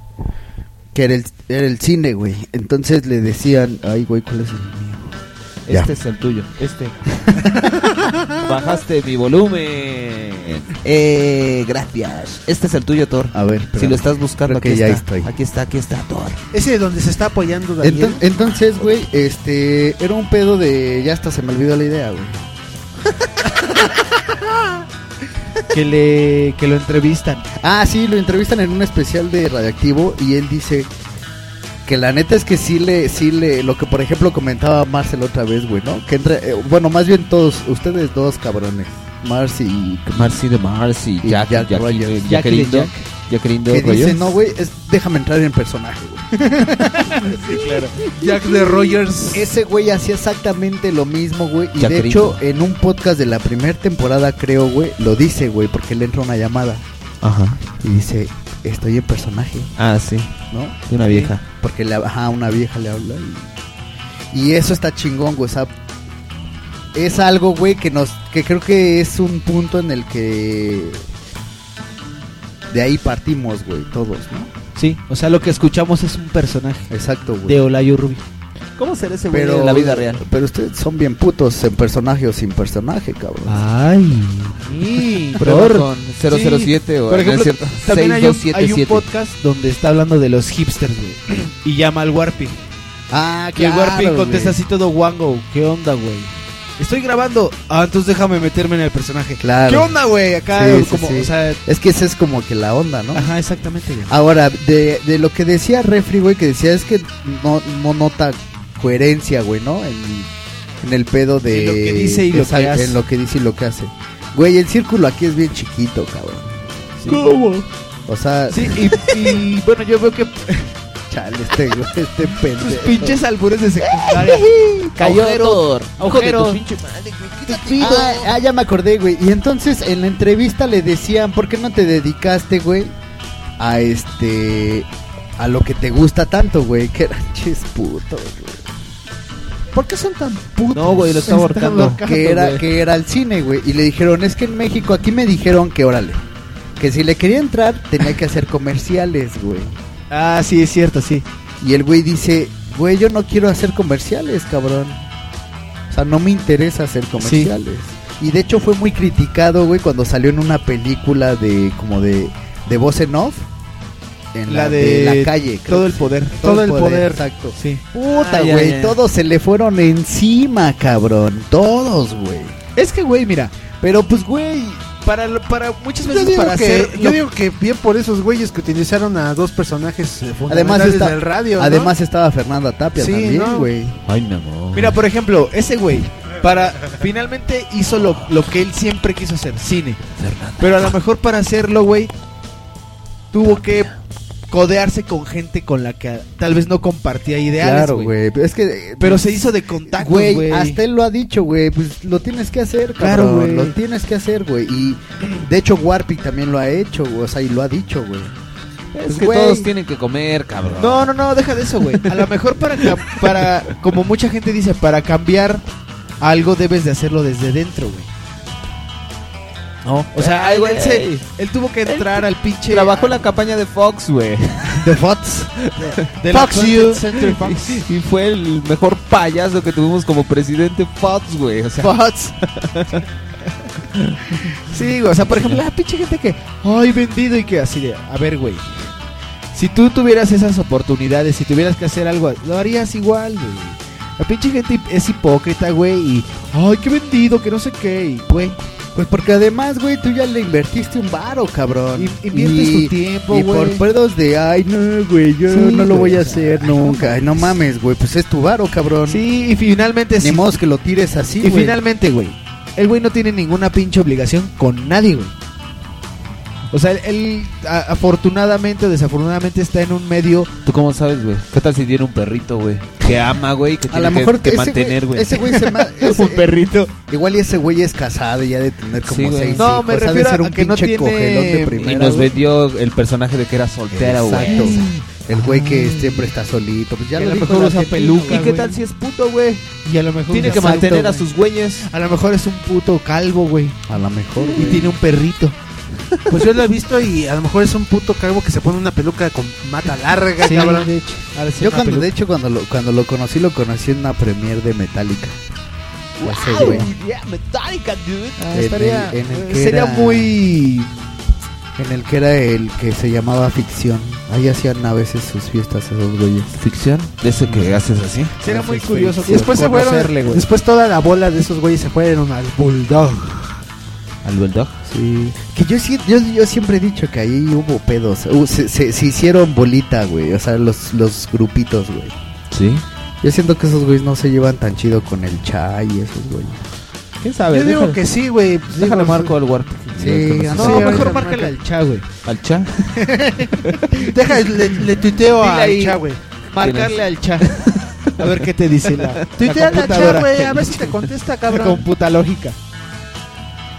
S1: Que era el, era el cine, güey. Entonces le decían, ay, güey, ¿cuál es el mío? Ya.
S6: Este es el tuyo, este. Bajaste mi volumen. Eh, gracias. Este es el tuyo, Thor.
S1: A ver,
S6: si
S1: espérame.
S6: lo estás buscando,
S1: Creo que
S6: aquí
S1: ya
S6: está.
S1: estoy.
S6: Aquí está, aquí está, Thor.
S5: Ese es donde se está apoyando Daniel.
S1: Ento- entonces, güey, este, era un pedo de, ya hasta se me olvidó la idea, güey.
S8: que le que lo entrevistan.
S1: Ah, sí, lo entrevistan en un especial de Radioactivo y él dice que la neta es que sí le, sí le, lo que por ejemplo comentaba Marcel otra vez, güey, ¿no? Que entre, eh, bueno, más bien todos, ustedes dos cabrones, Marcy y...
S6: Marcy de Marcy,
S1: Y
S6: Jack,
S1: Jack
S6: Jack,
S1: Rogers.
S6: eh,
S1: Jack
S6: Jack,
S1: y de
S6: lindo,
S1: Jack.
S6: Jack lindo,
S1: Que
S6: Rogers.
S1: dice, no, güey, es- déjame entrar en personaje, güey.
S5: Jack de Rogers.
S1: Ese güey hacía exactamente lo mismo, güey. Y
S6: Jack
S1: de
S6: Ringo.
S1: hecho, en un podcast de la primera temporada, creo, güey, lo dice, güey, porque le entra una llamada.
S6: Ajá.
S1: Y dice, estoy en personaje.
S6: Ah, sí.
S1: ¿no?
S6: De una vieja.
S1: Porque le, ajá, una vieja le habla y, y eso está chingón, güey. O sea, es algo, güey, que nos, que creo que es un punto en el que de ahí partimos, güey, todos, ¿no?
S8: Sí, o sea, lo que escuchamos es un personaje.
S1: Exacto, güey.
S8: De Olayo Rubio.
S6: ¿Cómo será ese
S1: Pero
S6: en la vida real?
S1: Pero ustedes son bien putos en personaje o sin personaje, cabrón.
S8: Ay.
S6: Prueba con 007 o
S8: Por
S6: no
S8: ejemplo,
S6: es cierto,
S8: también hay un, hay un
S6: 6277.
S8: podcast donde está hablando de los hipsters, güey. Y llama al Warping.
S1: Ah,
S8: que el
S1: claro,
S8: Warping
S1: güey.
S8: contesta así todo guango. ¿Qué onda, güey? Estoy grabando. Ah, entonces déjame meterme en el personaje.
S1: Claro.
S8: ¿Qué onda, güey? Acá
S1: Sí, sí,
S8: como,
S1: sí.
S8: o sea,
S1: es que esa es como que la onda, ¿no?
S8: ajá, exactamente. güey.
S1: Ahora, de, de lo que decía Refri, güey, que decía es que no, no nota coherencia, güey, ¿no? En, en el pedo de...
S8: En lo que dice y lo
S1: Esa-
S8: que hace.
S1: En lo que dice y lo que hace. Güey, el círculo aquí es bien chiquito, cabrón.
S8: ¿Cómo?
S1: O sea...
S8: Sí, y, y, bueno, yo veo que
S1: Chale, este, güey, este pendejo.
S8: tus pinches albures de secundaria.
S1: Agujeros, agujeros. Ah, ah, ya me acordé, güey. Y entonces en la entrevista le decían, ¿por qué no te dedicaste, güey? A este... A lo que te gusta tanto, güey. Que eran chis putos, güey. ¿Por qué son tan putos?
S6: No, güey, lo está ahorcando.
S1: Que era,
S6: güey.
S1: que era el cine, güey. Y le dijeron, es que en México, aquí me dijeron que órale. Que si le quería entrar, tenía que hacer comerciales, güey.
S8: Ah, sí, es cierto, sí.
S1: Y el güey dice, güey, yo no quiero hacer comerciales, cabrón. O sea, no me interesa hacer comerciales. Y de hecho fue muy criticado, güey, cuando salió en una película de como de, de voz en off. En la,
S8: La
S1: de,
S8: de
S1: la calle. creo
S8: Todo
S1: que
S8: el
S1: sí.
S8: poder.
S1: Todo, el poder. Exacto.
S8: Sí.
S1: Puta,
S8: Ah, ya,
S1: güey.
S8: ya, ya.
S1: Todos se le fueron encima, cabrón. Todos, güey.
S8: Es que, güey, mira.
S1: Pero pues, güey.
S8: Para, lo- para muchas
S5: Yo
S8: veces
S5: digo,
S8: para
S5: que,
S8: hacer
S5: yo digo que bien por esos güeyes que utilizaron a dos personajes eh,
S1: Además,
S5: fundamentales
S1: está-
S5: del radio. ¿no?
S1: además estaba Fernanda Tapia
S5: Sí,
S1: también,
S5: ¿no?
S1: güey.
S6: Ay, mi amor.
S8: Mira, por ejemplo, ese güey, para finalmente hizo lo, lo que él siempre quiso hacer, cine. Pero a lo mejor para hacerlo, güey, tuvo que
S3: codearse con gente con la que tal vez no compartía ideales,
S1: Claro,
S3: güey.
S1: güey. pero Es que. eh,
S3: Pero se hizo de contactos,
S1: Güey,
S3: güey.
S1: hasta él lo ha dicho, güey. Pues lo tienes que hacer,
S3: Claro,
S1: claro,
S3: güey.
S1: Lo tienes que hacer, güey. Y de hecho, Warpy también lo ha hecho, güey. O sea, y lo ha dicho, güey. Pues,
S4: Es que
S1: güey.
S4: todos tienen que comer, cabrón.
S3: Pues, No, no, no, deja de eso, güey. A lo mejor para, cam- para, como mucha gente dice, para cambiar algo debes de hacerlo desde dentro, güey.
S4: No.
S3: O sea,
S4: Ay,
S3: él,
S4: güey.
S3: se- él tuvo que entrar al pinche...
S4: Trabajó en la campaña de Fox, güey.
S3: De Fox. De la
S4: Fox
S3: Content
S4: You.
S3: Center Fox.
S4: Y fue el mejor payaso que tuvimos como presidente Fox, güey. O sea,
S3: Fox. Sí, güey, o sea, por ejemplo, la pinche gente que, ay, vendido y que así de, a ver, güey. Si tú tuvieras esas oportunidades, si tuvieras que hacer algo, lo harías igual, güey. La pinche gente es hipócrita, güey, y, ay, qué vendido, que no sé qué, y, güey.
S1: Pues porque además, güey, tú ya le invertiste un varo, cabrón.
S3: inviertes tu tiempo,
S1: y
S3: güey.
S1: por pedos de, ay, no, güey, yo
S3: Sí,
S1: no lo
S3: güey,
S1: voy a
S3: o sea,
S1: hacer nunca. Ay, no mames, güey, pues es tu varo, cabrón.
S3: Sí, y finalmente
S1: Ni modo que lo tires así,
S3: y
S1: güey.
S3: finalmente, güey, el güey no tiene ninguna pinche obligación con nadie, güey. O sea, él, él, a- afortunadamente o desafortunadamente está en un medio
S4: ¿Tú cómo sabes, güey? ¿Qué tal si tiene un perrito, güey? Que ama, güey, que
S1: A
S4: tiene
S1: lo
S4: que-
S1: mejor
S4: que,
S1: ese
S4: mantener, güey.
S1: Ese güey se ma- ese-
S4: Un perrito.
S1: Igual y ese güey es casado y ya de tener
S4: Sí,
S1: como
S4: güey.
S1: seis
S3: No, me
S1: hijos, ha de
S3: refiero
S1: ser
S3: a
S1: un
S3: que no
S1: pinche
S3: tiene-
S1: cogelón de
S4: Y
S1: primera,
S4: nos
S1: güey.
S4: vendió el personaje de que era soltero, güey.
S1: Exacto. El güey que siempre está solito. Pues ya
S4: Que
S1: lo
S4: a lo
S1: dijo
S4: mejor
S1: la
S4: usa
S1: gente,
S4: peluca,
S1: güey.
S4: ¿Y qué tal si es puto, güey?
S3: y a lo mejor
S4: Tiene
S3: un
S4: que
S3: asalto,
S4: mantener a
S3: güey.
S4: sus güeyes.
S3: A lo mejor es un puto calvo, güey.
S1: A lo mejor.
S3: Y tiene un perrito.
S5: Pues yo lo he visto y a lo mejor es un puto calvo que se pone una peluca con mata larga,
S1: Sí,
S5: cabrón.
S1: de hecho.
S5: Ha de ser
S1: Yo
S5: una
S1: cuando,
S5: peluca.
S1: de hecho, cuando lo, cuando lo conocí, lo conocí en una premier de Metallica. O ese güey. En el-
S3: estaría-
S1: en el que
S3: sería
S1: era-
S3: muy...
S1: En el que era el que se llamaba Ficción. Ahí hacían a veces sus fiestas esos güeyes.
S4: ¿Ficción? ¿De ese que haces así?
S3: Sería muy
S1: Gracias,
S3: curioso
S1: güey.
S5: Y después se fueron,
S3: conocerle, güey.
S5: después toda la bola de esos güeyes se fueron al bulldog.
S4: ¿Al Bulldog?
S1: Sí. Que yo, sí- yo, yo siempre he dicho que ahí hubo pedos. Uh, se, se- se hicieron bolita, güey. O sea, los, los grupitos, güey.
S4: Sí.
S1: Yo siento que esos güeyes no se llevan tan chido con el chai y esos güeyes.
S4: ¿Quién sabe?
S5: Yo digo
S4: Déjale-
S5: que sí, güey. pues
S4: Déjale
S5: digo,
S4: marco al Warp.
S1: Sí,
S4: no,
S5: sí,
S3: No, mejor
S5: ahorita
S3: márcale
S5: marca.
S3: al cha, güey.
S4: ¿Al chat?
S5: Deja, le, le tuiteo
S3: Dile
S5: al
S3: ahí.
S5: Cha, güey.
S3: Marcarle al cha. A ver qué te dice la, la
S5: Tuiteale al Cha,
S3: computadora.
S5: güey, a ver si te contesta, cabrón.
S3: Computa lógica.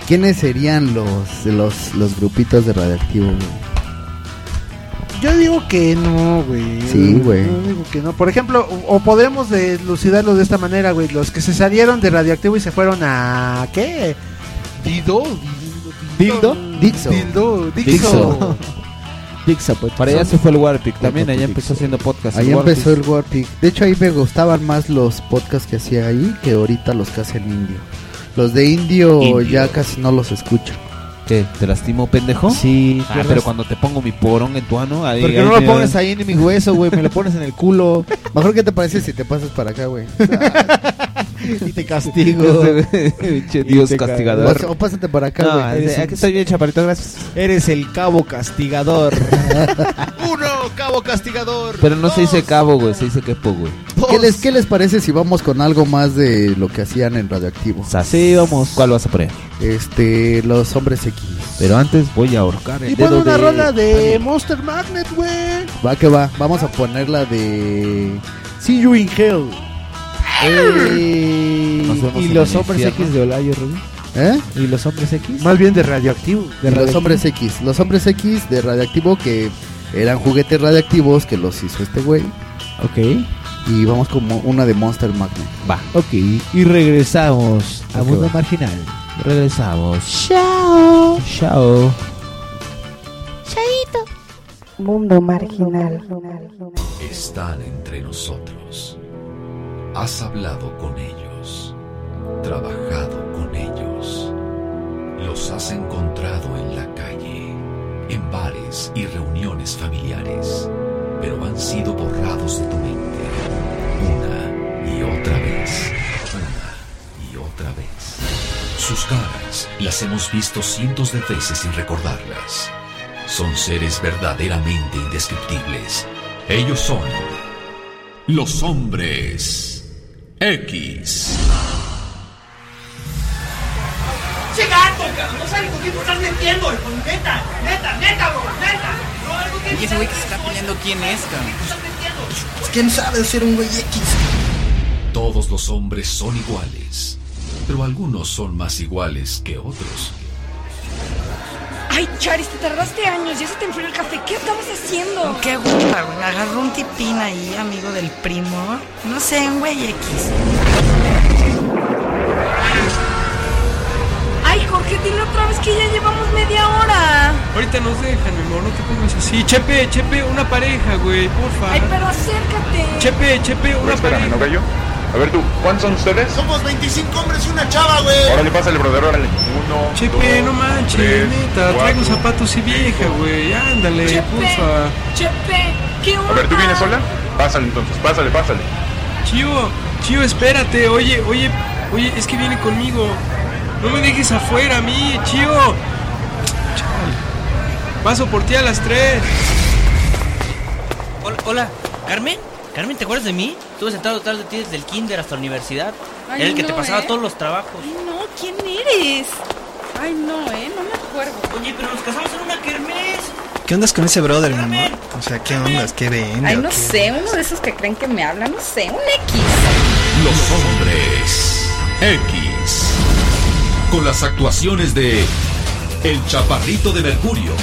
S1: ¿Quiénes serían los, los, los grupitos de radioactivo, güey?
S5: Yo digo que no, güey.
S1: Sí, güey.
S5: Yo digo que no. Por ejemplo, o, o podemos dilucidarlo de esta manera, güey. Los que se salieron de Radioactivo y se fueron a. ¿Qué? Dido.
S3: Dildo.
S1: Dixo.
S5: Dildo.
S4: Dixo.
S5: Dixo.
S3: Dixo, pues.
S4: Para allá se fue el Warpic. También allá empezó haciendo podcast.
S1: Ahí
S4: el Warpic.
S1: empezó el Warpic. De hecho, ahí me gustaban más los podcasts que hacía ahí que ahorita los que hacen Indio. Los de Indio,
S4: Indio.
S1: ya casi no los escucho.
S4: ¿Qué? ¿Te lastimó, pendejo?
S3: Sí.
S4: Ah, pero cuando te pongo mi porón en tu ano, ahí.
S3: Porque
S4: ahí
S3: no lo
S4: te-
S3: pones ahí en mi hueso, güey. Me lo pones en el culo.
S1: Mejor que te parece si te pasas para acá, güey.
S3: Y te castigo.
S4: Che, Dios
S3: Y te
S1: O,
S4: castigador.
S1: o pásate para acá,
S4: No,
S1: güey.
S4: Ah, aquí estoy bien, chaparrito, gracias.
S3: Eres el cabo castigador. Uno, cabo castigador.
S4: Pero no se dice cabo, güey, se dice quepo, güey.
S1: ¿Qué les, ¿Qué les parece si vamos con algo más de lo que hacían en Radioactivo?
S4: Sas.
S3: Sí, vamos.
S4: ¿Cuál vas a poner?
S1: Este, los hombres X.
S4: Pero antes voy a ahorcar el
S5: Y
S4: dedo
S5: pon una
S4: de-
S5: rola de Monster Magnet, güey.
S1: Va que va, vamos a ponerla de...
S3: See you in hell.
S1: Nos
S3: Eh,
S1: vemos
S3: y
S1: en
S3: los
S1: el
S3: hombres
S1: infierno.
S3: X de Olayo Rubí.
S1: ¿Eh?
S3: ¿Y los hombres X?
S5: Más bien de Radioactivo.
S3: De
S1: los
S3: Radioactivo.
S1: hombres X. Los hombres X de Radioactivo que eran juguetes radioactivos que los hizo este güey.
S3: Ok.
S1: Y vamos como una de Monster Magnet.
S4: Va.
S3: Ok. Y regresamos a
S1: Ok,
S3: Mundo
S1: va.
S3: Marginal.
S4: Regresamos.
S12: Chao.
S4: Chao.
S12: Chaito. Mundo marginal.
S22: están entre nosotros. Has hablado con ellos, trabajado con ellos. Los has encontrado en la calle, en bares y reuniones familiares, pero han sido borrados de tu mente una y otra vez, una y otra vez. Sus caras las hemos visto cientos de veces sin recordarlas. Son seres verdaderamente indescriptibles. Ellos son los hombres X.
S6: pinche gato, cabrón. No sabes con quién te estás metiendo, hijo. Neta, neta, neta, bro, neta. No, algo que
S4: Y ese güey que se está peleando, ¿quién es, cabrón?
S18: ¿Quién sabe ser un güey X?
S19: Todos los hombres son iguales, pero algunos son más iguales que otros.
S3: Ay, Charis, te tardaste años, ya se te enfrió el café. ¿Qué estamos haciendo?
S4: Qué guapa, güey. Agarró un tipín ahí, amigo del primo. No sé, un güey X.
S3: Ay, Jorge, dile otra vez que ya llevamos media hora.
S23: Ahorita nos dejan, mi amor, no te pongas así. Chepe, Chepe, una pareja, güey, porfa.
S3: Ay, pero acércate.
S23: Chepe, Chepe, una
S24: Espérame, ¿no
S23: pareja.
S24: cayó? A ver tú, ¿cuántos son ustedes?
S23: Somos 25 hombres y una chava,
S24: Órale, pásale, brother, órale. Uno,
S23: Chepe,
S24: dos,
S23: no manches,
S24: tres,
S23: neta, traigo
S24: cuatro.
S23: zapatos y vieja, güey. Ándale,
S3: Chepe,
S23: porfa.
S3: Chepe, ¿qué onda?
S24: A ver, ¿tú vienes sola? Pásale entonces, pásale, pásale.
S23: Chío, chío, espérate, oye, oye, oye, es que viene conmigo. No me dejes afuera a mí, chío. Chale. Paso por ti a las 3.
S4: Hola, hola, ¿Carmen? ¿Carmen, te acuerdas de mí? Estuve sentado detrás de ti desde el kinder hasta la universidad.
S3: Ay,
S4: Era el que te
S3: no,
S4: pasaba
S3: ¿eh?
S4: todos los trabajos.
S3: Ay, no, ¿quién eres? Ay, no, ¿eh? No me acuerdo.
S4: Oye, pero nos casamos en una kermés.
S5: ¿Qué onda con ese brother, mi amor? O sea, ¿qué onda? ¿Qué vende?
S3: Ay,
S5: o
S3: no
S5: qué?
S3: sé, uno de esos que creen que me habla, no sé, un X.
S19: Los hombres X. Con las actuaciones de El Chaparrito de Mercurio.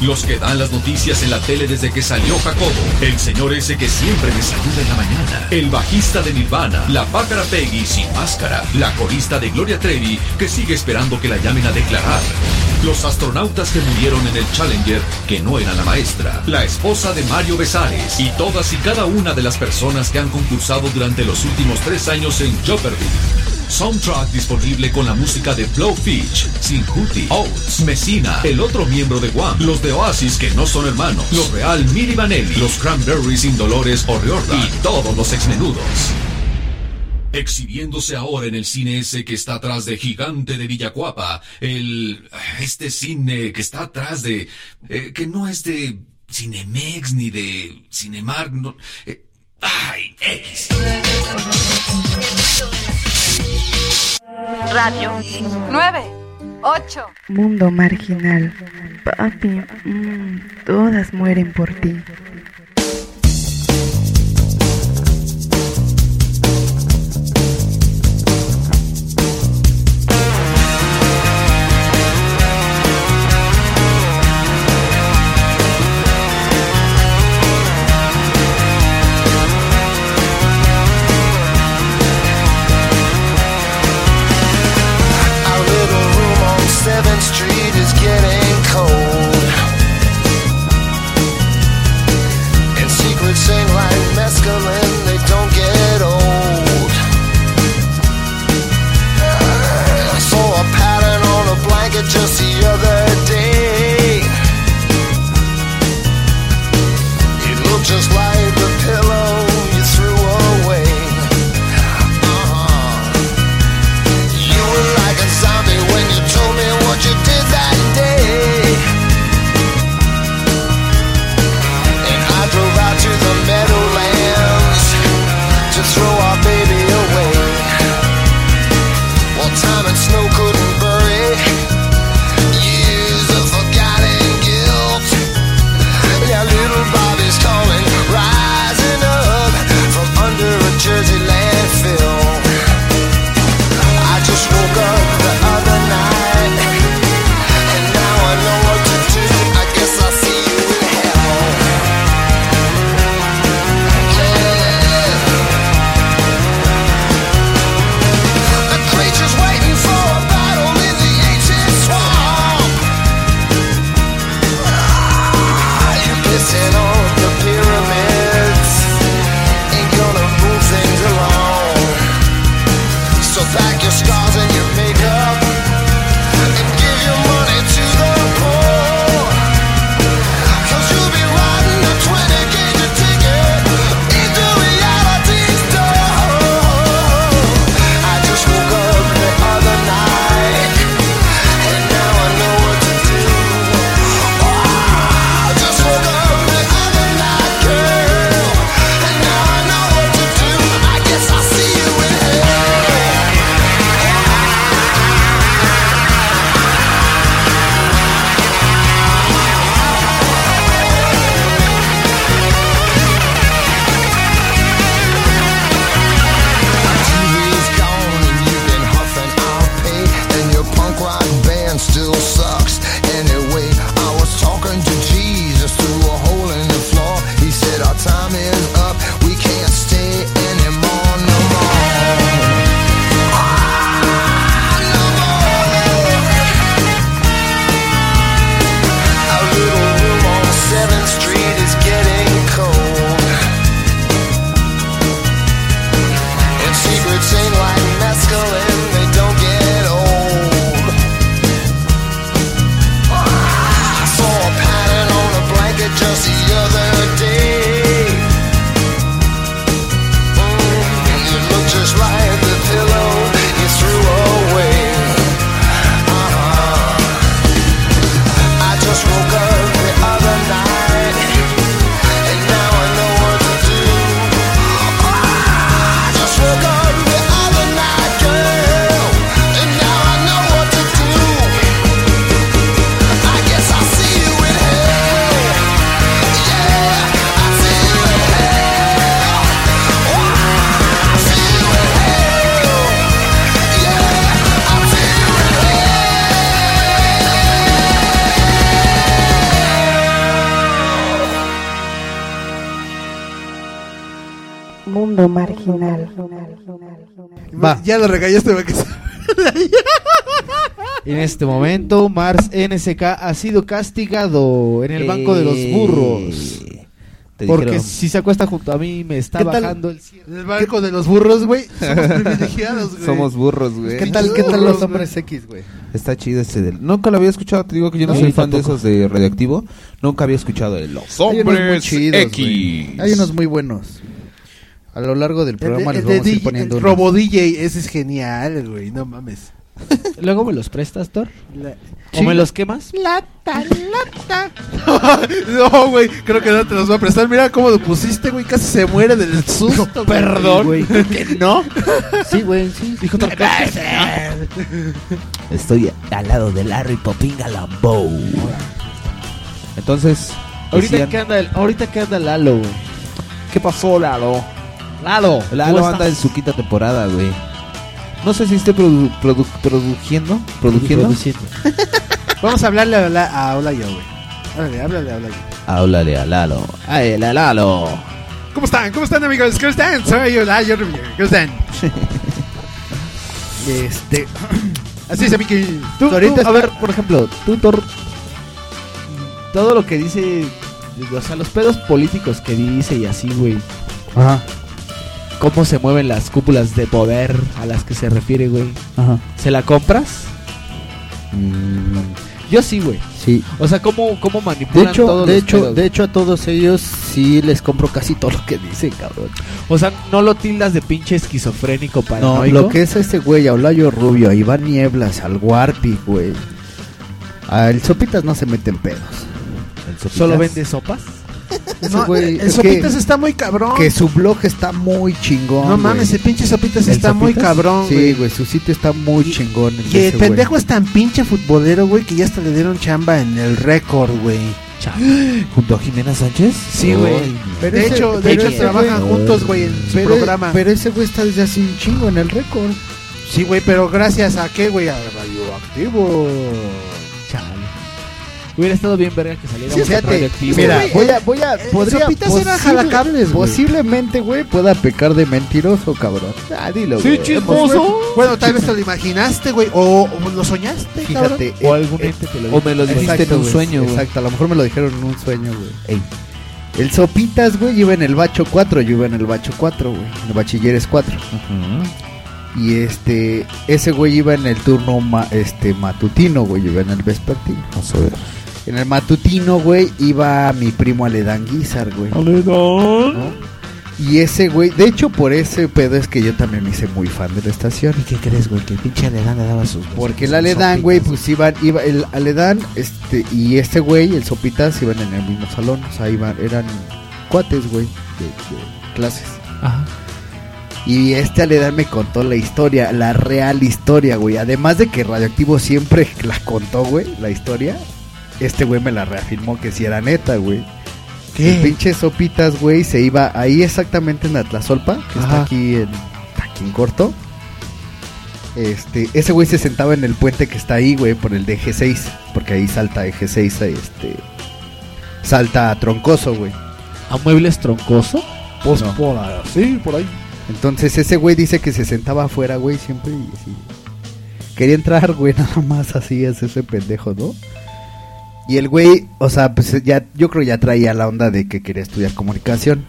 S19: Los que dan las noticias en la tele desde que salió Jacobo. El señor ese que siempre desayuna en la mañana. El bajista de Nirvana. La pájara Peggy sin máscara. La corista de Gloria Trevi que sigue esperando que la llamen a declarar. Los astronautas que murieron en el Challenger que no era la maestra. La esposa de Mario Besares. Y todas y cada una de las personas que han concursado durante los últimos tres años en Jeopardy. Soundtrack disponible con la música de Blowfish, Sinjuti, Oates, Messina, el otro miembro de Guam, los de Oasis que no son hermanos, los Real Miri Vanelli, los Cranberries sin Dolores o Riordan y todos los exmenudos. Exhibiéndose ahora en el cine ese que está atrás de Gigante de Villacuapa, el... este cine que está atrás de... eh, que no es de Cinemex ni de Cinemark, no... eh, ay, X.
S6: Radio 9, 8.
S12: Mundo marginal. Papi, mm, todas mueren por ti.
S6: Our little room on 7th Street is getting cold. Uh-huh. Ah, Oh, still sucks. Anyway, I was talking to Jesus through a hole in the floor. He said, Our time is up. We can't stay anymore, no more. Our little room on 7th Street is getting cold. And secrets ain't like mescaline, they don't get old. I saw a pattern on a blanket just the other day. Mm, and it looked just like the pillow you threw away. Uh-huh. I just woke up the other night And now I know what to do I just woke up the other night, girl And now I know what to do I guess I see you in hell Yeah, I see you in hell I see you in hell Yeah, I see you in hell
S12: Mundo marginal.
S4: Va.
S25: Ya lo regañaste para que se-
S4: En este momento, Mars NSK ha sido castigado en el banco de los
S25: Eh,
S4: burros.
S25: te
S4: Porque
S25: dijeron.
S4: si se acuesta junto a mí, me está
S25: ¿Qué tal?
S4: bajando el cielo.
S25: El barco de los burros, güey. Somos privilegiados, güey.
S3: Somos burros, güey.
S25: ¿Qué tal, qué tal
S1: Burros,
S25: los
S1: güey.
S25: hombres X, güey?
S3: Está chido este del... Nunca lo había escuchado, te digo que yo no
S1: No,
S3: soy
S1: yo
S3: fan de
S1: tampoco.
S3: esos de radioactivo. Nunca había escuchado de los
S1: Hay unos muy
S3: hombres
S1: chidos,
S3: X.
S1: güey. Hay unos muy buenos. A lo largo del programa
S5: El
S1: les
S5: de
S1: vamos a ir
S5: DJ,
S1: poniendo
S5: el
S1: unos.
S5: Robo DJ, ese es genial, güey, no mames.
S26: ¿Luego me los prestas, Thor? ¿O
S5: Sí.
S26: me los quemas?
S5: Lata, lata. no, güey, creo que no te los va a prestar. Mira cómo lo pusiste, güey, casi se muere del susto.
S26: perdón.
S5: no?
S1: Sí, güey, sí.
S5: Dijo
S3: Estoy al lado de Larry Popinga Lambeau. Entonces,
S4: Ahorita
S3: decían-
S4: que, anda el- ahorita que anda Lalo, güey.
S3: ¿Qué pasó, Lalo?
S4: Lalo.
S3: Lalo
S4: ¿cómo
S3: anda en
S4: estás?
S3: su quinta temporada, güey. No sé si esté produ- produ- produciendo, produciendo.
S4: Produciendo.
S5: Vamos a hablarle a, Ola- a Hola Yo, güey. Háblale, háblale, háblale.
S3: Háblale a Lalo. A él, a Lalo.
S5: ¿Cómo están? ¿Cómo están, amigos? ¿Cómo están? Soy Hola Yo, ¿cómo están?
S1: Este.
S5: Así es, Miki.
S4: Tú,
S1: Ahorita
S4: tú, a ver, por ejemplo, tú, Thor, todo lo que dice, o sea, los pedos políticos que dice y así, güey.
S1: Ajá.
S4: Cómo se mueven las cúpulas de poder a las que se refiere, güey.
S1: Ajá.
S4: ¿Se la compras?
S5: Mm,
S4: Yo sí, güey.
S1: Sí.
S4: O sea, cómo, cómo
S1: De
S4: manipulan
S1: hecho,
S4: todos
S1: de
S4: los
S1: hecho,
S4: pedos,
S1: de hecho a todos ellos sí les compro casi todo lo que dicen, cabrón.
S4: güey. O sea, no lo tildas de pinche esquizofrénico
S1: No,
S4: paranoico.
S1: lo que es este güey, a Olayo Rubio, a Iván Nieblas, al Warpi, güey. Al Sopitas no se meten pedos.
S4: ¿Solo vende sopas?
S1: Ese
S5: No,
S1: güey,
S5: el
S1: es
S5: Sopitas
S1: que-
S5: está muy cabrón.
S1: Que su blog está muy chingón.
S5: No mames, el pinche Sopitas está muy cabrón,
S1: Sí,
S5: güey.
S1: güey, su sitio está muy chingón. el de
S5: Que el
S1: ese güey.
S5: pendejo es tan pinche futbolero, güey, que ya hasta le dieron chamba en el récord, güey.
S3: ¿Junto a Jimena Sánchez?
S5: Sí, güey.
S1: Pero
S5: de
S1: ese-
S5: hecho, de
S1: pero
S5: hecho
S1: ese
S5: trabajan
S1: güey-
S5: juntos, güey, en su
S1: pero-
S5: programa.
S1: Pero ese güey está desde hace un chingo en el récord.
S5: Sí, güey, pero gracias a qué, güey, a Radioactivo.
S4: Hubiera estado bien verga que saliera
S1: Sí,
S4: un
S1: fíjate,
S4: radioactivo.
S1: mira,
S4: güey.
S1: voy a, voy a, podría,
S5: Sopitas era
S1: posible-
S5: jalacables, güey.
S1: posiblemente, güey, pueda pecar de mentiroso, cabrón. Ah, dilo, güey.
S5: Bueno, tal vez te lo imaginaste, güey, o, o lo soñaste,
S1: Fíjate,
S5: cabrón.
S1: eh, eh,
S3: O me lo dijiste
S1: exacto,
S3: en un
S1: güey,
S3: sueño, güey.
S1: Exacto, a lo mejor me lo dijeron en un sueño, güey. El Sopitas, güey, iba en el bacho 4, yo iba en el bacho 4, güey. En el bachilleres 4. Y este, ese güey iba en el turno ma- este matutino, güey, yo iba en el vespertino. Vamos a ver. En el matutino, güey, iba mi primo Aledán Guizar, güey. ¿No? Y ese güey, de hecho, por ese pedo es que yo también me hice muy fan de la estación. ¿Y qué crees, güey? Que el pinche Aledán le daba sus. Porque el Aledán, güey, pues iban, iba, el Aledán este, y este güey, el Sopitas, iban en el mismo salón. O sea, iban, eran cuates, güey, de, de clases.
S4: Ajá.
S1: Y este Aledán me contó la historia, la real historia, güey. Además de que Radioactivo siempre la contó, güey, la historia. Este güey me la reafirmó que sí era neta, güey. El pinche Sopitas, güey, se iba ahí exactamente en Atlazolpa, que está aquí en, aquí en corto. Este, ese güey se sentaba en el puente que está ahí, güey, por el de G6. Porque ahí salta de G6 a este. Salta a troncoso, güey.
S3: ¿A muebles troncoso?
S1: Pues
S3: por
S1: sí, por ahí. Entonces ese güey dice que se sentaba afuera, güey, siempre y así. Quería entrar, güey, nada más así, es ese pendejo, ¿no? Y el güey, o sea, pues ya, yo creo ya traía la onda de que quería estudiar comunicación.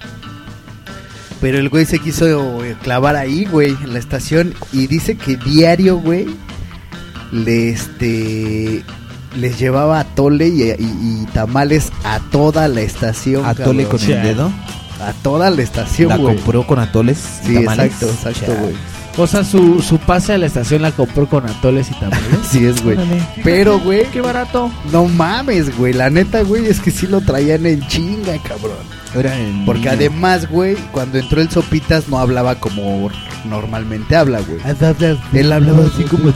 S1: Pero el güey se quiso eh, clavar ahí, güey, en la estación. Y dice que diario, güey, le este. Les llevaba atole y, y- y tamales a toda la estación.
S6: ¿Atole
S1: cabrón.
S6: con el dedo?
S1: A toda la estación,
S6: ¿La
S1: güey.
S6: compró con atoles? y
S1: Sí,
S6: tamales?
S1: exacto, exacto,
S6: Chale.
S1: güey.
S3: O sea, su, su pase a la estación la compró con atoles y tamales.
S1: Sí es, güey. Pero, güey. Qué barato. No mames, güey. La neta, güey, es que sí lo traían en chinga, cabrón. Porque
S6: niño.
S1: además, güey, cuando entró el Sopitas no hablaba como normalmente habla, güey. Él hablaba así como.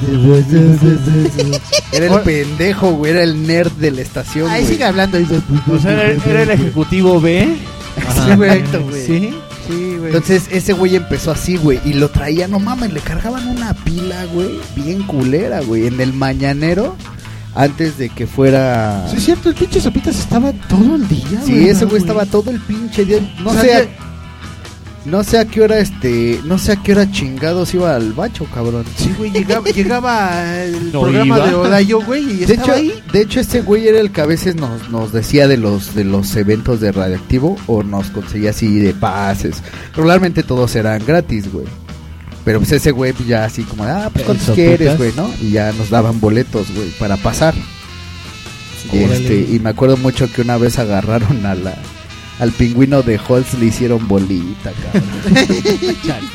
S1: Era el pendejo, güey. Era el nerd de la estación,
S16: Ahí
S1: güey.
S16: sigue hablando. dice.
S1: O sea, era- era el
S3: ejecutivo B.
S1: Sí, güey.
S3: Sí.
S1: Sí, güey. Entonces ese güey empezó así, güey, y lo traía, no mames, le cargaban una pila, güey, bien culera, güey, en el mañanero, antes de que fuera...
S16: Sí, es cierto, el pinche Sopitas estaba todo el día,
S1: Sí, ese güey estaba todo el pinche día. No
S16: O sea,
S1: sé, a,
S16: que-
S1: no sé a qué hora este, no sé a qué hora chingados iba al bacho, cabrón. Sí,
S16: güey, llegaba, llegaba el
S1: No
S16: programa
S1: iba.
S16: de Olayo, güey, y
S1: de
S16: estaba
S1: hecho,
S16: ahí.
S1: de hecho este güey era el que a veces nos, nos decía de los de los eventos de radioactivo o nos conseguía así de pases. Regularmente todos eran gratis, güey. Pero pues ese güey pues, ya así como, ah, pues
S16: El
S1: cuántos
S16: Sopitas.
S1: quieres, güey, ¿no? Y ya nos daban boletos, güey, para pasar. Y,
S16: Órale.
S1: este, y me acuerdo mucho que una vez agarraron a la, al pingüino de Holtz, le hicieron bolita, cabrón.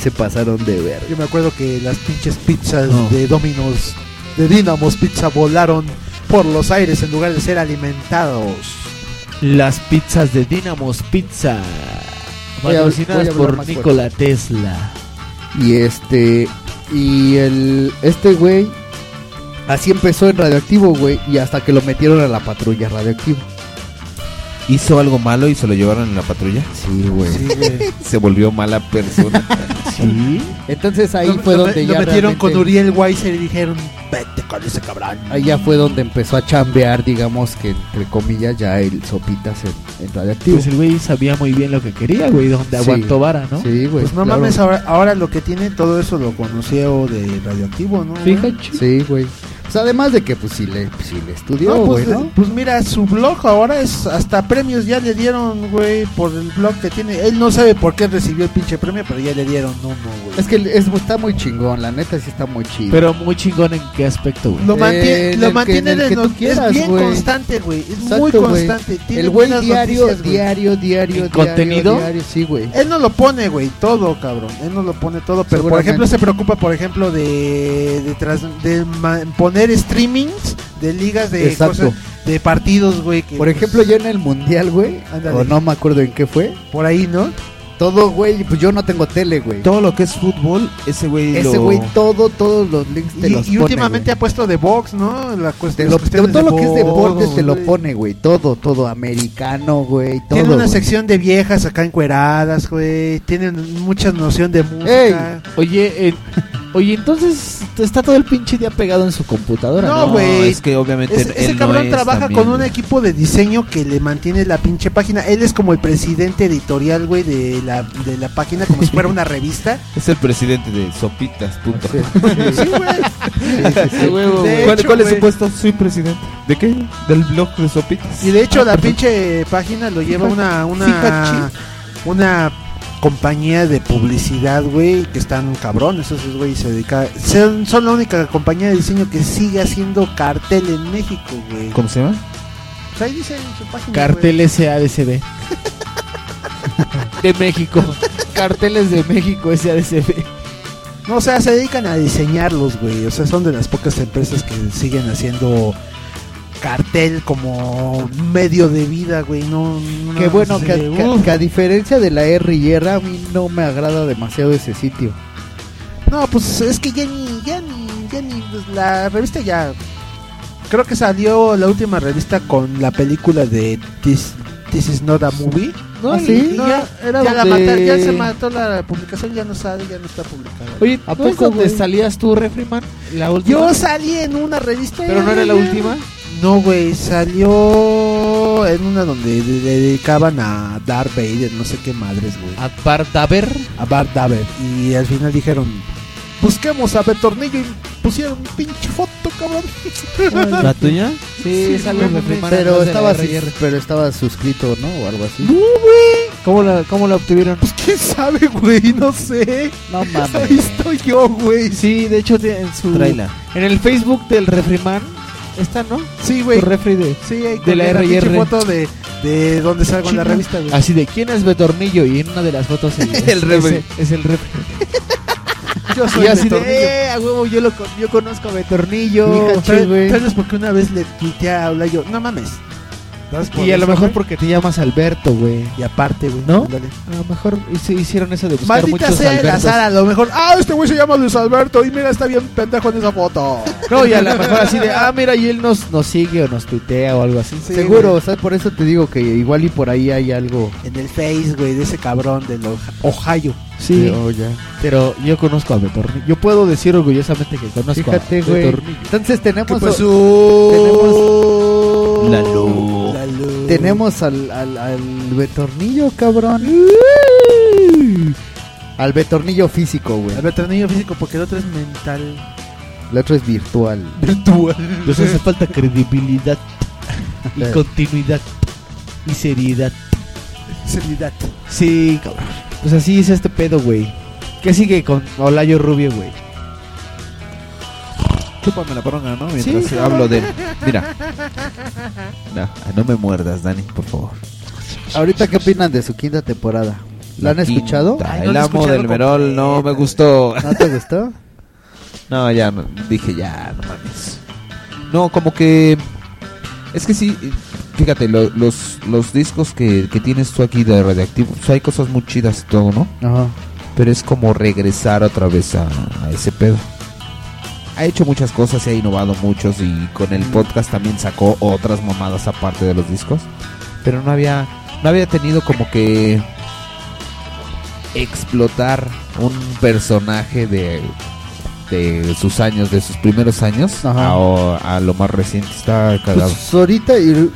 S1: Se pasaron de ver.
S5: Yo me acuerdo que las pinches pizzas de Dominos, de Dinamos Pizza volaron por los aires en lugar de ser alimentados.
S3: Las pizzas de Dinamos Pizza.
S1: Voy a-
S3: Patrocinadas
S1: voy a hablar
S3: por
S1: más fuerte.
S3: Nikola Tesla.
S1: Y este. Y el. Este güey. Así empezó en Radioactivo, güey. Y hasta que lo metieron a la patrulla Radioactivo.
S6: ¿Hizo algo malo y se lo llevaron en la patrulla?
S1: Sí, güey.
S6: se volvió mala persona.
S1: ¿Sí? Entonces ahí
S5: Lo-
S1: fue
S5: lo-
S1: donde
S5: lo
S1: ya.
S5: metieron
S1: realmente-
S5: con Uriel Weiser y dijeron, vete con ese cabrón.
S1: Ahí ya fue donde empezó a chambear, digamos que entre comillas, ya el Sopitas en, en Radioactivo.
S3: Pues el güey sabía muy bien lo que quería, güey,
S1: Sí.
S3: donde aguantó vara, ¿no?
S1: Sí, güey.
S5: Pues no
S1: claro.
S5: mames, ahora, ahora lo que tiene todo eso lo conoció de radioactivo, ¿no? güey?
S1: Sí, güey. Pues además de que, pues sí le, pues, sí le estudió,
S5: No,
S1: güey,
S5: pues,
S1: ¿no?
S5: eh, pues mira, su blog ahora es hasta premios ya le dieron, güey, por el blog que tiene. Él no sabe por qué recibió el pinche premio, pero ya le dieron uno, güey.
S1: Es que es- está muy chingón, la neta sí está muy chido.
S3: Pero muy chingón en qué aspecto, güey.
S5: Lo mantiene,
S1: Eh, en
S5: lo
S1: el que-
S5: mantiene
S1: en el
S5: de
S1: que
S5: no-
S1: tú quieras,
S5: es bien
S1: güey.
S5: constante, güey. Es
S1: Exacto,
S5: muy
S1: güey.
S5: constante. tiene
S1: El güey
S5: buenas
S1: diario,
S5: noticias, güey.
S1: diario, diario, diario,
S5: contenido?
S1: diario, sí, güey.
S5: Él no lo pone, güey, todo, cabrón. Él no lo pone todo, pero por
S1: Seguramente.
S5: ejemplo se preocupa, por ejemplo, de, de, trans- de ma- poner streamings de ligas de
S1: Exacto.
S5: cosas, de partidos, güey. que,
S1: Por
S5: pues,
S1: ejemplo, yo en el mundial, güey,
S5: Ándale.
S1: o no me acuerdo en qué fue.
S5: Por ahí, ¿no?
S1: Todo, güey, pues yo no tengo tele, güey.
S6: Todo lo que es fútbol, ese güey
S1: Ese
S6: lo-
S1: güey, todo, todos los links te
S5: y,
S1: los
S5: y
S1: pone,
S5: últimamente
S1: güey.
S5: ha puesto de box, ¿no? La cuest-
S1: Te
S5: las
S1: lo-
S5: cuestiones
S1: todo
S5: de
S1: lo que es deporte
S5: box,
S1: te lo
S5: güey.
S1: pone, güey. Todo, todo, americano, güey. Todo,
S5: Tiene una
S1: güey.
S5: sección de viejas acá encueradas, güey. Tienen mucha noción de música.
S3: Oye, eh, oye, entonces está todo el pinche día pegado en su computadora, ¿no?
S5: No, güey.
S6: es que obviamente
S5: Ese- ese
S6: él no
S5: cabrón
S6: es
S5: trabaja
S6: también,
S5: con un
S6: güey.
S5: equipo de diseño que le mantiene la pinche página. Él es como el presidente editorial, güey, de la, de la página, como si fuera una revista.
S6: Es el presidente de Sopitas, punto.
S5: sí. Huevo, güey.
S6: ¿Cuál, cuál es su
S5: güey.
S6: puesto? Soy presidente. ¿De qué? Del blog de Sopitas. Ah,
S5: Y de hecho, la pinche página lo lleva una, una, una compañía de publicidad, güey, que están cabrones. Esos güeyes se dedican. Son, son la única compañía de diseño que sigue haciendo cartel en México, güey.
S3: ¿Cómo se llama?
S5: Pues ahí dice en su página.
S3: Cartel SADCB. de México. Carteles de México SADCB.
S5: No, o sea, se dedican a diseñarlos, güey. O sea, son de las pocas empresas que siguen haciendo cartel como medio de vida, güey. No, no
S1: Qué
S5: nada
S1: bueno
S5: más
S1: que,
S5: así de,
S1: que-
S5: "Uf".
S1: que a diferencia de la R y R, a mí no me agrada demasiado ese sitio.
S5: No, pues es que ya ni, ya ni, ya ni, pues, la revista ya... Creo que salió la última revista con la película de Dis- This is not a movie.
S3: No,
S5: ¿Ah,
S3: y-
S5: sí?
S3: y
S5: No,
S3: ya,
S5: era
S3: ya la
S5: donde-
S3: mataron, ya se mató la publicación, ya no sale, ya no está publicada.
S5: Oye,
S3: ¿a
S5: ¿no
S3: poco
S5: es donde
S3: donde salías tú, Refriman? La última.
S5: Yo salí en una revista.
S3: ¿Pero no era la última?
S5: No, güey, salió en una donde le le dedicaban a Darth Vader, no sé qué madres, güey.
S3: ¿A Darth Vader?
S5: A Darth Vader. Y al final dijeron, busquemos a Betornillo y pusieron pinche foto, cabrón.
S1: ¿La tuya?
S3: Sí, salió en Refriman.
S1: Pero
S3: atrás de
S1: estaba,
S3: la RR.
S1: sus- pero estaba suscrito, ¿no? O algo así.
S5: Uh,
S3: ¿Cómo la, ¿Cómo la obtuvieron? Pues
S5: quién sabe, güey, no sé.
S3: No mames.
S5: Ahí estoy yo, güey.
S3: Sí, de hecho te- en su
S1: Tráela.
S3: en el Facebook del Refriman está, ¿no?
S5: Sí, güey.
S3: Tu refri de,
S5: Sí, ahí
S3: de la
S5: colgué
S3: RR.
S5: pinche foto de, de donde salgo en la
S3: Chino.
S5: revista, güey.
S3: Así de quién es Betornillo y en una de las fotos el,
S5: El refri.
S3: ese- Es, el refri.
S5: Yo soy
S3: y así
S5: Betornillo.
S3: de, eh, a huevo, yo lo con- yo conozco a Betornillo.
S5: Mija, tal,
S3: Tal- tal
S5: tal
S3: vez-
S5: vez porque una vez le tuiteé a Aula y yo, no mames. ¿Sabes por
S3: Y a lo
S5: eso,
S3: mejor
S5: güey?
S3: porque te llamas Alberto, güey.
S5: Y aparte, güey.
S3: ¿No?
S5: ándale.
S3: A lo mejor hice- hicieron eso de buscar
S5: Maldita
S3: muchos
S5: sea el
S3: Albertos.
S5: azar, a lo mejor. Ah, este güey se llama Luis Alberto y mira, está bien pendejo en esa foto.
S3: No, y a lo mejor así de, ah, mira, y él nos, nos sigue o nos tuitea o algo así.
S1: Seguro, o sea, por eso te digo que igual y por ahí hay algo.
S5: En el Face, güey, de ese cabrón de los Ohio.
S3: Sí.
S1: Pero ya.
S3: Pero yo conozco a Betornillo. Yo puedo decir orgullosamente que conozco
S1: Fíjate,
S3: a
S1: güey.
S3: Betornillo.
S1: Entonces tenemos.
S3: pues,
S5: Oh,
S1: tenemos,
S3: La luz.
S1: Tenemos al, al, al Betornillo, cabrón.
S3: Uh.
S1: Al Betornillo físico, güey.
S5: El veterinario físico, porque el otro es mental.
S1: El otro es virtual.
S5: Virtual.
S3: Nos hace falta credibilidad y
S1: Sí.
S3: continuidad y seriedad.
S5: Seriedad.
S3: Sí, cabrón. Pues así es este pedo, güey. ¿Qué sigue con Olayo Rubio, güey?
S27: Chúpame la poronga, ¿no? Mientras
S3: Sí.
S27: hablo de él. Mira.
S4: No, no me muerdas, Dani, por favor.
S1: Ahorita, ¿qué opinan de su quinta temporada? ¿La han
S4: La quinta,
S1: escuchado?
S4: el amo del Merol no me gustó.
S1: ¿No te gustó?
S4: No, ya no- dije ya, no mames. No, como que es que sí, eh, fíjate, lo- los los discos que, que tienes tú aquí de Radioactivo, o sea, hay cosas muy chidas y todo, ¿no?
S1: Ajá.
S4: Pero es como regresar otra vez a, a ese pedo. Ha hecho muchas cosas, se ha innovado muchos y con el podcast también sacó otras mamadas aparte de los discos, pero no había no había tenido como que explotar un personaje de, de sus años, de sus primeros años,
S1: Ajá.
S4: a, a lo más reciente. Está cagado.
S1: Pues ahorita, y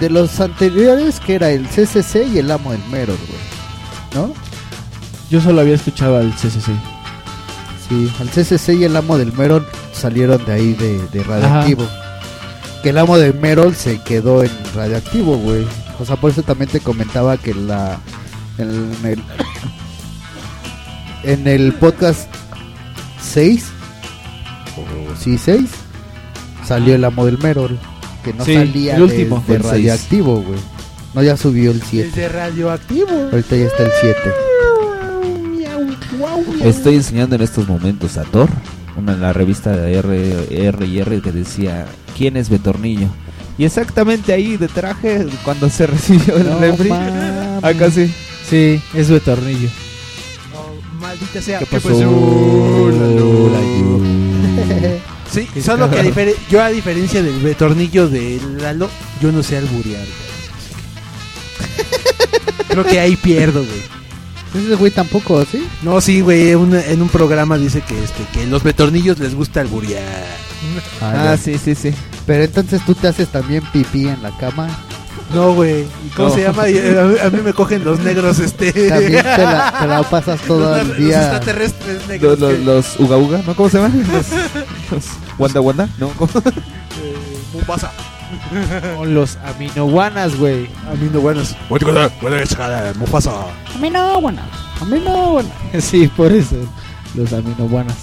S1: de los anteriores, que era el CCC y el Amo del Mero, güey. ¿No?
S3: Yo solo había escuchado al CCC.
S1: Sí, al CCC y el Amo del Merol salieron de ahí de, de Radioactivo. Que el Amo del Merol se quedó en Radioactivo, güey. O sea, por eso también te comentaba que la en el, en el podcast 6 o sí 6 salió el Amo del Merol, que no
S3: Sí,
S1: salía
S3: el
S1: de-
S3: último
S1: de,
S3: fue el seis.
S1: Radioactivo, güey. No ya subió el 7.
S5: De radioactivo.
S1: Ahorita ya está el 7.
S4: Estoy enseñando en estos momentos a Thor, una la revista de R, R que decía ¿Quién es Betornillo? Y exactamente ahí de traje cuando se recibió el
S3: No
S4: refri.
S3: mames.
S4: Acá sí.
S3: Sí, es Betornillo.
S5: Maldita sea.
S3: ¿Qué pasó?
S5: Sí, solo que a difere- yo a diferencia del Betornillo de Lalo, yo no sé alburear. güey. Creo que ahí pierdo, güey.
S1: Pues Ese güey tampoco, ¿sí?
S5: No, sí, güey. un- en un programa dice que este que los betornillos les gusta alburear.
S1: Ah,
S5: Ah,
S1: sí, sí, sí. Pero entonces tú te haces también pipí en la cama.
S5: No, güey. ¿Y ¿Cómo
S1: No.
S5: se llama? Y, eh, A mí, a mí me cogen los negros, este.
S1: También te la, te la pasas todo el
S5: Los
S1: día.
S5: extraterrestres
S4: Los,
S5: negros.
S4: los,
S5: que-
S4: los Uga Uga, ¿no? ¿Cómo se llaman? Los, los Wanda Wanda, ¿no? ¿Cómo?
S5: Mombasa.
S3: Con los aminoguanas, güey.
S5: Aminoguanas. Mufasa.
S3: Aminoguanas. Aminoguanas. Sí, por eso. Los aminoguanas.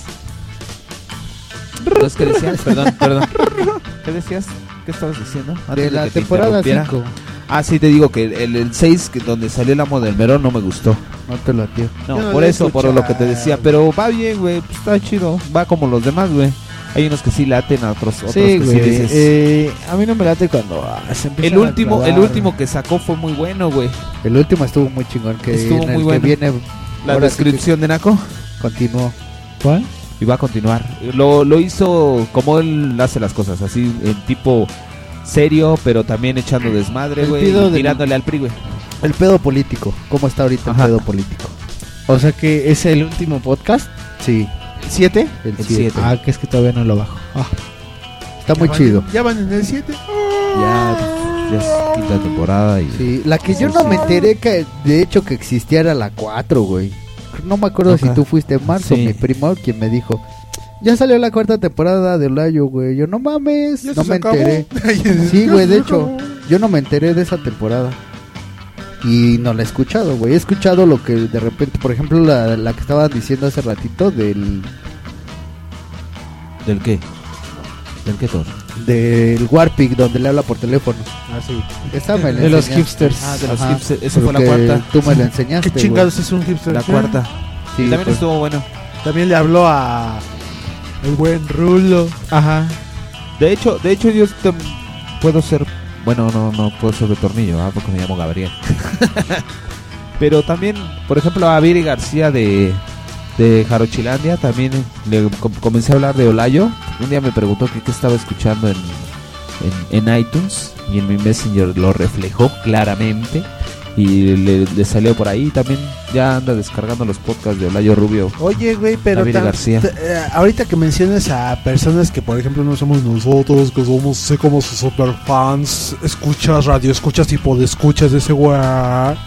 S4: No, es que decías, perdón, perdón. ¿Qué decías? ¿Qué estabas diciendo? Antes
S1: la
S4: que te
S1: temporada
S4: interrumpiera.
S1: cinco.
S4: Ah, sí, te digo que el, el 6, donde salió el amo del Merón, no me gustó.
S1: No te lo atió.
S4: No,
S1: Yo no
S4: por
S1: lo he
S4: eso, por lo que te
S1: escuchado.
S4: decía. Pero va bien, güey. pues está chido. Va como los demás, güey. Hay unos que sí laten, a otros, otros
S3: Sí,
S4: que sí
S3: güey.
S4: dices.
S3: eh, a mí no me late cuando ah, se empiezan
S4: el último,
S3: a clavar.
S4: el último que sacó fue muy bueno, güey.
S1: El último estuvo muy chingón. Que
S4: Estuvo
S1: en
S4: muy
S1: el
S4: bueno.
S1: Que viene,
S4: La
S1: ahora sí que
S4: descripción de Naco.
S1: Continuó.
S3: ¿Cuál?
S4: Y va a continuar. Lo, lo hizo como él hace las cosas, así en tipo
S28: serio, pero también echando desmadre,
S1: El
S28: güey,
S1: pedo
S28: y
S1: del-
S28: tirándole al PRI, güey.
S1: El pedo político. ¿Cómo está ahorita el pedo político?
S3: O sea que es el último podcast.
S1: Sí.
S3: ¿El 7?
S1: El siete. Ah.
S3: Ah, que es que todavía no lo bajo.
S1: Está muy
S5: Ya van-
S1: chido.
S5: Ya van en el 7.
S4: Ya, ya es quinta temporada y...
S1: Ah. Sí, la que yo no me enteré que de hecho que existía era la 4, güey. No me acuerdo si
S4: Ajá.
S1: tú fuiste en marzo,
S4: Sí.
S1: mi primo, quien me dijo, ya salió la cuarta temporada de Layo, güey. Yo no mames,
S5: Ya
S1: no
S5: se
S1: me
S5: acabó.
S1: enteré. sí, güey, de hecho, yo no me enteré de esa temporada. Y no la he escuchado, güey. He escuchado lo que de repente, por ejemplo, la, la que estaban diciendo hace ratito del
S4: ¿Del qué? ¿Del qué, Thor?
S1: del Warpic donde le habla por teléfono.
S5: Ah, sí.
S1: Esa me la
S4: De los
S1: enseñaste.
S4: hipsters. Ah, de los
S1: Ajá,
S4: hipsters. Esa fue la
S1: porque
S4: cuarta.
S1: Tú me la enseñaste.
S5: ¿Qué chingados es un hipster? La cuarta. Y también
S1: pues.
S5: estuvo
S28: bueno.
S5: También le habló a. El buen Rulo.
S3: Ajá.
S4: De hecho, de hecho yo te- puedo ser... Bueno, no, no puedo ser de tornillo, ah, porque me llamo Gabriel. Pero también, por ejemplo, a Viri García de, de Jarochilandia, también le com- comencé a hablar de Olayo. Un día me preguntó que qué estaba escuchando en, en, en iTunes y en mi Messenger lo reflejó claramente y le, le salió por ahí. También ya anda descargando los podcasts de Olayo Rubio.
S5: Oye, güey, pero
S4: David
S5: tam-
S4: García.
S5: t- eh, ahorita que mencionas a personas que, por ejemplo, no somos nosotros, que somos, sé como sus super fans, escuchas, radio escuchas y podescuchas de ese güey. A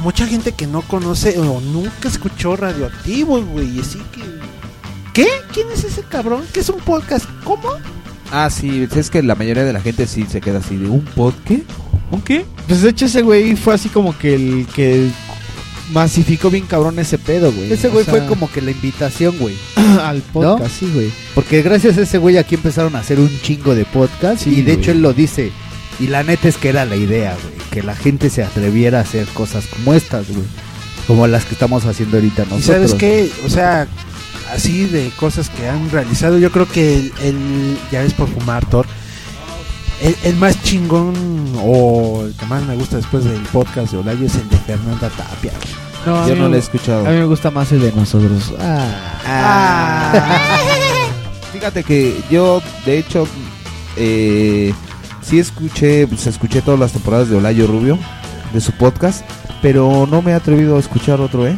S5: mucha gente que no conoce o nunca escuchó Radioactivos, güey, y así que... ¿Qué? ¿Quién es ese cabrón? ¿Qué es un podcast? ¿Cómo?
S4: Ah, sí, es que la mayoría de la gente sí se queda así de un podcast.
S3: ¿Un qué? Pues de hecho ese güey fue así como que el que masificó bien cabrón ese pedo, güey.
S1: Ese güey
S3: O sea,
S1: fue como que la invitación, güey.
S3: al podcast, sí, güey.
S1: Porque gracias a ese güey aquí empezaron a hacer un chingo de podcast. y de
S3: güey.
S1: hecho él lo dice. Y la neta es que era la idea, güey. Que la gente se atreviera a hacer cosas como estas, güey. Como las que estamos haciendo ahorita nosotros.
S5: ¿Y sabes qué? O sea, así de cosas que han realizado, yo creo que el, el- ya ves por fumar, Thor, el, el más chingón o el que más me gusta después del podcast de Olayo es el de Fernanda Tapia.
S3: a mí me gu- A mí me gusta más el de nosotros. Ah.
S4: Fíjate que yo, de hecho, eh, sí escuché, pues escuché todas las temporadas de Olayo Rubio, de su podcast, pero no me he atrevido a escuchar otro, ¿eh?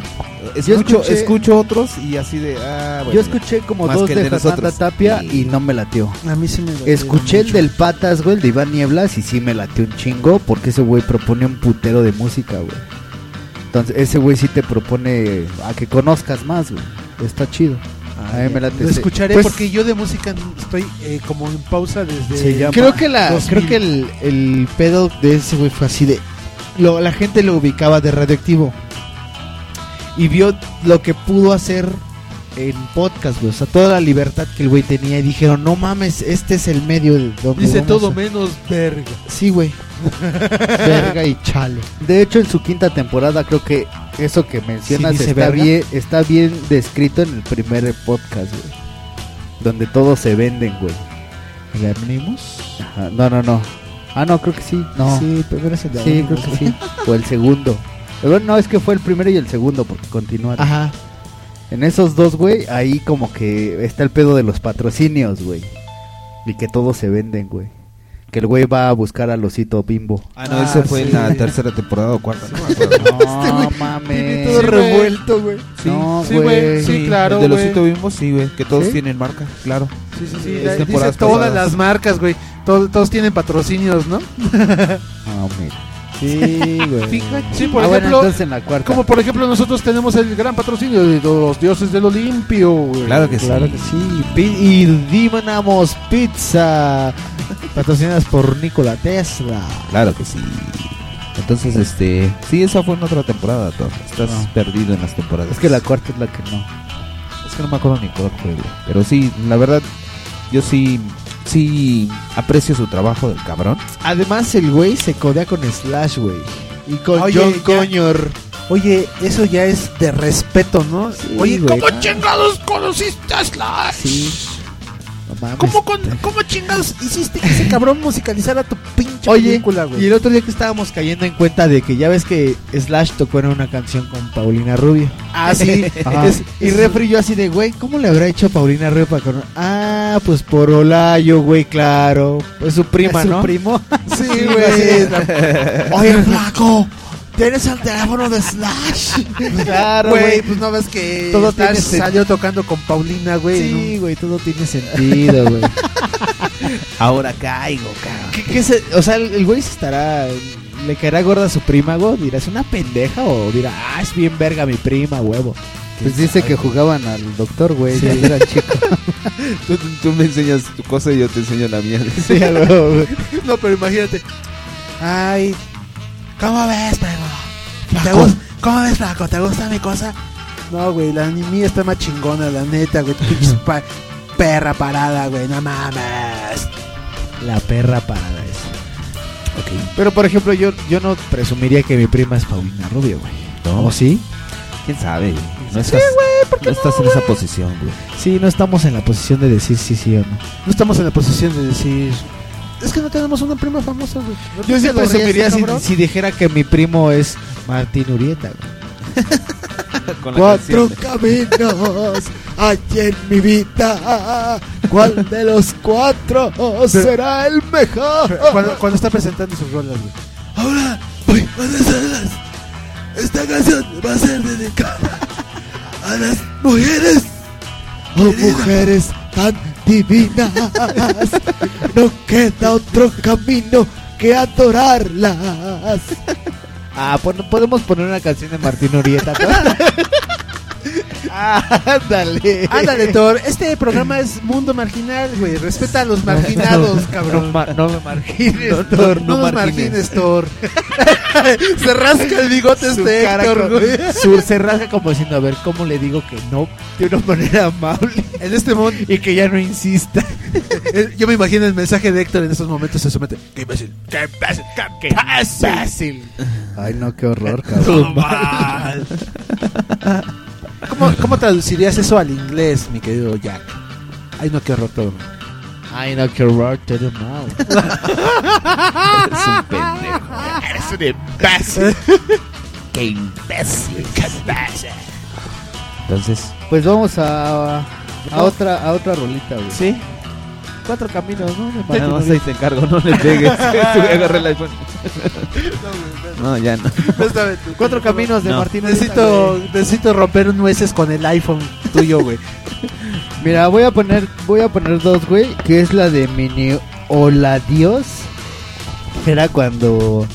S1: Yo
S4: Escucho,
S1: escuché-
S4: escucho otros y así de... Ah, bueno,
S1: Yo escuché como
S4: más
S1: dos
S4: que
S1: de,
S4: el
S1: Fernanda
S4: nosotros.
S1: Tapia y... no me latió.
S5: A mí se me latió
S1: Escuché el
S5: mucho.
S1: del Patas, güey, el de Iván Nieblas y sí me latió un chingo porque ese güey propone un putero de música, güey. Entonces ese güey sí te propone a que conozcas más, güey. Está chido. a mí me late.
S5: Ah, Lo
S1: ese-
S5: escucharé
S1: Pues,
S5: porque yo de música estoy eh, como en pausa desde...
S1: Se llama-
S3: Creo que la
S5: 2000.
S3: creo que el, el pedo de ese güey fue así de lo- la gente lo ubicaba de radioactivo y vio lo que pudo hacer en podcast, güey, o sea, toda la libertad que el güey tenía y dijeron, "No mames, este es el medio de donde
S5: Dice
S3: vamos
S5: todo
S3: a-".
S5: menos verga.
S3: Sí, güey. Verga y chale.
S1: De hecho, en su quinta temporada creo que eso que mencionas
S3: Sí, dice
S1: está,
S3: verga.
S1: bien, está bien descrito en el primer podcast, güey. Donde todos se venden, güey.
S3: ¿Vermimos?
S1: Ajá, No, no, no. Ah, no, creo que sí. No.
S3: Sí, primero es el de
S1: Sí, creo
S3: Anonymous,
S1: que
S3: güey.
S1: sí. O el segundo. Pero no, es que fue el primero y el segundo, porque continuaron.
S3: Ajá.
S1: En esos dos, güey, ahí como que está el pedo de los patrocinios, güey. Y que todos se venden, güey. Que el güey va a buscar al osito bimbo. Este
S4: Ah, no, ese fue en la tercera temporada o cuarta. No, me acuerdo.
S1: No mames.
S4: todo Sí, güey.
S1: revuelto, güey.
S4: Sí,
S1: No,
S4: sí, güey,
S1: güey.
S4: sí, claro, El de los güey. Osito Bimbo, sí, güey, que todos tienen marca, claro.
S5: Sí, sí,
S4: Es
S5: sí. da- Dice
S4: temporadas
S5: todas
S4: pasadas.
S5: las marcas, güey. Todos, todos tienen patrocinios, ¿no?
S1: Ah, mira.
S3: Sí, güey.
S5: Fíjate. Sí, por
S1: Ah, bueno,
S5: ejemplo,
S1: entonces en la cuarta.
S5: Como por ejemplo nosotros tenemos el gran patrocinio de los dioses del Olimpio, güey.
S4: Claro que
S3: Claro que sí. Pi- Y Dimanamos Pizza. Patrocinadas por Nikola Tesla.
S4: Claro que sí. Entonces, este. Sí, esa fue en otra temporada, Thor. Estás
S1: No.
S4: perdido en las temporadas.
S1: Es que la cuarta es la que no.
S4: Es que no me acuerdo ni cuál fue, güey. Pero sí, la verdad, yo sí. Sí, aprecio su trabajo del cabrón.
S3: Además, el güey se codea con Slash, güey. Y con John Connor.
S5: Oye, eso ya es de respeto, ¿no? Oye,
S3: güey.
S5: ¿cómo chingados conociste a Slash?
S3: Sí. Ah, pues,
S5: ¿Cómo, con- cómo chingados hiciste que ese cabrón musicalizara tu pinche pinche
S4: Oye,
S5: película, güey.
S4: y el otro día que estábamos cayendo en cuenta de que ya ves que Slash tocó en una canción con Paulina Rubio.
S1: Ah, sí.
S4: Entonces, y Refri yo así de, güey, ¿cómo le habrá hecho Paulina Rubio para con... Ah, pues por Olayo, güey, claro. Pues su prima,
S1: ¿Es su
S4: ¿no?
S1: primo?
S4: Sí,
S1: Sí,
S4: güey.
S1: Oye, flaco, tienes el teléfono de Slash.
S4: Claro,
S5: güey,
S4: güey.
S5: pues no ves que
S4: Todo
S5: Slash
S4: tiene sen-
S5: salió tocando con Paulina, güey.
S4: Sí, güey, todo tiene sentido, güey.
S29: Ahora caigo, cabrón.
S4: ¿Qué- qué se- o sea, el el güey se estará. ¿Le caerá gorda a su prima, güey? ¿Dirá, es una pendeja? ¿O dirá, ah, es bien verga mi prima, huevo?
S1: Pues dice que jugaban al doctor, güey.
S4: Sí.
S1: cuando era chico.
S29: Tú, tú me enseñas tu cosa y yo te enseño la mía.
S1: Sí, a huevo, güey.
S5: No, pero imagínate. Ay, ¿cómo ves, primo? ¿Te
S1: Flaco.
S5: gus- ¿Cómo ves, flaco? ¿Te gusta mi cosa? No, güey, la mía está más chingona, la neta, güey. Pinches pa- perra parada, güey, no mames.
S4: La perra parada es. Pero, por ejemplo, yo, yo no presumiría que mi prima es Paulina Rubio, güey. ¿O sí?
S6: ¿Quién sabe? güey? No
S4: Sí,
S6: estás,
S4: güey, ¿por qué
S6: no estás
S4: no,
S6: en esa
S4: güey?
S6: posición, güey.
S4: Sí, no estamos en la posición de decir sí, sí o no.
S5: No estamos en la posición de decir. Es que no tenemos una prima famosa, güey. ¿No
S4: Yo
S5: te
S4: sí
S5: lo ríes,
S4: presumiría si,
S5: cabrón?
S4: si dijera que mi primo es Martín Urieta, güey.
S29: Con
S4: Cuatro
S3: caminos hay en mi vida. ¿Cuál de los cuatro será el mejor?
S5: Cuando, cuando está presentando sus rolas, güey.
S3: Ahora, voy a hacerlas. Esta canción va a ser dedicada a las mujeres. Oh, mujeres tan divinas. No queda otro camino que adorarlas.
S4: Ah, pon- podemos poner una canción de Martín Urieta. Ándale.
S5: Ándale, Thor. Este programa es mundo marginal, güey. Respeta a los marginados, cabrón.
S4: No, ma- no me margines,
S5: No,
S4: Thor, no,
S5: no nos margines, Thor. Se rasca el bigote
S4: Su
S5: este
S4: cara
S5: Héctor,
S4: con-
S5: güey.
S4: su- se rasga como diciendo, a ver, ¿cómo le digo que no? De una manera amable.
S5: En este mundo.
S4: Y que ya no insista.
S5: Eh, Yo me imagino el mensaje de Héctor en esos momentos. Se somete. Qué imbécil.
S4: ¡Qué fácil! ¡Qué
S5: fácil!
S1: Ay, no, qué horror,
S5: No
S1: cabrón.
S5: mal. ¿Cómo, cómo traducirías eso al inglés, mi querido Jack? Ay, no, qué horror todo.
S4: Ay, no, qué horror todo mal.
S5: Eres
S4: un pendejo. Eres un imbécil.
S6: Qué imbécil. Entonces,
S1: Pues vamos a, a
S4: No.
S1: otra a otra rolita, güey.
S4: Sí. Cuatro caminos, ¿no? Me
S6: nada más ahí te encargo, no le pegues. Tú agarra el iPhone. No, ya no.
S4: Cuatro caminos de
S5: No.
S4: Martín Urieta,
S5: Necesito,
S4: güey.
S5: necesito romper nueces con el iPhone tuyo, güey.
S1: Mira, voy a poner voy a poner dos, güey, que es la de Mini Hola Dios. Era cuando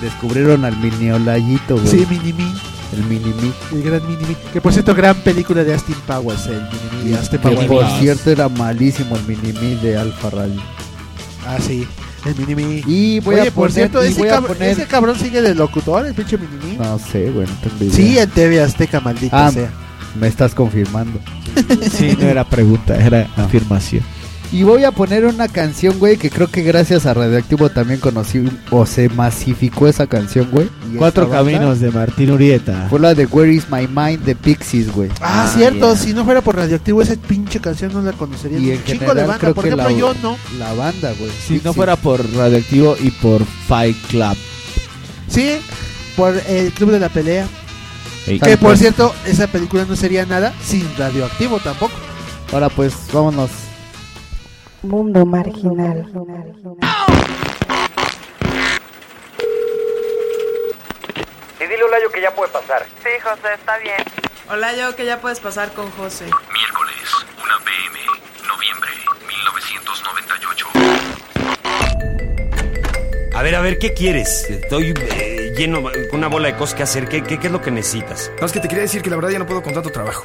S1: descubrieron al Mini Olayito, güey.
S5: Sí, Mini Mi.
S1: el Mini Mi.
S5: El gran Mini Mi. Que por cierto, gran película de Austin Powers, el Mini Mi. de Austin
S1: Que,
S5: Powers.
S1: por cierto era malísimo el Mini Mi de Alfa Radio.
S5: Ah, sí. El Mini Mi.
S1: Y voy
S5: Oye,
S1: a
S5: por
S1: poner,
S5: cierto,
S1: y
S5: ese,
S1: voy a
S5: cabr-
S1: poner-
S5: ese cabrón sigue de locutor, el pinche Mini Mi.
S1: No sé, güey, no tengo idea.
S5: Sí, en TV Azteca, maldito
S1: Ah,
S5: sea.
S1: me estás confirmando.
S4: Sí, no era pregunta, era afirmación.
S1: Y voy a poner una canción, güey, que creo que gracias a Radioactivo también conocí o se masificó esa canción, güey. Y
S4: Cuatro
S1: esta banda
S4: caminos de Martín Urieta.
S1: Fue la de Where is my mind de Pixies, güey.
S5: Ah, cierto, si no fuera por Radioactivo, esa pinche canción no la conocería.
S1: Y
S5: ni
S1: en
S5: un chingo
S1: general
S5: de banda.
S1: creo
S5: por
S1: que
S5: ejemplo,
S1: la-
S5: yo no.
S1: La banda, güey.
S4: Si no fuera por Radioactivo y por Fight Club.
S5: Sí, por el Club de la Pelea.
S4: Ey.
S5: Que por cierto, esa película no sería nada sin Radioactivo tampoco.
S1: Ahora pues, vámonos.
S12: Mundo marginal.
S23: Y dile a Olayo que ya puede pasar.
S30: Sí, José, está bien. Hola, yo que ya puedes pasar con José.
S22: Miércoles, 1 pm, noviembre 1998.
S19: A ver, a ver, ¿qué quieres? Estoy eh, lleno eh, con una bola de cosas que hacer. ¿Qué, qué, qué es lo que necesitas?
S23: No, es que te quería decir que la verdad ya no puedo con tanto trabajo.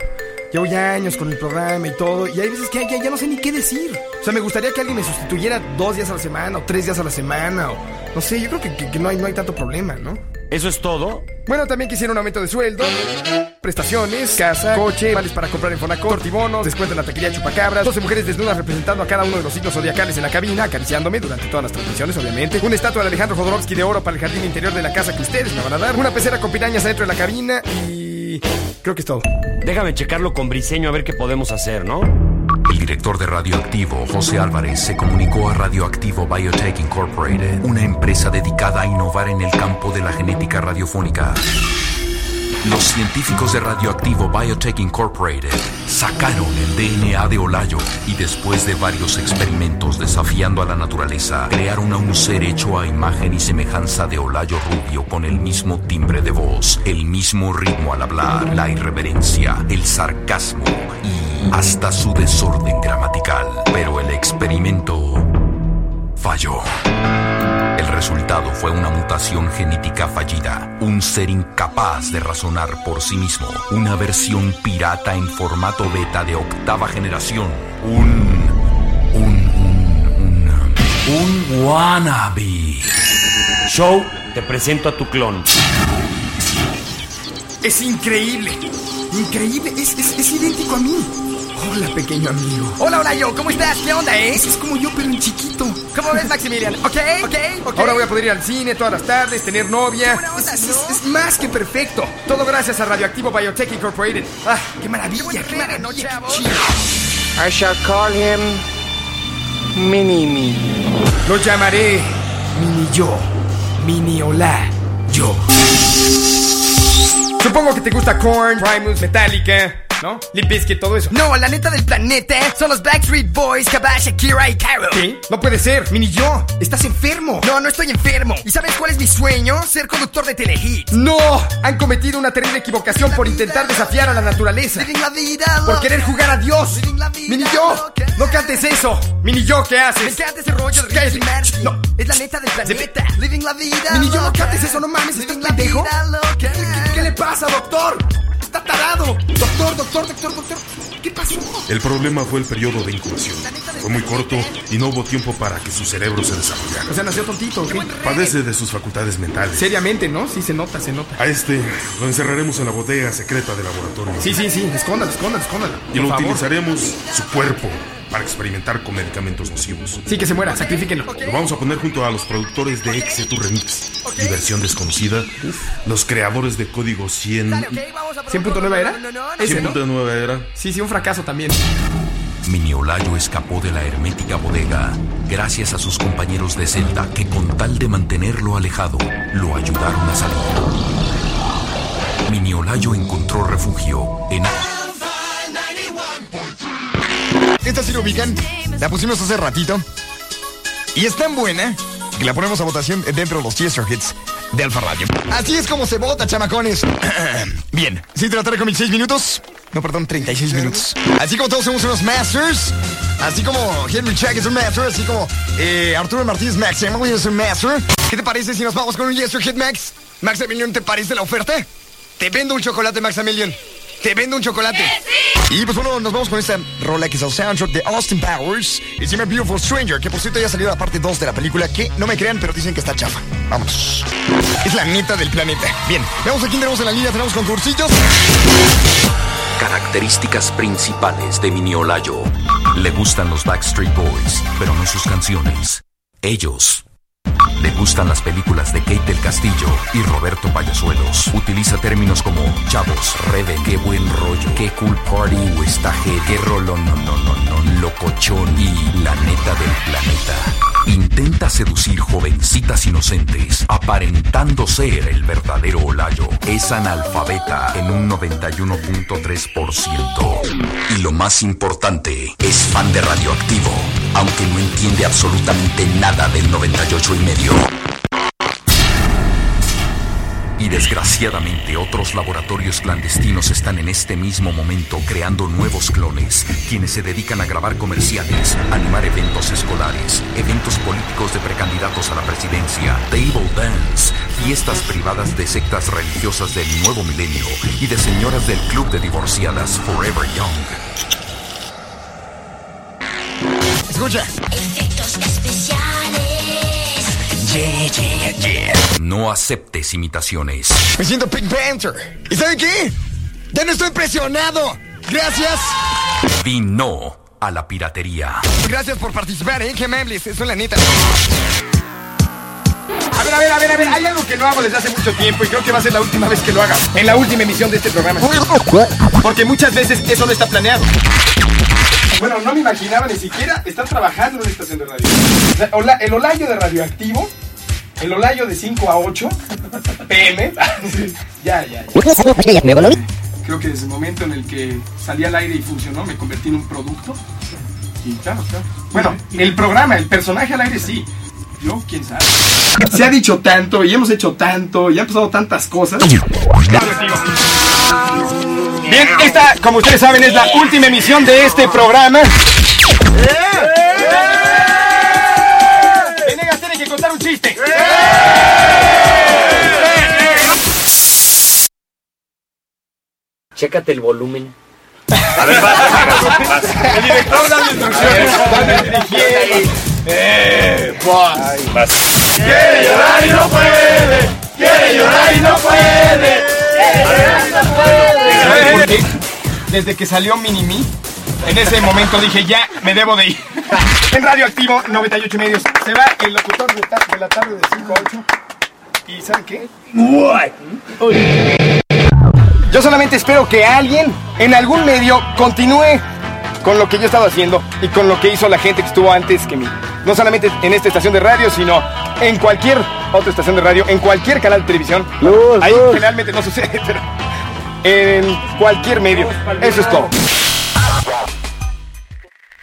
S23: Llevo ya años con el programa y todo, y hay veces que ya, ya no sé ni qué decir. O sea, me gustaría que alguien me sustituyera dos días a la semana, o tres días a la semana, o no sé, yo creo que, que- que no, hay, no hay tanto problema, ¿no?
S19: ¿Eso es todo?
S23: Bueno, también quisiera un aumento de sueldo, prestaciones, casa, coche, vales para comprar en Fonacor, tortibonos, descuento en la taquería Chupacabras, 12 mujeres desnudas representando a cada uno de los signos zodiacales en la cabina, acariciándome durante todas las transmisiones, obviamente, una estatua de Alejandro Jodorowsky de oro para el jardín interior de la casa que ustedes me van a dar, una pecera con pirañas adentro de la cabina y... creo que es todo.
S19: Déjame checarlo con Briseño a ver qué podemos hacer, ¿no?
S22: El director de Radioactivo, José Álvarez, se comunicó a Radioactivo Biotech Incorporated, una empresa dedicada a innovar en el campo de la genética radiofónica. Los científicos de Radioactivo Biotech Incorporated sacaron el DNA de Olayo y después de varios experimentos desafiando a la naturaleza, crearon a un ser hecho a imagen y semejanza de Olayo Rubio con el mismo timbre de voz, el mismo ritmo al hablar, la irreverencia, el sarcasmo y hasta su desorden gramatical. Pero el experimento falló. El resultado fue una mutación genética fallida, un ser incapaz de razonar por sí mismo, una versión pirata en formato beta de octava generación, un... un... un... un... un wannabe.
S10: Show, te presento a tu clon.
S18: Es increíble. Increíble. Es, es, es idéntico a mí. Hola, pequeño amigo.
S23: Hola, hola, yo, ¿cómo estás? ¿Qué onda, eh?
S18: Es como yo, pero en chiquito.
S23: ¿Cómo ves, Maximilian? ¿Ok? ¿Ok? ¿Ok? Ahora voy a poder ir al cine todas las tardes, tener novia.
S18: Es, es- es más que perfecto.
S23: Todo gracias a Radioactivo Biotech Incorporated. ¡Ah, qué maravilla! ¡Qué maravilla! qué chido.
S11: I shall call him Mini Me.
S23: Lo llamaré Mini Yo. Mini Hola Yo. Supongo que te gusta Korn, Primus, Metallica, ¿no? Limp Bizkit, todo eso.
S18: No, la neta del planeta son los Backstreet Boys, Kabash, Shakira y Carol.
S23: ¿Qué? No puede ser.
S18: Mini yo, estás enfermo. No, no estoy enfermo. ¿Y sabes cuál es mi sueño? Ser conductor de Telehit.
S23: ¡No! Han cometido una terrible equivocación por intentar desafiar a la naturaleza.
S18: Living la vida.
S23: Por querer jugar a Dios. Mini yo, no cantes eso. Mini yo, ¿qué haces?
S18: Me encanta ese rollo de Ricky Martin.
S23: No.
S18: Es la neta del planeta. Living la vida.
S23: Mini yo, no
S18: loca.
S23: cantes eso, no mames, ¿estás
S18: Living la
S23: pendejo?
S18: vida loca.
S23: ¿Qué- ¿Qué le pasa, doctor? Está tarado. Doctor, doctor, doctor, doctor.
S18: ¿Qué pasó?
S24: El problema fue el periodo de incubación. Fue muy corto y no hubo tiempo para que su cerebro se desarrollara.
S23: O sea, nació tontito. ¿ok?
S24: Padece de sus facultades mentales.
S23: Seriamente, ¿no? Sí, se nota, se nota.
S24: A este lo encerraremos en la bodega secreta del laboratorio.
S23: Sí, sí, sí. Escóndalo, escóndalo, escóndalo.
S24: Y
S23: Por
S24: lo
S23: favor.
S24: utilizaremos su cuerpo para experimentar con medicamentos nocivos.
S23: Sí, que se muera, sacrifíquenlo.
S24: Lo vamos a poner junto a los productores de Exe Tu Remix y versión desconocida, los creadores de código 100.
S23: 100.9 era? Ese, ¿no?
S24: 100.9 era.
S23: Sí, sí, un fracaso también.
S22: Miniolayo escapó de la hermética bodega gracias a sus compañeros de celda que con tal de mantenerlo alejado lo ayudaron a salir. Miniolayo encontró refugio en...
S24: Esta sí lo ubican. La pusimos hace ratito.
S9: Y es tan buena que la ponemos a votación dentro de los Chester Hits de Alfa Radio. Así es como se vota, chamacones. Bien, sí trataré con mis 6 minutos. No, perdón, 36 minutos. Así como todos somos unos masters, así como Henry Check es un master, así como eh, Arturo Martínez Max Emily es un master. ¿Qué te parece si nos vamos con un Chester Hit Max? Max Emilion, ¿te parece la oferta? Te vendo un chocolate, Max Emilion. Te vendo un chocolate. Y pues bueno, nos vamos con esta rola que es el soundtrack de Austin Powers. Y se llama Beautiful Stranger, que por cierto ya salió la parte 2 de la película, que no me crean, pero dicen que está chafa. Vamos. Es la neta del planeta. Bien, veamos a quién tenemos en la línea, tenemos concursillos.
S22: Características principales de Miniolayo. Le gustan los Backstreet Boys, pero no sus canciones. Ellos. Le gustan las películas de Kate del Castillo y Roberto Payasuelos. Utiliza términos como chavos, rebe, qué buen rollo, qué cool party o estaje, qué rolón, no, no, no, no, locochón y la neta del planeta. Intenta seducir jovencitas inocentes, aparentando ser el verdadero Olayo. Es analfabeta en un 91.3%. Y lo más importante, es fan de radioactivo, aunque no entiende absolutamente nada del 98 y medio. Y desgraciadamente otros laboratorios clandestinos están en este mismo momento creando nuevos clones, quienes se dedican a grabar comerciales, animar eventos escolares, eventos políticos de precandidatos a la presidencia, table dance, fiestas privadas de sectas religiosas del nuevo milenio y de señoras del club de divorciadas Forever Young.
S9: Escucha. Efectos especiales.
S22: Yeah, yeah, yeah. No aceptes imitaciones.
S9: Me siento Pink Panther. ¿Y saben qué? Ya no estoy presionado. Gracias.
S22: Di no a la piratería.
S9: Gracias por participar, ¿eh? Qué amables. Eso es la neta.
S23: A ver, a ver, a ver, a ver. Hay algo que no hago desde hace mucho tiempo y creo que va a ser la última vez que lo haga. En la última emisión de este programa. Porque muchas veces eso no está planeado.
S2: Bueno, no me imaginaba ni siquiera estar trabajando en una estación de radio. O sea, ola- el olayo de radioactivo, el olayo de 5 a 8, PM. ya, ya, ya. Creo que desde el momento en el que salí al aire y funcionó, me convertí en un producto. Y claro, claro. Bueno, el programa, el personaje al aire sí. Yo, quién sabe. Se ha dicho tanto y hemos hecho tanto y han pasado tantas cosas.
S23: Bien, esta, como ustedes saben, es la última emisión de este programa.
S2: Venegas tiene que contar un chiste.
S23: ¡Eh!
S22: Chécate el volumen.
S3: El director da las instrucciones. Eh, vas. Quiere llorar y no puede. Quiere llorar y no puede.
S23: ¿Saben por qué? Desde que salió Minimi, en ese momento dije, ya, me debo de ir. En Radioactivo 98 y medio se va el locutor de, ta- de la tarde de 5 a 8. ¿Y saben qué? Yo solamente espero que alguien en algún medio continúe con lo que yo he estado haciendo y con lo que hizo la gente que estuvo antes que mí. No solamente en esta estación de radio, sino en cualquier otra estación de radio, en cualquier canal de televisión. Ahí generalmente no sucede, pero en cualquier medio. Eso es todo.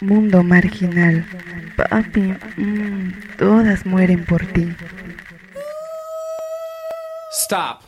S12: Mundo marginal. Papi, mm, todas mueren por ti.
S3: Stop.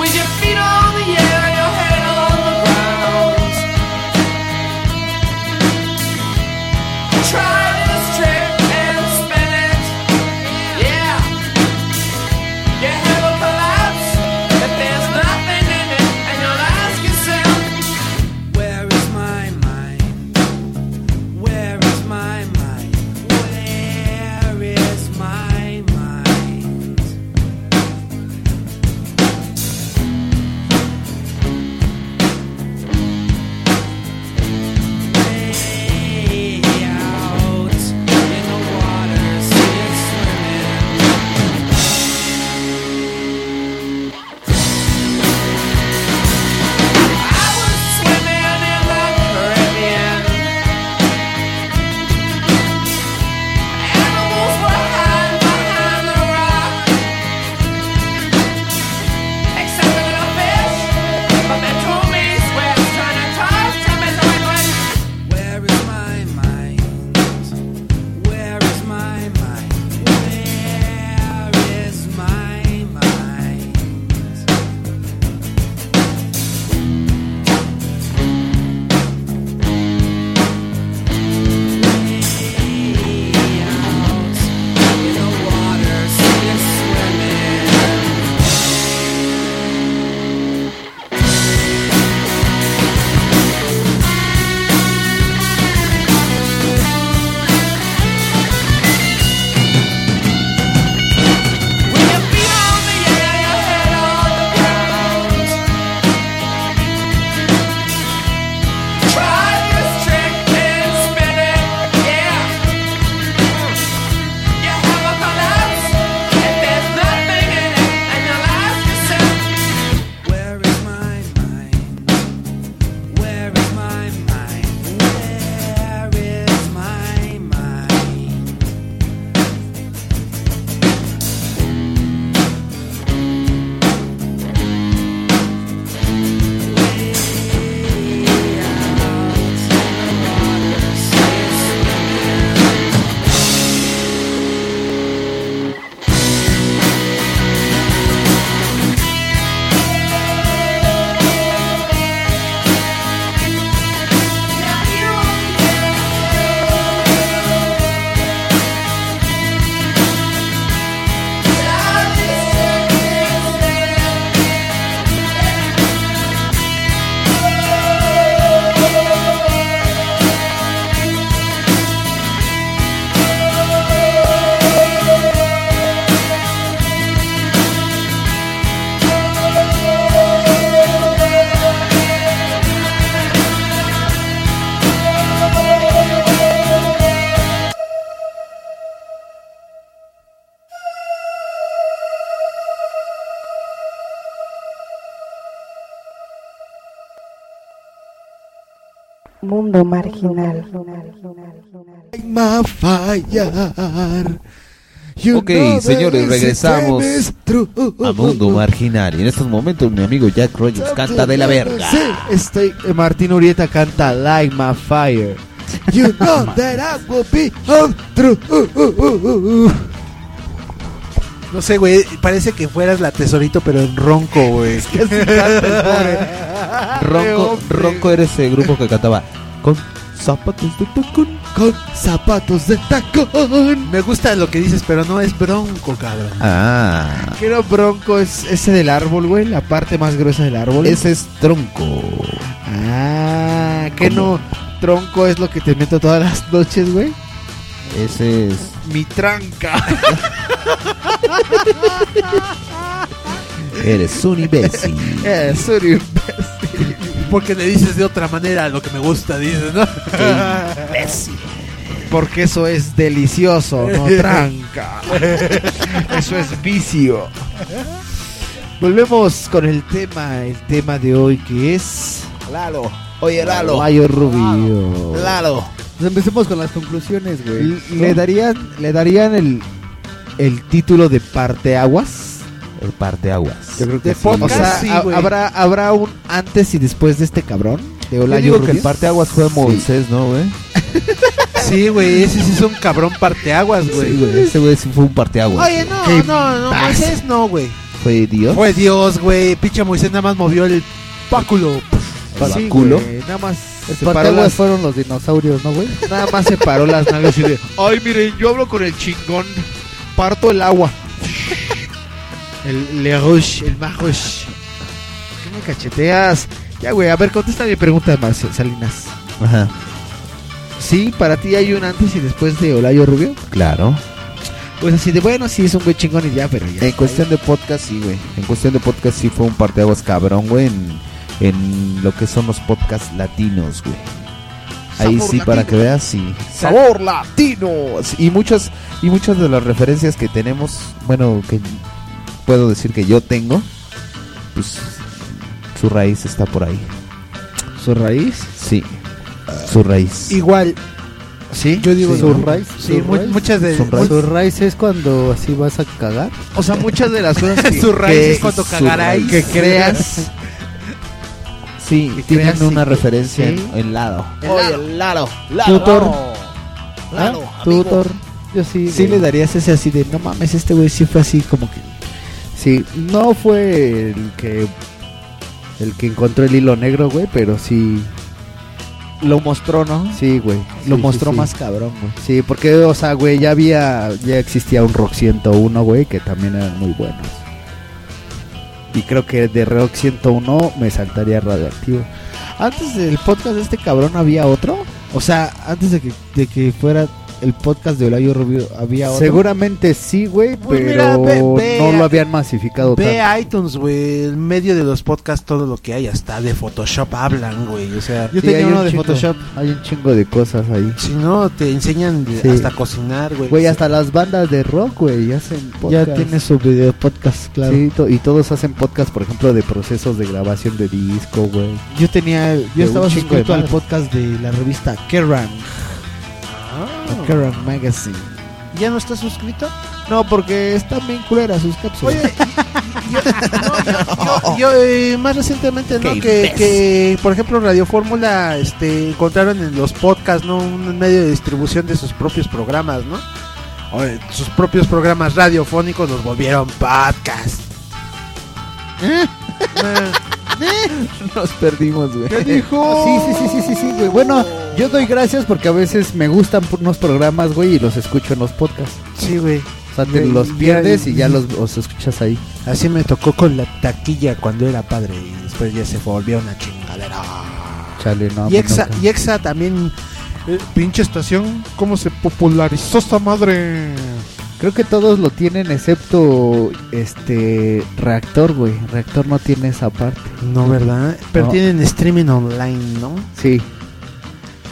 S31: With your feet on the air, your head on the ground.
S3: Mundo marginal.
S12: va a fallar.
S4: Ok, señores, regresamos a Mundo Marginal. Y en estos momentos mi amigo Jack Rogers canta de la verga.
S1: Sí, estoy, eh, Martín Urieta canta Like My Fire.
S12: You know that I will be
S5: oh,
S12: untrue.
S5: uh, No sé, güey, parece que fueras la tesorito, pero en ronco, güey.
S4: Ronco, Ronco era ese grupo que cantaba con zapatos de tacón.
S5: Con zapatos de tacón. Me gusta lo que dices, pero no es bronco, cabrón.
S4: Ah,
S1: Quiero bronco es ese del árbol, güey, la parte más gruesa del árbol.
S4: Ese es tronco.
S1: Ah, que no tronco es lo que te meto todas las noches, güey.
S4: ese es.
S1: Mi tranca.
S4: Eres un imbécil.
S1: es un imbécil.
S5: Porque le dices de otra manera lo que me gusta, dices, ¿no?
S1: Porque eso es delicioso, no tranca. Eso es vicio. Volvemos con el tema, el tema de hoy que es
S4: Lalo. Oye,
S1: Mayo Rubio.
S4: Lalo.
S6: Pues empecemos con las conclusiones, güey.
S1: Le darían, le darían el, el título de parteaguas.
S4: El parteaguas. Yo
S1: creo
S4: que sí.
S1: O sea,
S4: Sí,
S1: ha-
S4: güey.
S1: habrá, habrá un antes y después de este cabrón. De
S4: Yo
S1: Olayo
S4: digo que
S1: Rubio?
S4: el parteaguas fue Moisés, ¿no, güey?
S5: Sí, güey, ese sí es un cabrón parteaguas, güey.
S4: Sí, güey, ese güey sí fue un parteaguas.
S5: Oye, no,
S4: ¿Qué
S5: no, no,
S4: pasa?
S5: Moisés no, güey.
S4: Fue Dios.
S5: Fue Dios, güey. Pinche Moisés nada más movió el páculo.
S1: El
S5: Sí,
S1: báculo.
S5: güey,
S1: Eh, Nada más
S6: El
S1: separó
S6: parteaguas
S1: las-
S6: fueron los dinosaurios, ¿no, güey?
S1: Nada más separó las nalgas y de, ay, miren, yo hablo con el chingón, parto el agua. El Le Rouge, el Majush. ¿Por qué me cacheteas? Ya, güey, a ver, contesta mi pregunta, Marce- Salinas.
S4: Ajá,
S1: Sí, para ti hay un antes y después de Olayo Rubio.
S4: claro.
S1: Pues así de, bueno, sí, es un güey chingón y ya, pero ya.
S4: En cuestión de podcast, sí, güey. En cuestión de podcast, sí fue un parteaguas cabrón, güey. En, en lo que son los podcasts latinos, güey. Ahí
S1: Sabor
S4: sí, para
S1: latino.
S4: que veas, sí.
S1: ¡Sabor latino!
S4: Y muchas, y muchas de las referencias que tenemos, bueno, que puedo decir que yo tengo, pues su raíz está por ahí.
S1: ¿Su raíz?
S4: Sí, su raíz.
S5: Igual.
S1: ¿Sí?
S6: Yo digo
S4: Sí.
S6: no.
S4: Sunrise.
S6: Sí, mu-
S4: Sunrise.
S6: muchas de...
S4: Sunrise.
S6: Sunrise es cuando así vas a cagar.
S1: O sea, muchas de las cosas que,
S6: Su raíz
S1: que-
S6: es cuando
S1: su
S6: cagaráis.
S1: raíz. que creas.
S4: Sí,
S1: que
S4: tienen
S1: creas y
S4: una
S1: que-
S4: referencia
S1: sí.
S4: en, en lado.
S1: Oye, Lalo,
S6: Tutor.
S1: Lalo,
S6: ¿Ah? Tutor. Yo sí.
S1: Sí
S6: güey.
S1: le darías ese así de, no mames, este güey sí fue así como que...
S6: Sí, no fue el que el que encontró el hilo negro, güey, pero sí
S1: lo mostró, ¿no?
S6: Sí, güey.
S1: Lo
S6: Sí,
S1: mostró
S6: sí, sí.
S1: más cabrón, güey.
S6: Sí, porque o sea, güey, ya había ya existía un Rock 101, güey, que también eran muy buenos. Y creo que de Rock 101 me saltaría radioactivo.
S1: Antes del podcast de este cabrón había otro. O sea, antes de que, de que fuera el podcast de Olayo Rubio, había otro.
S6: Seguramente sí, güey,
S1: Pues mira,
S6: pero
S1: ve- ve-
S6: no lo habían masificado
S5: Ve
S6: tanto.
S5: a iTunes, güey, el medio de los podcasts, todo lo que hay, hasta de Photoshop hablan, güey, o sea...
S6: Sí, hay un chingo- Hay un chingo de cosas ahí.
S5: Si no, te enseñan de-
S6: Sí.
S5: hasta cocinar, güey.
S6: Güey, hasta las bandas de rock, güey, hacen
S1: Ya
S6: podcast.
S1: tiene su video podcast, claro.
S6: Sí, to- y todos hacen podcast, por ejemplo, de procesos de grabación de disco, güey.
S1: Yo tenía, yo
S6: De un chingo
S1: estaba
S6: de
S1: suscrito al
S6: más.
S1: podcast de la revista Kerrang.
S6: Oh.
S1: A Kerrang Magazine.
S5: ¿Ya no estás suscrito?
S1: No, porque están bien culeras sus cápsulas.
S5: Yo, eh, más recientemente, ¿no?
S1: Qué
S5: Que,
S1: imbécil.
S5: que, por ejemplo, Radio Fórmula este, encontraron en los podcasts, ¿no? Un medio de distribución de sus propios programas, ¿no? O, eh, sus propios programas radiofónicos los volvieron podcast. Eh,
S4: Nos perdimos, güey.
S6: Pues, Ah, Sí, sí, sí, sí, sí, sí, güey. Bueno, yo doy gracias porque a veces me gustan por unos programas, güey, y los escucho en los podcasts.
S5: Sí, güey.
S6: O sea, te
S5: Güey,
S6: los
S5: ya-
S6: pierdes y ya los, los escuchas ahí.
S5: Así me tocó con la taquilla cuando era padre y después ya se volvió una chingadera.
S6: Chale,
S1: Ah,
S6: no.
S5: y,
S6: pues
S5: Exa,
S6: nunca.
S5: y Exa también, eh, pinche estación, ¿cómo se popularizó esta madre?
S6: Creo que todos lo tienen excepto este reactor, güey. Reactor no tiene esa parte.
S5: No, ¿verdad? Pero
S6: No.
S5: tienen streaming online, ¿no?
S6: Sí.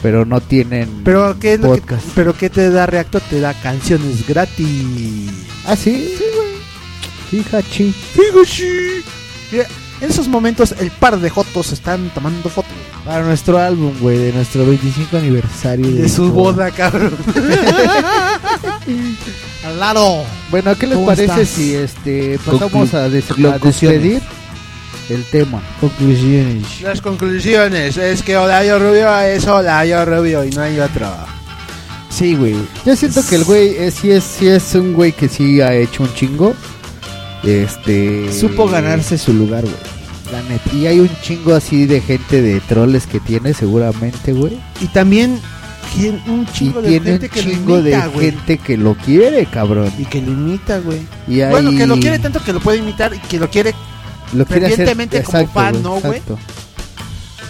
S6: Pero no tienen
S5: Pero ¿qué, es lo que-
S6: podcast.
S5: pero ¿qué te da Reactor? Te da canciones gratis.
S6: Ah, sí. Sí, güey. Hijachi.
S5: Hijachi. Mira,
S1: En esos momentos, el par de Jotos están tomando fotos.
S5: Para nuestro álbum, güey, de nuestro 25 aniversario.
S1: De su boda, cabrón.
S5: ¡Claro!
S1: Bueno, ¿qué les
S5: ¿Cómo
S1: parece
S5: estás?
S1: si este pasamos
S5: Conclu-
S1: a, des- a
S5: conclusiones.
S1: despedir el tema?
S5: Conclusiones.
S32: Las conclusiones es que Olayo Rubio es Olayo Rubio y no hay otro.
S5: Sí, güey.
S1: Yo siento que el güey eh, sí, es, sí es un güey que sí ha hecho un chingo. Este.
S5: Supo ganarse su lugar, güey.
S1: La neta. Y hay un chingo así de gente de troles que tiene, seguramente, güey.
S5: Y también un
S1: chingo
S5: de
S1: tiene
S5: gente
S1: un
S5: que lo
S1: chingo
S5: imita,
S1: de
S5: güey.
S1: gente que lo quiere, cabrón.
S5: Y que lo imita, güey.
S1: Y hay...
S5: Bueno, que lo quiere tanto que lo puede imitar y que lo quiere
S1: lo quiere hacer-
S5: fervientemente como
S1: exacto,
S5: fan, ¿no, güey?
S1: exacto.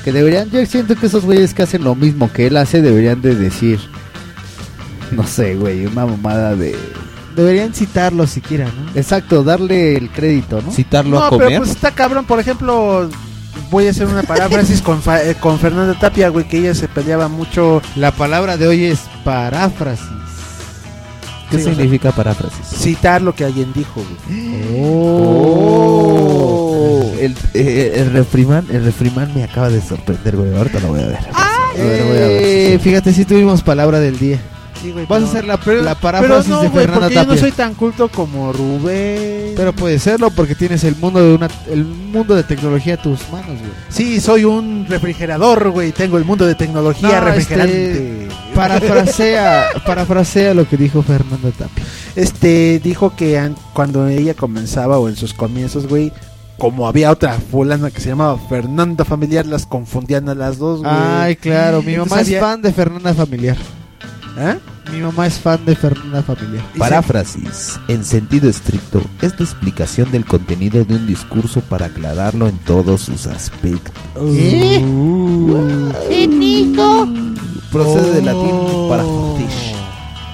S1: Que deberían, yo siento que esos güeyes que hacen lo mismo que él hace deberían de decir, no sé, güey, una mamada de...
S5: Deberían citarlo siquiera, ¿no?
S1: Exacto, darle el crédito, ¿no?
S4: Citarlo
S5: no, pero pues está cabrón, por ejemplo, voy a hacer una paráfrasis con, Fa- eh, con Fernanda Tapia, güey, que ella se peleaba mucho. La palabra de hoy es paráfrasis.
S4: ¿Qué
S5: Sí, o sea,
S4: significa paráfrasis?
S5: citar lo que alguien dijo, güey.
S4: Oh. El, eh, el refriman, el refriman me acaba de sorprender, güey. Ahorita lo voy a ver.
S5: Eh, fíjate, sí tuvimos palabra del día. Vas a hacer la,
S32: pero-
S5: la paráfrasis
S32: pero no,
S5: de
S32: güey,
S5: Fernanda
S32: porque yo no
S5: Tapia.
S32: soy
S5: tan culto como Rubén. Pero puede serlo porque tienes el mundo de una el mundo de tecnología a tus manos, güey. Sí, soy un refrigerador, güey. Tengo el mundo de tecnología
S32: refrigerante.
S5: este, parafrasea, parafrasea lo que dijo Fernanda Tapia. Este dijo que an- cuando ella comenzaba o en sus comienzos, güey, como había otra fulana que se llamaba Fernanda Familiar, las confundían a las dos, güey.
S1: Ay, claro, mi
S5: Entonces
S1: mamá es
S5: había-
S1: fan
S5: de Fernanda Familiar. ¿Eh? Mi mamá es fan de Fernanda Familiar.
S4: Paráfrasis, en sentido estricto, es la explicación del contenido de un discurso para aclararlo en todos sus aspectos.
S3: ¿Eh?
S4: Nico? Procede
S3: Oh.
S4: del latín parafortish,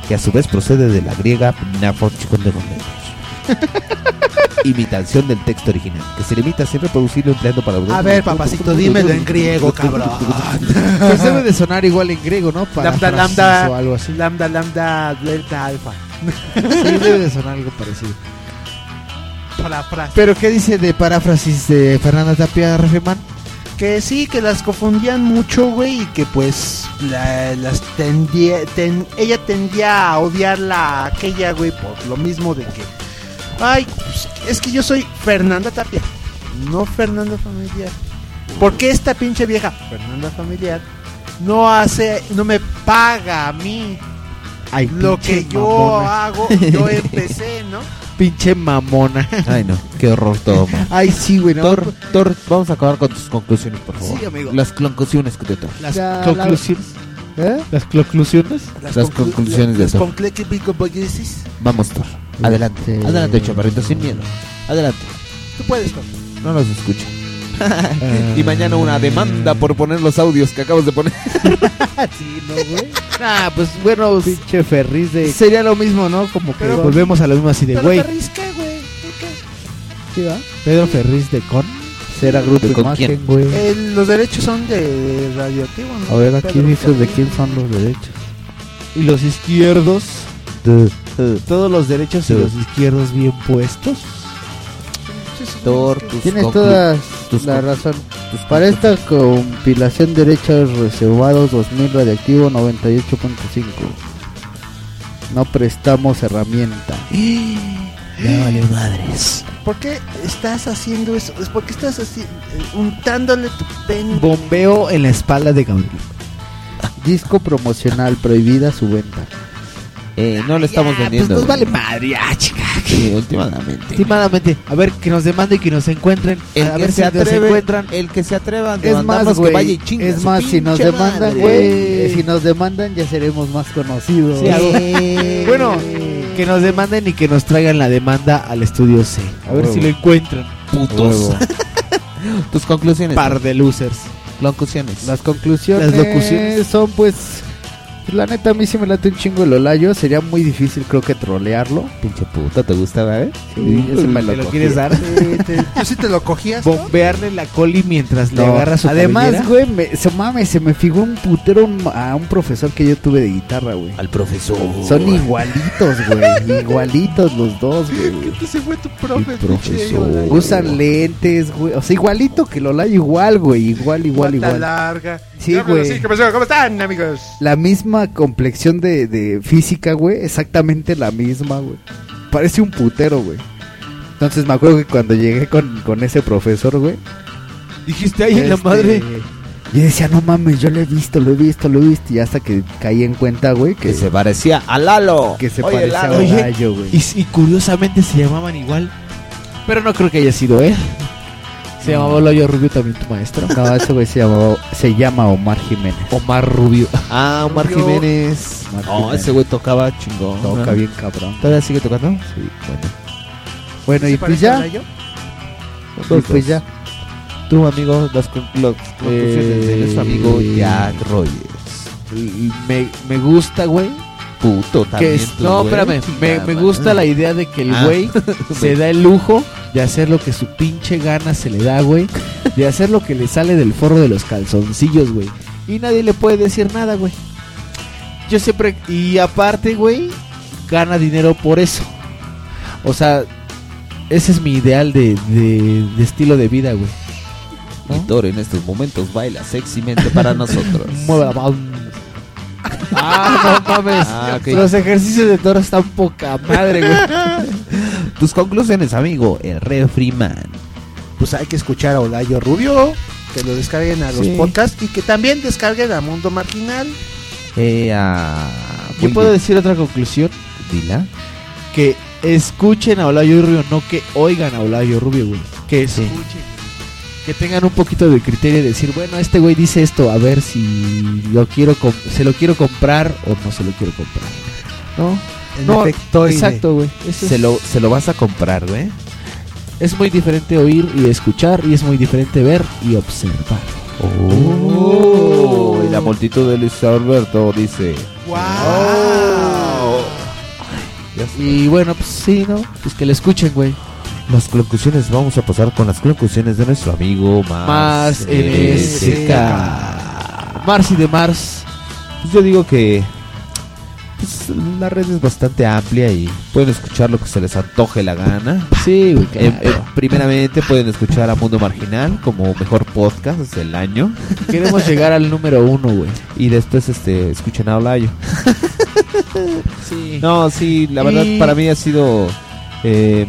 S4: que a su vez procede de la griega pnaforticondemonetos. Imitación del texto original, que se limita a siempre producirlo empleando para...
S5: A ver, papacito, dímelo en griego, cabrón.
S4: Pues
S5: debe de sonar igual en griego, ¿no? Lambda,
S4: Paráfrasis
S5: lambda,
S4: o
S5: algo así. lambda, lambda, delta, alfa. sí, debe de sonar algo parecido. Pero ¿qué dice de paráfrasis de Fernanda Tapia Refeman? Que sí, que las confundían mucho, güey, y que pues la- las tendía, ten- ella tendía a odiarla a aquella, güey, por lo mismo de que, ay, pues, es que yo soy Fernanda Tapia, no Fernanda Familiar. ¿Por qué esta pinche vieja, Fernanda Familiar, no hace, no me paga a mí lo que yo hago? Yo empecé, ¿no?
S1: Pinche mamona.
S4: Ay, no, qué horror todo. man.
S5: Ay, sí, güey.
S4: Thor, Thor, vamos a acabar con tus conclusiones, por favor.
S5: Sí, amigo.
S4: Las conclusiones que te Thor.
S5: Las conclusiones.
S4: Las conclusiones. ¿Eh? Las, conclusiones de
S5: las
S4: Thor.
S5: conclusiones de Thor.
S4: Vamos, Thor. Adelante. Adelante, chaparrito, sin miedo. Adelante.
S5: Tú puedes, Thor.
S4: No nos escucha.
S5: Ah,
S1: Eh,
S4: y mañana una demanda por poner los audios que acabas de poner.
S5: Ah, pues bueno.
S1: Pinche ferris de...
S5: Sería lo mismo, ¿no? Como que
S1: Pero-
S5: volvemos a lo mismo así de,
S1: Pero
S5: güey.
S1: Ferriz,
S5: ¿qué, güey? ¿Por qué?
S1: Pedro Ferris de Con. Será grupo
S5: ¿De con
S1: Imagen,
S5: quién?
S1: güey.
S5: Eh, los derechos son de radioactivo, ¿no?
S1: A ver,
S5: Pedro
S1: aquí dice
S5: Ferriz.
S1: de quién son los derechos.
S5: Y los izquierdos. Todos los derechos y
S4: Duh.
S5: los izquierdos bien puestos.
S4: Thor, tus
S1: Tienes
S4: conclu-
S1: toda
S4: tus
S1: la
S4: conclu-
S1: razón. Pues Para esta compilación derechos reservados 2000 radioactivo 98.5. No prestamos herramienta. Ya vale madres.
S5: ¿Por qué estás haciendo eso? ¿Por qué estás así eh, untándole tu pene?
S1: Bombeo en la espalda de Gabriel. Disco promocional prohibida su venta.
S4: Eh, no le estamos
S5: Pues
S4: vendiendo.
S5: nos vale madre,
S4: Ah,
S5: ya, chica.
S4: Sí, últimamente.
S5: Estimadamente, Eh, a ver que nos demanden y que nos encuentren.
S4: El
S5: a
S4: que
S5: ver
S4: se
S5: nos
S4: atreve,
S5: encuentran.
S4: El que se atreva a
S1: Es más,
S4: demandarnos que vaya y
S1: güey.
S4: chingue a
S1: Es
S4: su
S1: más, si nos
S4: pinche
S1: demandan,
S4: madre.
S1: güey. Si nos demandan, ya seremos más conocidos.
S5: Sí, algo. bueno, que nos demanden y que nos traigan la demanda al estudio C. A ver
S4: Huevo.
S5: si lo encuentran.
S4: Huevo. Tus conclusiones.
S5: Par de losers.
S4: Conclusiones.
S1: Las conclusiones
S5: Las locuciones.
S1: son pues La neta, a mí sí me late un chingo el Olayo. Sería muy difícil, creo que, trolearlo.
S4: Pinche puta, ¿te gustaba, eh?
S1: Sí, yo sí me lo
S4: ¿Te lo
S1: cogí.
S4: quieres dar?
S1: Sí, te-
S5: Tú sí te lo cogías.
S3: Bombearle la coli mientras le
S1: No.
S3: agarra su
S1: Además,
S3: cabellera.
S1: güey, me, se mames, se me figuró un putero m- a un profesor que yo tuve de guitarra, güey.
S3: Al profesor.
S1: Son igualitos, güey. igualitos los dos, güey.
S5: Ese fue tu profe.
S1: Usan lentes, güey. O sea, igualito que el Olayo, igual, güey. Igual, igual,
S5: Pata
S1: igual.
S5: larga.
S1: Sí,
S5: Ya, pero
S1: güey.
S5: sí, ¿qué pasó? ¿Cómo están, amigos?
S1: La misma complexión de, de física, güey. Exactamente la misma, güey. Parece un putero, güey. Entonces me acuerdo que cuando llegué con, con ese profesor, güey.
S3: Dijiste ahí en la
S1: este,
S3: madre. Pues
S1: Yo decía, no mames, yo lo he visto, lo he visto, lo he visto. Y hasta que caí en cuenta, güey, que, se
S4: parecía a Lalo.
S1: Que se
S3: Oye,
S1: parecía
S3: Lalo,
S1: a
S3: oye,
S1: Gallo, güey.
S3: Y, s- y curiosamente se llamaban igual. Pero no creo que haya sido él. Se llamaba Olayo Rubio también tu maestro.
S1: No, ese güey se, llamaba- se llama Omar Jiménez.
S3: Omar Rubio. Ah, Omar
S1: Rubio.
S3: Jiménez.
S1: Omar
S3: No,
S1: Jiménez.
S3: ese güey tocaba chingón.
S1: Toca
S3: Ajá.
S1: bien cabrón.
S4: ¿Todavía sigue tocando?
S1: Sí, bueno. Bueno, y pues
S5: parece
S1: ya.
S5: a Layo?
S1: Y pues ya.
S3: Tú, amigo, las con- los
S4: conclusiones de nuestro amigo Jack
S3: Rogers. Eh, Me, me gusta, güey.
S4: Puto, también.
S3: que es-
S4: tú,
S3: no,
S4: güey.
S3: espérame. Me,
S4: Chingada
S3: me
S4: madre.
S3: gusta la idea de que el
S4: Ah.
S3: güey se da el lujo de hacer lo que su pinche gana se le da, güey. De hacer lo que le sale del forro de los calzoncillos, güey. Y nadie le puede decir nada, güey. Yo siempre. Y aparte, güey, gana dinero por eso. O sea, ese es mi ideal de, de- de estilo de vida, güey.
S4: Y Toro en estos momentos baila sexymente para nosotros.
S3: Mueve la mano. Ah, no mames.
S4: Ah, ok.
S3: Los ejercicios de toro están poca madre, güey.
S4: Tus conclusiones, amigo, el refri man.
S5: Pues hay que escuchar a Olayo Rubio. Que lo descarguen a los
S4: Sí.
S5: podcasts y que también descarguen a Mundo Marginal.
S4: Eh, ah,
S3: Yo
S4: muy
S3: puedo
S4: bien.
S3: decir otra conclusión.
S4: Dila.
S3: Que escuchen a Olayo Rubio, no que oigan a Olayo Rubio, güey. Que escuchen. Que tengan un poquito de criterio de decir, bueno, este güey dice esto, a ver si lo quiero com- se lo quiero comprar o no se lo quiero comprar. ¿No?
S4: El
S3: no,
S4: efectoide.
S3: exacto, güey. Eso
S4: Se
S3: es-
S4: lo, se lo vas a comprar, güey.
S3: Es muy diferente oír y escuchar y es muy diferente ver y observar.
S4: Oh, y la multitud de Luis Alberto dice.
S3: Ah. Y bueno, pues sí, ¿no? Pues que le escuchen, güey.
S4: Las conclusiones, vamos a pasar con las conclusiones de nuestro amigo eh, más,
S3: Más NSK. Marcy de este Mars.
S4: Pues yo digo que pues, la red es bastante amplia y pueden escuchar lo que se les antoje la gana.
S3: Sí, güey.
S4: Em, em, primeramente pueden escuchar a Mundo Marginal como mejor podcast del año.
S3: Queremos llegar al número uno, güey.
S4: Y después este escuchen a Olayo.
S3: Sí.
S4: No, sí, la verdad
S3: Y-
S4: para mí ha sido eh,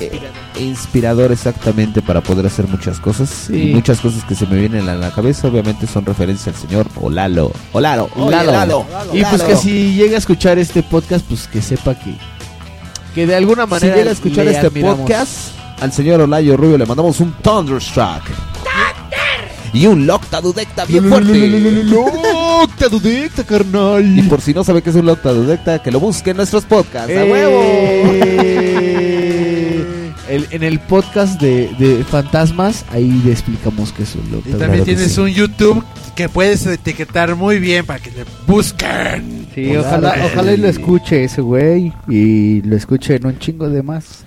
S4: eh, inspirador exactamente para poder hacer muchas cosas.
S3: Sí.
S4: Y muchas cosas que se me vienen a la cabeza, obviamente son referencias al señor Olalo. Olalo,
S3: Lalo.
S4: Olalo.
S3: Y pues que si llega a escuchar este podcast, pues que sepa que. Que de alguna manera.
S4: si llega a escuchar
S3: le
S4: este
S3: admiramos.
S4: podcast, al señor Olayo Rubio le mandamos un Thunderstruck. Y un Loctadudecta bien fuerte.
S3: Loctadudecta, carnal.
S4: Y por si no sabe qué es un Loctadudecta, que lo busque en nuestros podcasts. ¡A
S5: Eh.
S4: huevo!
S3: El- en el podcast de, de fantasmas, ahí le explicamos que es un loco.
S5: También tienes un YouTube que puedes etiquetar muy bien para que le busquen.
S1: Sí, ojalá, ojalá y lo escuche ese güey y lo escuche en un chingo de más.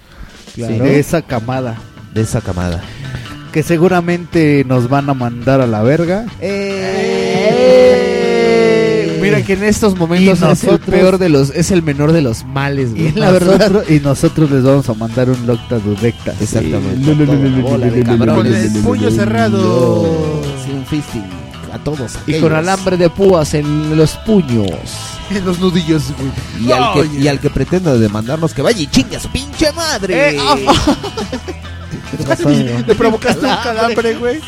S4: Claro.
S1: Sí, de esa camada.
S4: De esa camada.
S1: Que seguramente nos van a mandar a la verga.
S3: Mira que en estos momentos
S1: Y
S3: es el
S1: nosotros-
S3: peor de los, es el menor de los males, güey. La verdad.
S1: Nosotros- y nosotros les vamos a mandar un Locta Dudecta.
S4: Exactamente. A toda la bola de cabrones. Sí, un fisting. A todos.
S3: Y con
S4: aquellos.
S3: alambre de púas en los puños.
S5: En los nudillos, güey.
S4: Y al, que, y al que pretenda demandarnos que vaya y chingue a su pinche madre.
S5: Eh, ah, Le provocaste un calambre, güey.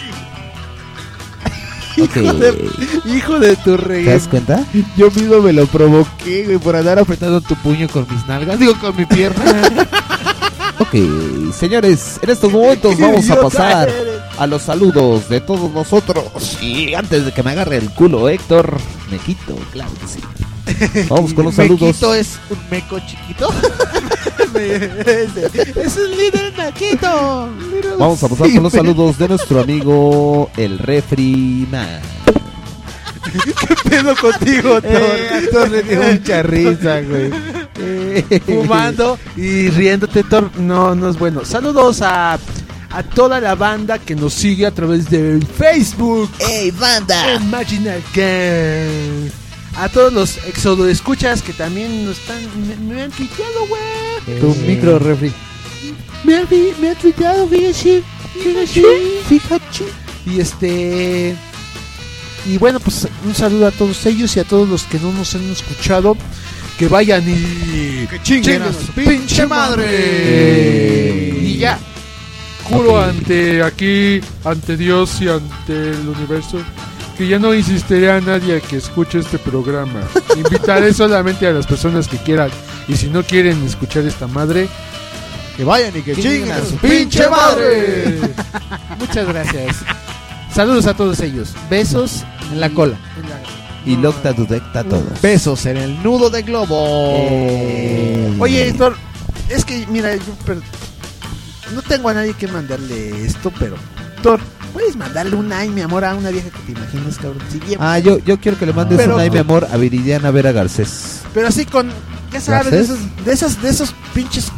S3: Hijo de, hijo de tu rey.
S4: ¿Te das cuenta?
S3: Yo mismo me lo provoqué, güey, por andar apretando tu puño con mis nalgas. Digo, con mi pierna.
S4: Ok, señores, en estos momentos
S3: Qué
S4: vamos a
S3: idiota
S4: pasar
S3: eres.
S4: a los saludos de todos nosotros. Y antes de que me agarre el culo, Héctor, me quito, claro que sí. Vamos con los saludos.
S3: Mequito es un meco chiquito.
S33: es un líder naquito.
S4: Vamos a pasar con los saludos de nuestro amigo el Refri Man.
S14: ¿Qué pedo contigo, Eh, Thor?
S1: le dio mucha risa, güey.
S14: Fumando Eh, y riéndote, Thor. No, no es bueno. Saludos a, a toda la banda que nos sigue a través de Facebook. ¡Ey, banda! Imaginal Gang. A todos los exodo escuchas que también nos están. Me, me han tuiteado, güey.
S1: Tu micro refri.
S14: Me ha, vi- me ha tuiteado, fíjate. Fíjate. Fíjate. Y este.
S5: Y bueno, pues un saludo a todos ellos y a todos los que no nos han escuchado. Que vayan y. ¡Que
S14: chinguen a su pinche madre!
S5: Y ya.
S14: Juro
S5: ante aquí, ante Dios y ante el universo, que ya no insistiré a nadie a que escuche este programa. Invitaré solamente a las personas que quieran. Y si no quieren escuchar esta madre, que vayan y que
S14: chinguen a su pinche
S5: Muchas gracias. Saludos a todos ellos. Besos en la cola.
S4: Y Locta Dudecta todo.
S14: Besos en el nudo de globo.
S4: Eh.
S5: Eh, Oye, Héctor, es que mira, yo per- no tengo a nadie que mandarle esto, pero Héctor, puedes mandarle un ay, mi amor, a una vieja que te imaginas, cabrón. Si bien-
S4: Ah, yo, yo quiero que le mandes
S5: Pero-
S4: un ay, mi amor, a Viridiana Vera Garcés.
S5: Pero así con, ya sabes, de
S4: ¿Garcés?
S5: esos, de esos, de esos pinches,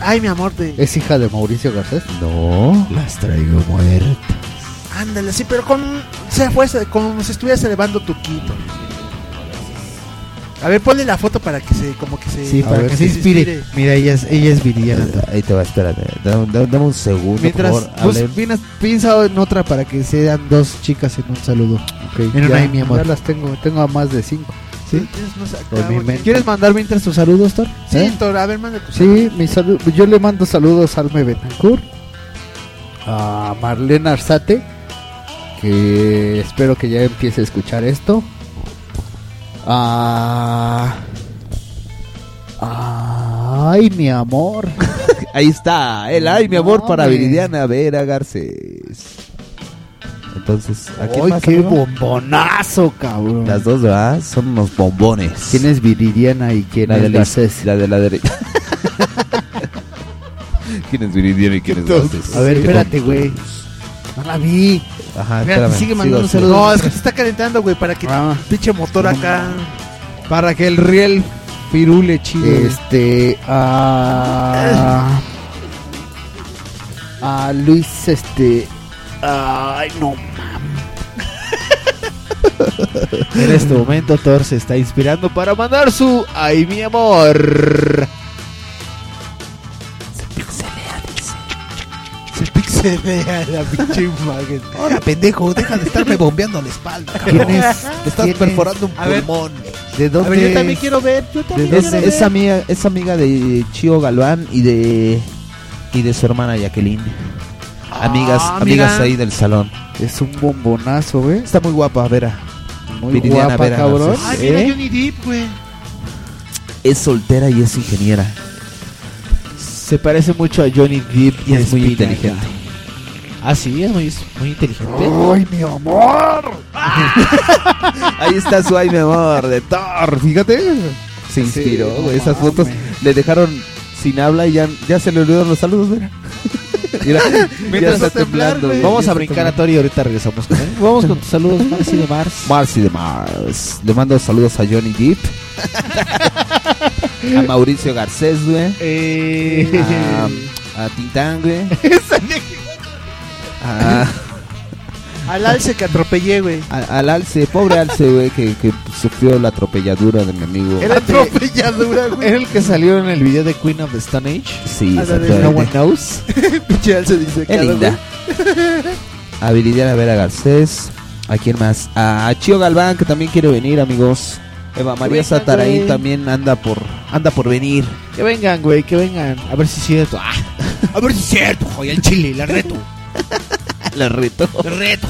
S5: ay, mi amor, de,
S1: ¿Es hija de Mauricio Garcés?
S4: No. Las traigo muertas.
S5: ándale, sí, pero con, sea fuerza, como si estuvieras elevando tu quito. A ver, ponle la foto para que se, como que se,
S1: Sí, para que se inspire. Mira, ella es, ella es Viridiana.
S4: Eh, Ahí te va, espérate. Dame, dame- dame un segundo,
S1: Mientras,
S4: por favor.
S1: pues,
S4: Ale-
S1: pinas- piensa en otra para que sean dos chicas en un saludo. en
S4: ya.
S1: una y mi amor.
S4: Ya
S1: las tengo, tengo a más de cinco. ¿Sí?
S4: Pues, mi men-
S1: ¿Quieres mandar mientras tus saludos, Thor?
S5: Sí,
S1: ¿Eh?
S5: Héctor, a ver, manda tu
S1: Sí, mi salu- yo le mando saludos a Alme Betancourt, a Marlene Arzate, que espero que ya empiece a escuchar esto, a... ¡Ay, mi amor!
S4: Ahí está, el ay, mi amor, para Viridiana Vera Garcés. Entonces, ¿a quién
S1: ¡Ay,
S4: más,
S1: qué
S4: amigo?
S1: bombonazo, cabrón!
S4: Las dos, ¿verdad? Son unos bombones.
S1: ¿Quién es Viridiana y quién
S4: La
S1: es
S4: de la,
S1: Garcés?
S4: la de la derecha. ¿Quién es Viridiana y quién es Garcés?
S1: A ver, espérate, güey. No la vi.
S4: Ajá,
S1: Mira,
S4: espérame.
S1: sigue mandando
S4: sigo,
S1: saludos. Ah.
S4: sigo.
S5: No, es que se está calentando, güey, para que pinche motor acá.
S1: Para que el riel pirule chido. Este. A. A Luis, este. Ay, no
S14: En este momento Thor se está inspirando para mandar su ay mi amor.
S5: Se pixelea la pinche imagen.
S4: Ahora, pendejo, deja de estarme bombeando la espalda.
S1: ¿Quién
S4: cabrón.
S1: es?
S4: Te estás
S1: ¿Quién
S4: perforando
S1: es?
S4: un
S1: A ver,
S4: pulmón. ¿De
S1: dónde
S14: yo también es? quiero ver, yo también
S4: ¿De
S14: quiero
S4: dónde
S14: ver.
S4: es? amiga, es amiga de Chio Galván y de y de su hermana Jacqueline. Amigas,
S1: Ah,
S4: amigas
S1: mira.
S4: ahí del salón.
S1: Es un bombonazo, güey.
S4: Está muy guapa, Vera.
S1: Muy
S4: ¿eh? Viridiana
S1: guapa,
S4: Vera
S1: cabrón.
S4: Garcés.
S5: Ay, mira
S4: ¿Eh?
S5: Johnny Depp, güey.
S4: Es soltera y es ingeniera.
S14: Se parece mucho a Johnny Depp y
S4: es muy
S14: Espinaca.
S4: inteligente.
S14: Ah, sí, es muy, muy inteligente.
S1: ¡Ay, mi amor!
S4: Ahí está su ay, mi amor, de Thor. Fíjate. Se inspiró, güey, Esas fotos le dejaron sin habla y ya, ya se le olvidaron los saludos, mira. Mira, ya está temblando. güey,
S14: Vamos
S4: ya
S14: a
S4: está
S14: brincar a
S4: temblando.
S14: Thor y ahorita regresamos con él. Vamos con tus saludos, Marcy de Mars.
S4: Marcy de Mars. Le mando saludos a Johnny Depp. a Mauricio Garcés, güey. A, a Tintán, güey. Ah. A-
S5: Al alce que atropellé, güey.
S4: a- al Alce, pobre Alce, güey, que, que sufrió la atropelladura de mi amigo.
S14: Era
S5: atropelladura, güey.
S14: Era el que salió en el video de Queen of the Stone Age.
S4: Sí,
S14: Ah, la de
S4: exactamente.
S14: No One Knows. Pinche alce dice
S4: Qué linda. A Viridiana Vera Garcés. ¿A quién más? A Chio Galván, que también quiere venir, amigos. Eva María
S14: vengan,
S4: Sataraín
S14: güey.
S4: también anda por anda por venir.
S14: Que vengan, güey, que vengan. A ver si es cierto. Ah, a ver si es cierto, joya, el chile, la reto.
S4: La reto.
S14: La reto.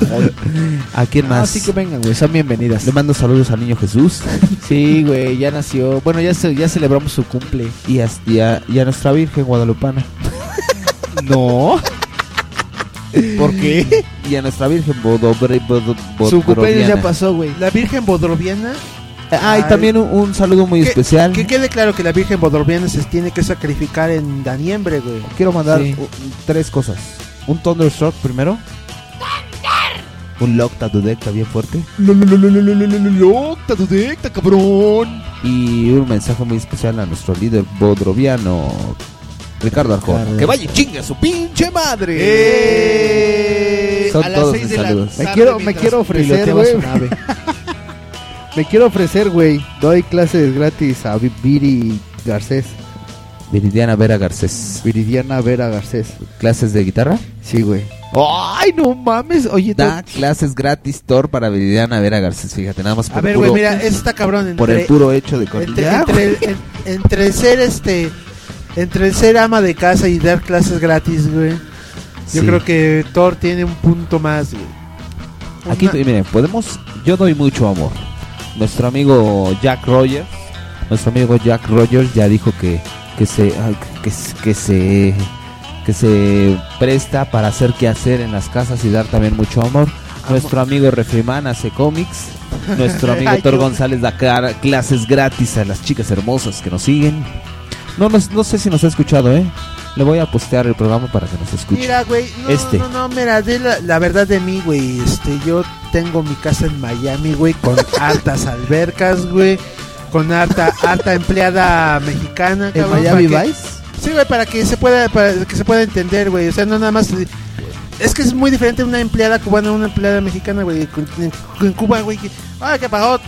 S4: ¿A quién más?
S14: Así Ah, que vengan, güey, son bienvenidas.
S4: Le mando saludos al niño Jesús.
S14: Sí, güey, ya nació. Bueno, ya, ce- ya celebramos su cumple.
S4: Y a, y a- y a nuestra Virgen Guadalupana.
S14: No. ¿Por qué?
S4: Y a nuestra Virgen Bodobre, Bodo-
S14: Su cumpleaños
S4: Bodroviana.
S14: ya pasó, güey.
S5: La Virgen Bodroviana.
S4: Ah, y también un, un saludo muy
S5: Que-
S4: especial.
S5: Que quede claro que la Virgen Bodroviana se tiene que sacrificar en Daniembre, güey.
S4: Quiero mandar
S5: Sí.
S4: u- tres cosas. Un Thunderstruck primero. Un Locta Dudecta bien fuerte.
S3: Locta Dudecta, cabrón.
S4: Y un mensaje muy especial a nuestro líder bodroviano, Ricardo Arjona.
S3: Que vaya y chinga su pinche madre. ¡Eh!
S4: Son todos mis saludos.
S1: Me quiero, me quiero ofrecer,
S3: piloteaba
S1: güey.
S3: su nave.
S1: me quiero ofrecer, güey. Doy clases gratis a Vi- Viri Garcés.
S4: Viridiana Vera Garcés.
S1: Viridiana Vera Garcés.
S4: ¿Clases de guitarra?
S1: Sí, güey.
S3: Ay, no mames. Oye,
S4: Da clases gratis Thor para Viridiana Vera Garcés, fíjate, nada más por
S5: A ver,
S4: puro-
S5: güey, mira, eso está cabrón.
S4: Por el
S5: entre-
S4: puro hecho de
S5: Entre,
S4: Ya,
S5: entre, el, en- entre el ser este entre el ser ama de casa y dar clases gratis, güey. Yo
S4: Sí.
S5: creo que Thor tiene un punto más, güey.
S4: Aquí,
S5: Una-
S4: te- miren, podemos. Yo doy mucho amor. Nuestro amigo Jack Rogers, nuestro amigo Jack Rogers ya dijo que, que se ay, que, se- que se que se presta para hacer qué hacer en las casas y dar también mucho amor. Nuestro amigo Refrimán hace cómics. Nuestro amigo
S3: Ay,
S4: Thor
S3: yo-
S4: González da cara- clases gratis a las chicas hermosas que nos siguen. No, nos- no sé si nos ha escuchado, ¿eh? Le voy a postear el programa para que nos escuche.
S5: Mira, güey, no,
S4: este.
S5: no, no, mira, di la, la verdad de mí, güey, este, yo tengo mi casa en Miami, güey, con hartas albercas, güey, con harta, harta empleada mexicana.
S1: ¿En
S5: cabrón,
S1: Miami
S5: para que-
S1: Vice?
S5: Sí, güey, para que se pueda, para que se pueda entender, güey, o sea, no nada más... Es que es muy diferente una empleada cubana a una empleada mexicana, güey, con- en, en Cuba, güey, que, ay, qué pasó,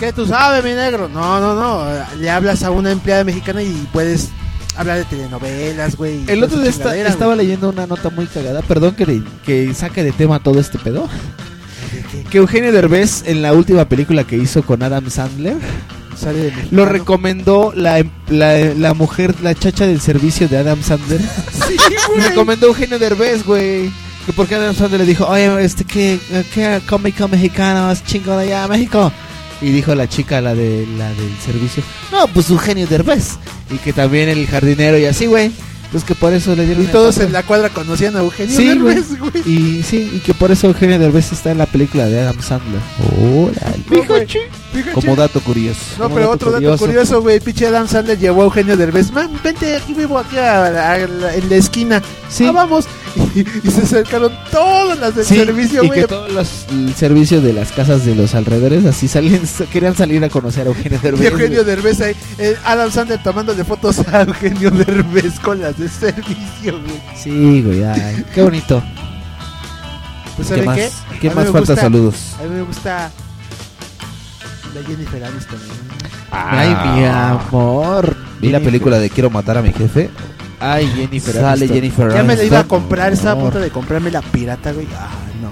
S5: ¿Qué tú sabes, mi negro? No, no, no. Le hablas a una empleada mexicana y puedes hablar de telenovelas, güey. y
S3: El
S5: todas
S3: otro día
S5: esas
S3: esta-
S5: chingaderas,
S3: estaba leyendo una nota muy cagada, perdón que, que saque de tema todo este pedo. Que Eugenio Derbez en la última película que hizo con Adam Sandler
S5: güey. Sale de México.
S3: lo recomendó la, em- la, la mujer, la chacha del servicio de Adam Sandler.
S5: Sí,
S3: recomendó Eugenio Derbez, güey. Que porque Adam Sandler le dijo, oye, este que, que cómico mexicano, es chingón allá, México. Y dijo la chica, la de la del servicio, no, pues Eugenio Derbez. Y que también el jardinero y así, güey. Entonces que por eso le dieron
S5: Y
S3: el
S5: todos
S3: papel.
S5: en la cuadra conocían a Eugenio
S3: Sí,
S5: Derbez.
S3: güey. Y sí, y que por eso Eugenio Derbez está en la película de Adam Sandler.
S5: Fíjate, fíjate.
S4: Como dato curioso.
S5: No,
S3: Como
S5: pero
S3: dato
S5: otro dato
S3: curioso.
S5: curioso, güey. Pinche Adam Sandler llevó a Eugenio Derbez. Man, vente, aquí vivo, aquí a la- a la- en la esquina. Sí. vamos. Y, y se acercaron todas las del
S3: Sí,
S5: servicio,
S3: y
S5: güey.
S3: que todos los el servicio de las casas de los alrededores así salen, querían salir a conocer a Eugenio Derbez.
S5: Y Eugenio
S3: güey.
S5: Derbez ahí, eh, Adam Sandler tomándole fotos a Eugenio Derbez con las de servicio, güey.
S3: Sí, güey, ay, qué bonito.
S5: Pues,
S4: ¿Qué
S5: ¿saben
S4: más?
S5: qué?
S4: ¿Qué
S5: A mí
S4: más
S5: me
S4: falta
S5: gusta-
S4: saludos?
S5: A mí me gusta la Jennifer Aniston. güey.
S3: Ah, Ay, mi amor.
S4: Vi la película de Quiero matar a mi jefe.
S3: Ay, Jennifer
S4: Sale
S3: Aniston.
S4: Jennifer
S5: Ya me la iba a
S4: Aniston.
S5: comprar, estaba a
S4: Amor.
S5: punto de comprarme la pirata, güey. Ah, no.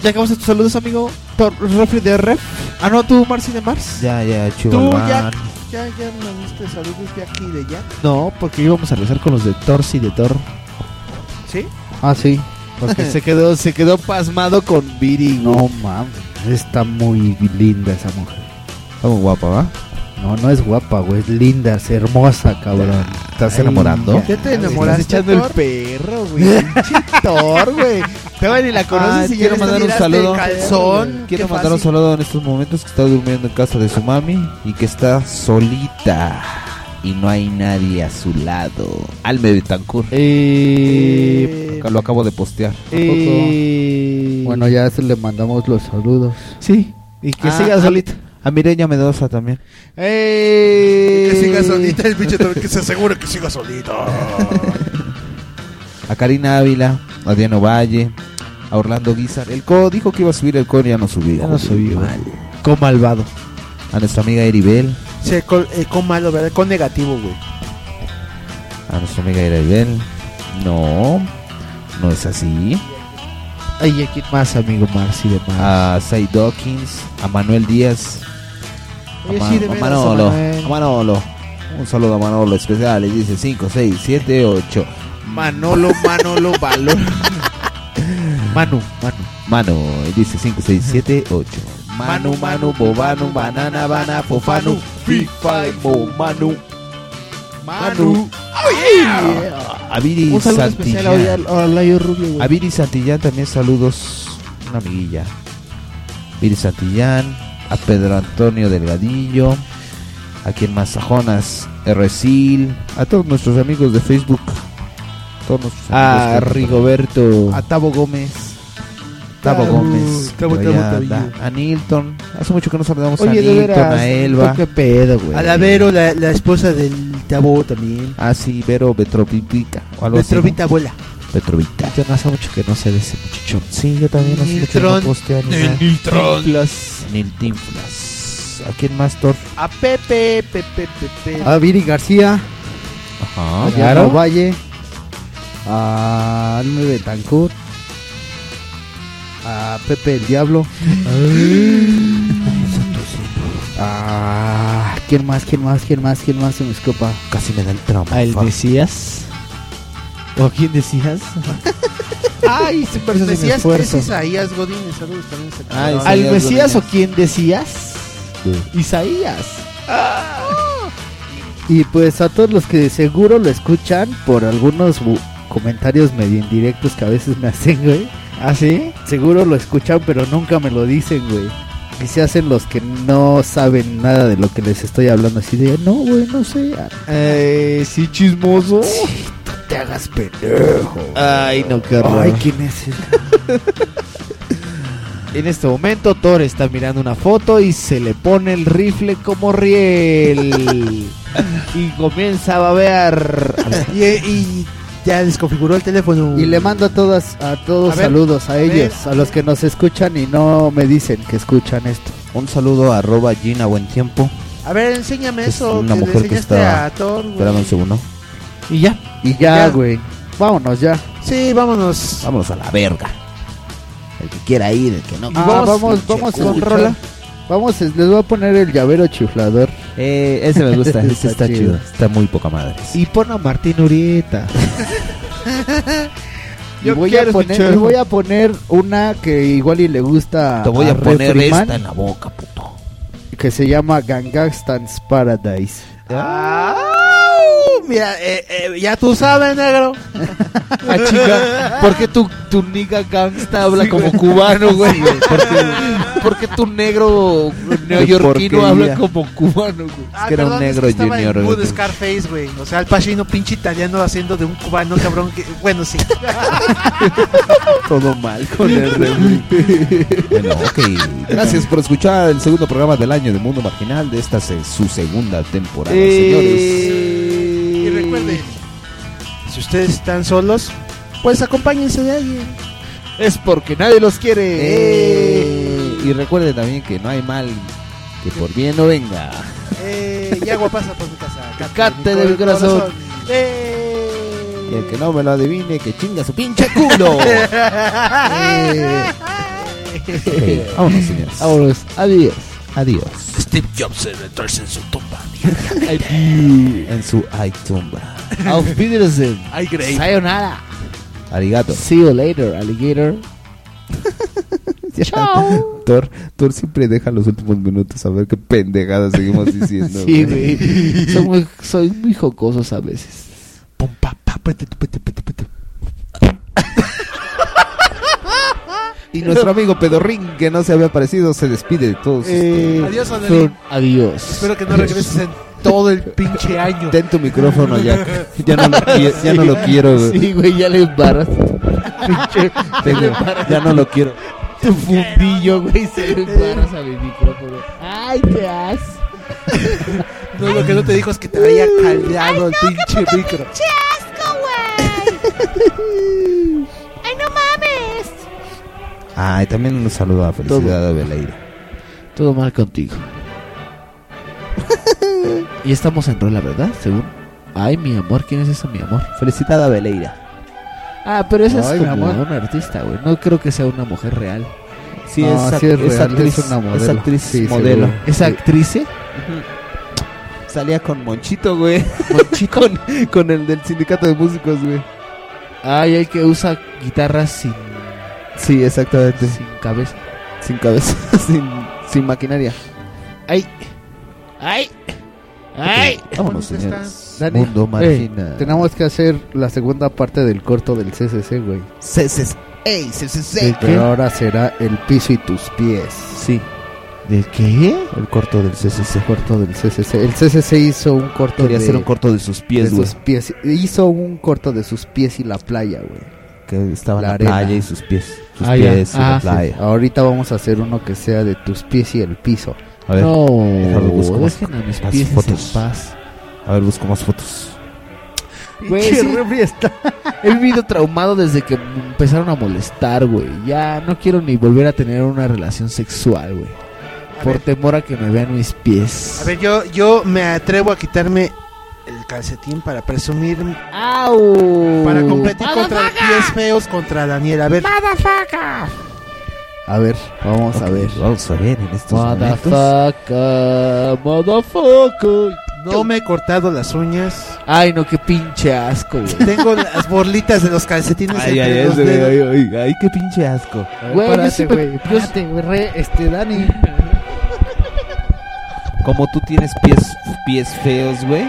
S3: Ya acabamos tus saludos, amigo. Por Refri de Ref. Ah, no, tú, Marci de Mars.
S4: Ya, ya,
S3: Tú,
S4: Chihuahua.
S3: Jack.
S5: Ya, ya me diste saludos de aquí y de allá.
S3: No, porque íbamos a rezar con los de Torsi de Thor.
S5: ¿Sí?
S1: Ah, sí.
S3: Porque se quedó, se quedó pasmado con Viri.
S1: No mames, está muy linda esa mujer.
S4: Está muy guapa, ¿va?
S1: No, no es guapa, güey, es linda, es hermosa, cabrón.
S4: ¿Estás enamorando?
S1: ya.
S5: te enamoraste,
S3: Estás echando
S5: Thor?
S3: el perro, güey. Pinche Thor, güey. Te van y la
S1: Ah,
S3: conoces y ya
S4: quiero
S3: les
S4: mandar un
S3: tiraste
S4: saludo.
S3: el calzón.
S4: quiero
S3: Qué
S4: mandar un
S3: fácil.
S4: saludo en estos momentos que está durmiendo en casa de su mami y que está solita y no hay nadie a su lado. Alme Betancourt.
S3: Eh,
S4: Acá lo acabo de postear.
S1: Bueno, ya se le mandamos los saludos. Ah,
S3: Sí, y
S5: que siga solita.
S4: A Mireña Mendoza también.
S3: ¡Ey!
S34: Que siga solita el pinche Thor, que se asegure que siga solita.
S4: A Karina Ávila, a Diano Valle, a Orlando Guizar. El Co dijo que iba a subir el Co y ya no subió.
S3: Ya no subió.
S4: Co malvado. A nuestra amiga Eribel.
S5: Se con, eh, con malo, ¿verdad? Con negativo, güey.
S4: A nuestra amiga Eribel. No, no es así.
S3: Ay, ¿a quién más, amigo Marci de Mars?
S4: a Say Dawkins, a Manuel Díaz, a,
S3: Oye,
S4: Ma-
S3: sí, de
S4: a
S3: veras,
S4: Manolo,
S3: a Manuel.
S4: a Manolo. Un saludo a Manolo especial, le dice 5, 6, 7, 8.
S3: Manolo, Manolo, Valor. Manu, Manu.
S4: Manu, y dice 5, 6, 7, 8.
S3: Manu, Manu, Bobanu, Banana, Bana, Fofanu, FIFA, Bo, Manu. Manu.
S4: A Viri
S3: Un saludo especial hoy
S4: Santillán.
S3: al- a Layo Rubio, güey.
S4: A Viri Santillán también saludos, una amiguilla. Viri Santillán, a Pedro Antonio Delgadillo, a quien más, a Jonas Ercil, a todos nuestros amigos de Facebook, todos nuestros
S3: A
S4: amigos que-
S3: Rigoberto.
S4: a Tavo Gómez,
S5: Ah,
S4: Tavo Gómez.
S35: Tavo,
S4: que
S35: Tavo,
S4: allá
S35: Tavillo.
S4: anda. A Nilton. Hace mucho que no saludamos a
S35: Oye, de
S4: Nilton,
S3: Ah,
S35: veras,
S4: a Elba.
S35: ¿qué
S4: pedo, güey?
S35: A la Vero, la, la esposa del Tabo también.
S4: Ah, sí, Vero Petrovita. O algo así, ¿no?
S35: Petrovita abuela.
S4: Petrovita. Yo no hace mucho que no sé de ese muchacho. Sí, yo también hace mucho que no
S35: Niltron.
S4: posteo ni
S35: El
S4: nada.
S35: Niltron.
S4: Tinflas. Niltinflas. ¿A quién más, Thor?
S5: A Pepe, Pepe, Pepe.
S1: A Viri García.
S4: Ajá,
S1: a
S4: claro.
S1: Diana Valle. A Alme Betancourt. A Pepe el Diablo. Ah, ¿quién más? ¿Quién más? ¿Quién más? ¿Quién más se me escopa?
S4: Casi me da el trauma.
S1: ¿A el
S36: Mesías? ¿O quién decías?
S5: Ay,
S36: super sin
S5: Decías que es
S36: esfuerzo.
S5: Isaías Godínez. Saludos también. se-
S36: Ah, ¿Al Isaías Mesías o quién decías? Isaías.
S1: Y pues a todos los que de seguro lo escuchan por algunos bu- comentarios medio indirectos que a veces me hacen, güey.
S36: ¿Ah, sí?
S1: Seguro lo escuchan, pero nunca me lo dicen, güey. Y se hacen los que no saben nada de lo que les estoy hablando. Así de, no, güey, no sé.
S36: Eh, sí, chismoso.
S1: te hagas pendejo.
S36: Ay, no, qué horror.
S1: Ay, ¿quién es ese?
S36: En este momento Thor está mirando una foto y se le pone el rifle como riel. y comienza a babear.
S5: y, y ya desconfiguró el teléfono.
S1: Y le mando a todas, a todos
S5: A ver,
S1: saludos a,
S5: a
S1: ellos, a los que nos escuchan y no me dicen que escuchan esto.
S4: Un saludo a arroba Gina Buen Tiempo.
S5: A ver, enséñame
S4: Es
S5: eso.
S4: una
S5: que le
S4: mujer que
S5: enseñaste
S4: está.
S5: a Thor, güey.
S4: Espérame un segundo.
S5: Y ya.
S1: Y ya,
S5: Ya.
S1: güey. Vámonos ya.
S5: Sí, vámonos.
S4: Vámonos a la verga. El que quiera ir, el que no.
S1: Ah, vamos, vamos con rola. Vamos, les voy a poner el llavero chiflador.
S4: Eh, ese me gusta, ese está chido. Está muy poca madre.
S36: Y pon a Martín Urieta.
S1: Y voy a, poner, y voy a poner una que igual y le gusta.
S4: Te voy a poner
S1: Refriman,
S4: esta en la boca, puto.
S1: Que se llama Gangsta's Paradise.
S4: Ah,
S5: Mira, eh, eh, ya tú sabes, negro.
S36: Ah, chica, ¿por qué tu, tu nigga gangsta habla como cubano, güey? ¿Por qué, por qué tu negro neoyorquino
S4: porquería.
S36: habla como cubano, güey?
S5: Ah, perdón, es que estaba en mood Scarface, güey. O sea, el Pacino pinche italiano haciendo de un cubano cabrón que... Bueno, sí.
S4: Todo mal con el remix. bueno, ok. Gracias por escuchar el segundo programa del año de Mundo Marginal de esta se- su segunda temporada, Eh,
S5: Y recuerden, si ustedes están solos, pues acompáñense de alguien.
S36: Es porque nadie los quiere.
S4: señores. Eh, Y recuerden también que no hay mal que por bien no venga.
S5: Eh, y agua pasa por mi casa.
S4: Cate de mi corazón.
S5: Eh.
S4: Y el que no me lo adivine, que chinga su pinche culo. Ok, vámonos, señores.
S1: Vámonos. Adiós.
S4: Adiós.
S3: Steve Jobs se retuerce en su tumba.
S4: en su iTumba.
S1: Auf Wiedersehen.
S3: Ay, Grey.
S1: Sayonara.
S4: Arigato.
S1: See you later, alligator. Chao.
S4: Thor, Thor siempre deja los últimos minutos a ver qué pendejadas seguimos diciendo.
S1: Sí, güey. Soy muy, soy muy jocosos a veces.
S4: Y nuestro amigo Pedorrín, que no se había aparecido, se despide de todos.
S5: Eh, Adiós, Adelín.
S4: Thor, Adiós.
S5: Espero que no regreses en todo el pinche año.
S4: Ten tu micrófono, ya. Ya no lo, qui- ya no lo quiero. güey.
S1: Sí, güey, ya le embarras. Pinche,
S4: Tengo-
S1: le embarras.
S4: ya no lo quiero.
S1: Tu fundillo, güey, se le embarras a mi micrófono.
S3: Ah.
S1: Ay, qué as.
S5: No, lo que no te dijo es que te había caldeado el pinche micro.
S3: ¡Chasco, güey! ¡Ay, no mames!
S4: Ay, Ah, también un saludo a Felicidad Abelaire.
S1: Todo mal contigo. y estamos en rola, ¿verdad? Según. Ay, mi amor, ¿quién es esa, mi amor?
S4: Felicitada Beleira.
S1: Ah, pero esa
S4: Ay,
S1: es
S4: mi
S1: como
S4: amor.
S1: un artista, güey. No creo que sea una mujer real.
S4: Sí, es act- es actriz, es actriz modelo.
S1: ¿Es
S4: Sí.
S1: actriz? eh?
S4: Salía con Monchito, güey. Monchito. con, con el del sindicato de músicos, güey.
S1: Ay, el que usa guitarra sin,
S4: Sí, exactamente.
S1: sin cabeza.
S4: Sin cabeza, sin, sin maquinaria.
S1: ¡Ay! ¡Ay! ¡Ay!
S4: Vámonos, señores. Mundo
S1: Eh,
S4: marginal.
S1: tenemos que hacer la segunda parte del corto del CCC, güey.
S4: CCC. ¡Ey, CCC!
S1: Sí, pero ahora será el piso y tus pies.
S4: Sí.
S1: ¿De qué?
S4: El corto del CCC.
S1: Corto del CCC. El CCC hizo un corto
S4: Quería
S1: de...
S4: hacer un corto de sus pies,
S1: de
S4: güey.
S1: sus pies. Hizo un corto de sus pies y la playa, güey.
S4: Que estaba en
S1: La
S4: la
S1: arena.
S4: playa y sus pies. tus
S1: Ah, ya.
S4: pies y la
S1: Ah, sí.
S4: playa.
S1: Ahorita vamos a hacer uno que sea de tus pies y el piso.
S4: A ver,
S1: no,
S4: déjalo, busco más-
S1: dejen a mis
S4: más
S1: pies
S4: fotos.
S1: en paz.
S4: A ver, busco más fotos.
S1: Güey,
S3: Pinche
S1: sí.
S3: refri
S1: He vivido traumado desde que me empezaron a molestar, güey. Ya no quiero ni volver a tener una relación sexual, güey. Por temor a que me vean mis pies.
S5: A ver, yo, yo me atrevo a quitarme el calcetín para presumir.
S1: ¡Au!
S5: Para competir contra pies feos contra Daniel. A ver.
S1: A ver, vamos a ver.
S4: Vamos a ver en estos
S1: Motherfucker, motherfucker.
S5: Yo me he cortado las uñas.
S1: Ay, no, qué pinche asco, güey.
S5: Tengo las borlitas de los calcetines.
S4: Ay,
S5: entre
S4: ay, ay,
S5: los
S4: ese,
S5: dedos.
S4: ay, ay, ay, qué pinche asco.
S1: Güey, yo
S5: Párate,
S1: siempre-
S5: güey,
S1: yo- re, este, Dani.
S4: Como tú tienes pies, pies feos, güey.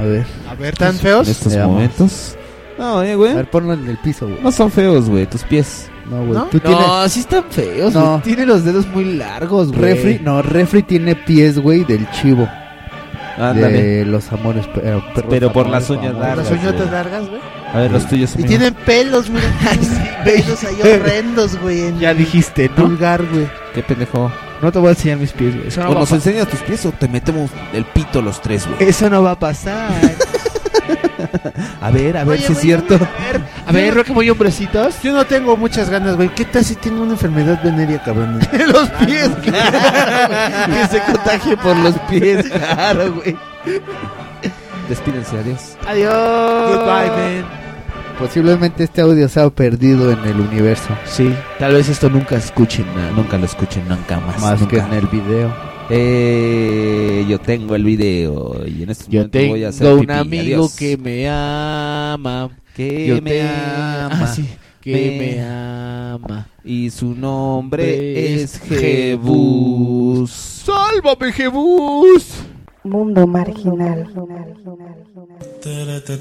S1: A ver.
S5: A ver, ¿tan feos?
S4: En estos
S1: Veamos.
S4: momentos. No, eh, güey. A ver,
S1: ponlo en el piso, güey.
S4: No son feos, güey, tus pies.
S1: No, güey.
S4: ¿No?
S1: Tú
S4: No,
S1: tienes...
S4: sí están feos,
S1: No.
S4: güey.
S1: Tiene los dedos muy largos,
S4: güey.
S1: Refri, no, Refri tiene pies, güey, del chivo.
S4: Ándale.
S1: De los amores. pe- eh, perros
S4: Pero por
S1: amores,
S4: las uñas
S1: amores.
S4: largas,
S5: Las uñotas largas, güey.
S4: A ver, los tuyos.
S5: Y
S4: amigo.
S5: tienen pelos, mira. pelos ahí horrendos, güey. en-
S3: Ya dijiste, ¿no?
S5: Pulgar, güey.
S4: Qué pendejo.
S3: No te voy a enseñar mis pies, güey. Eso no,
S4: O
S3: va a
S4: nos
S3: pasar.
S4: enseñas tus pies o te metemos el pito los tres, güey.
S3: Eso no va a pasar.
S4: A ver, a ver
S5: Oye,
S4: si es
S5: güey,
S4: cierto.
S3: A ver, Roque, voy hombrecitos.
S5: Yo no tengo muchas ganas, güey. ¿Qué tal si tengo una enfermedad venérea, cabrón?
S1: los pies. que se contagie por los pies, claro, güey.
S4: Despídense, adiós.
S3: Adiós. Goodbye, man.
S1: Posiblemente este audio sea perdido en el universo.
S3: Sí, tal vez esto nunca escuchen nada.
S4: Nunca lo escuchen, nunca más.
S1: Más que en el
S4: video. Eh, yo tengo el video y en este
S3: Yo
S4: momento voy a hacer
S3: tengo un
S4: pipí.
S3: amigo
S4: Adiós.
S3: que me ama.
S4: Que
S3: Yo
S4: me
S3: te-
S4: ama.
S3: Ah, sí, que me ama.
S4: Y su nombre
S3: Ves,
S4: es Jebus.
S3: ¡Sálvame, Jebus!
S12: Mundo marginal.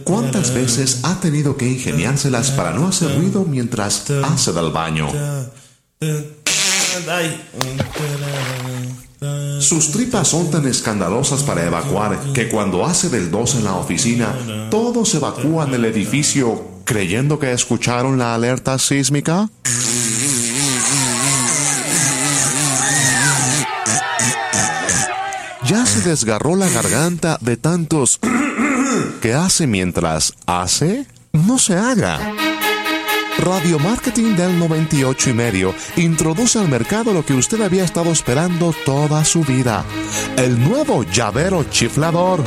S14: ¿Cuántas veces ha tenido que ingeniárselas para no hacer ruido mientras hace del baño? Sus tripas son tan escandalosas para evacuar que cuando hace del 2 en la oficina, todos evacúan del edificio creyendo que escucharon la alerta sísmica. Ya se desgarró la garganta de tantos que hace mientras hace, no se haga. Radio Marketing del 98 y medio introduce al mercado lo que usted había estado esperando toda su vida. El nuevo llavero chiflador.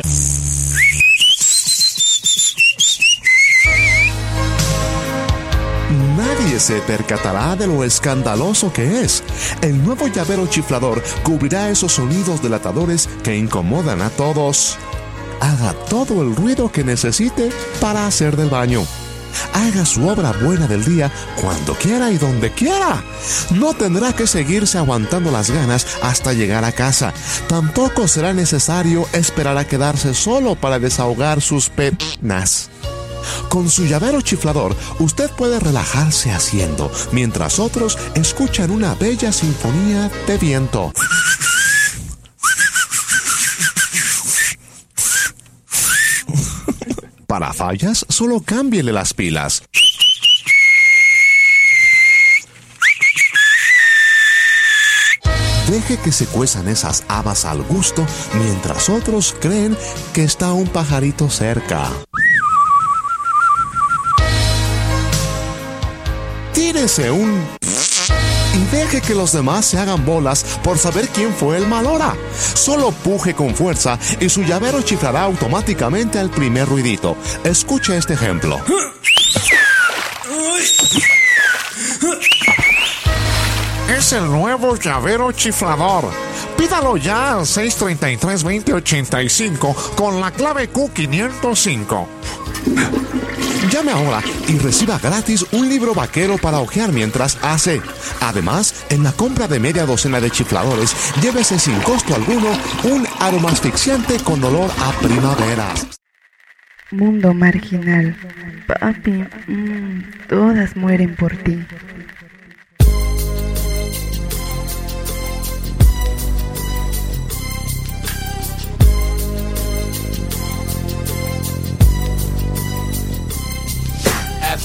S14: Nadie se percatará de lo escandaloso que es. El nuevo llavero chiflador cubrirá esos sonidos delatadores que incomodan a todos. Haga todo el ruido que necesite para hacer del baño. Haga su obra buena del día cuando quiera y donde quiera. No tendrá que seguirse aguantando las ganas hasta llegar a casa. Tampoco será necesario esperar a quedarse solo para desahogar sus penas. Con su llavero chiflador, usted puede relajarse haciendo, mientras otros escuchan una bella sinfonía de viento. Para fallas, solo cámbiele las pilas. Deje que se cuezan esas habas al gusto mientras otros creen que está un pajarito cerca. Tírese un... Y deje que los demás se hagan bolas por saber quién fue el mal hora. Solo puje con fuerza y su llavero chiflará automáticamente al primer ruidito. Escuche este ejemplo. Es el nuevo llavero chiflador. Pídalo ya al 633-2085 con la clave Q505. Llame ahora y reciba gratis un libro vaquero para hojear mientras hace. Además, en la compra de media docena de chifladores, llévese sin costo alguno un aroma asfixiante con olor a primavera.
S12: Mundo marginal. Papi, mm, todas mueren por ti.
S15: As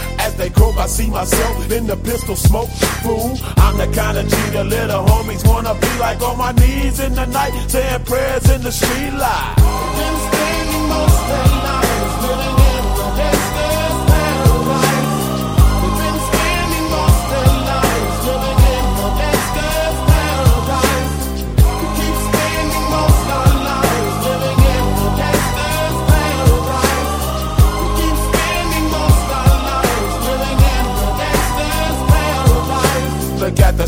S15: As they croak, I see myself in the pistol smoke. Fool, I'm the kind of G the little homies wanna be like on my knees in the night, saying prayers in the street light. Look at the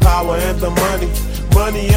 S15: Power and the money, money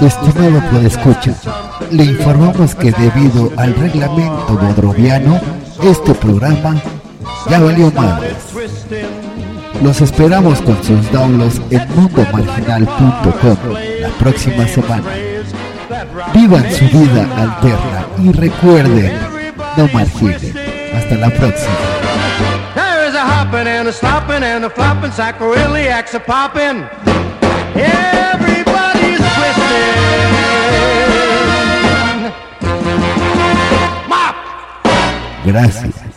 S1: Estimado escucha, le informamos que debido al reglamento bodroviano, este programa ya valió madres. Los esperamos con sus downloads en mundomarginal.com la próxima semana. Vivan su vida alterna y recuerden, no marginen. Hasta la próxima.
S2: There is a hopping and a slopping and a flopping, sacroiliacs a popping. Everybody's twisting. Mop!
S1: Gracias.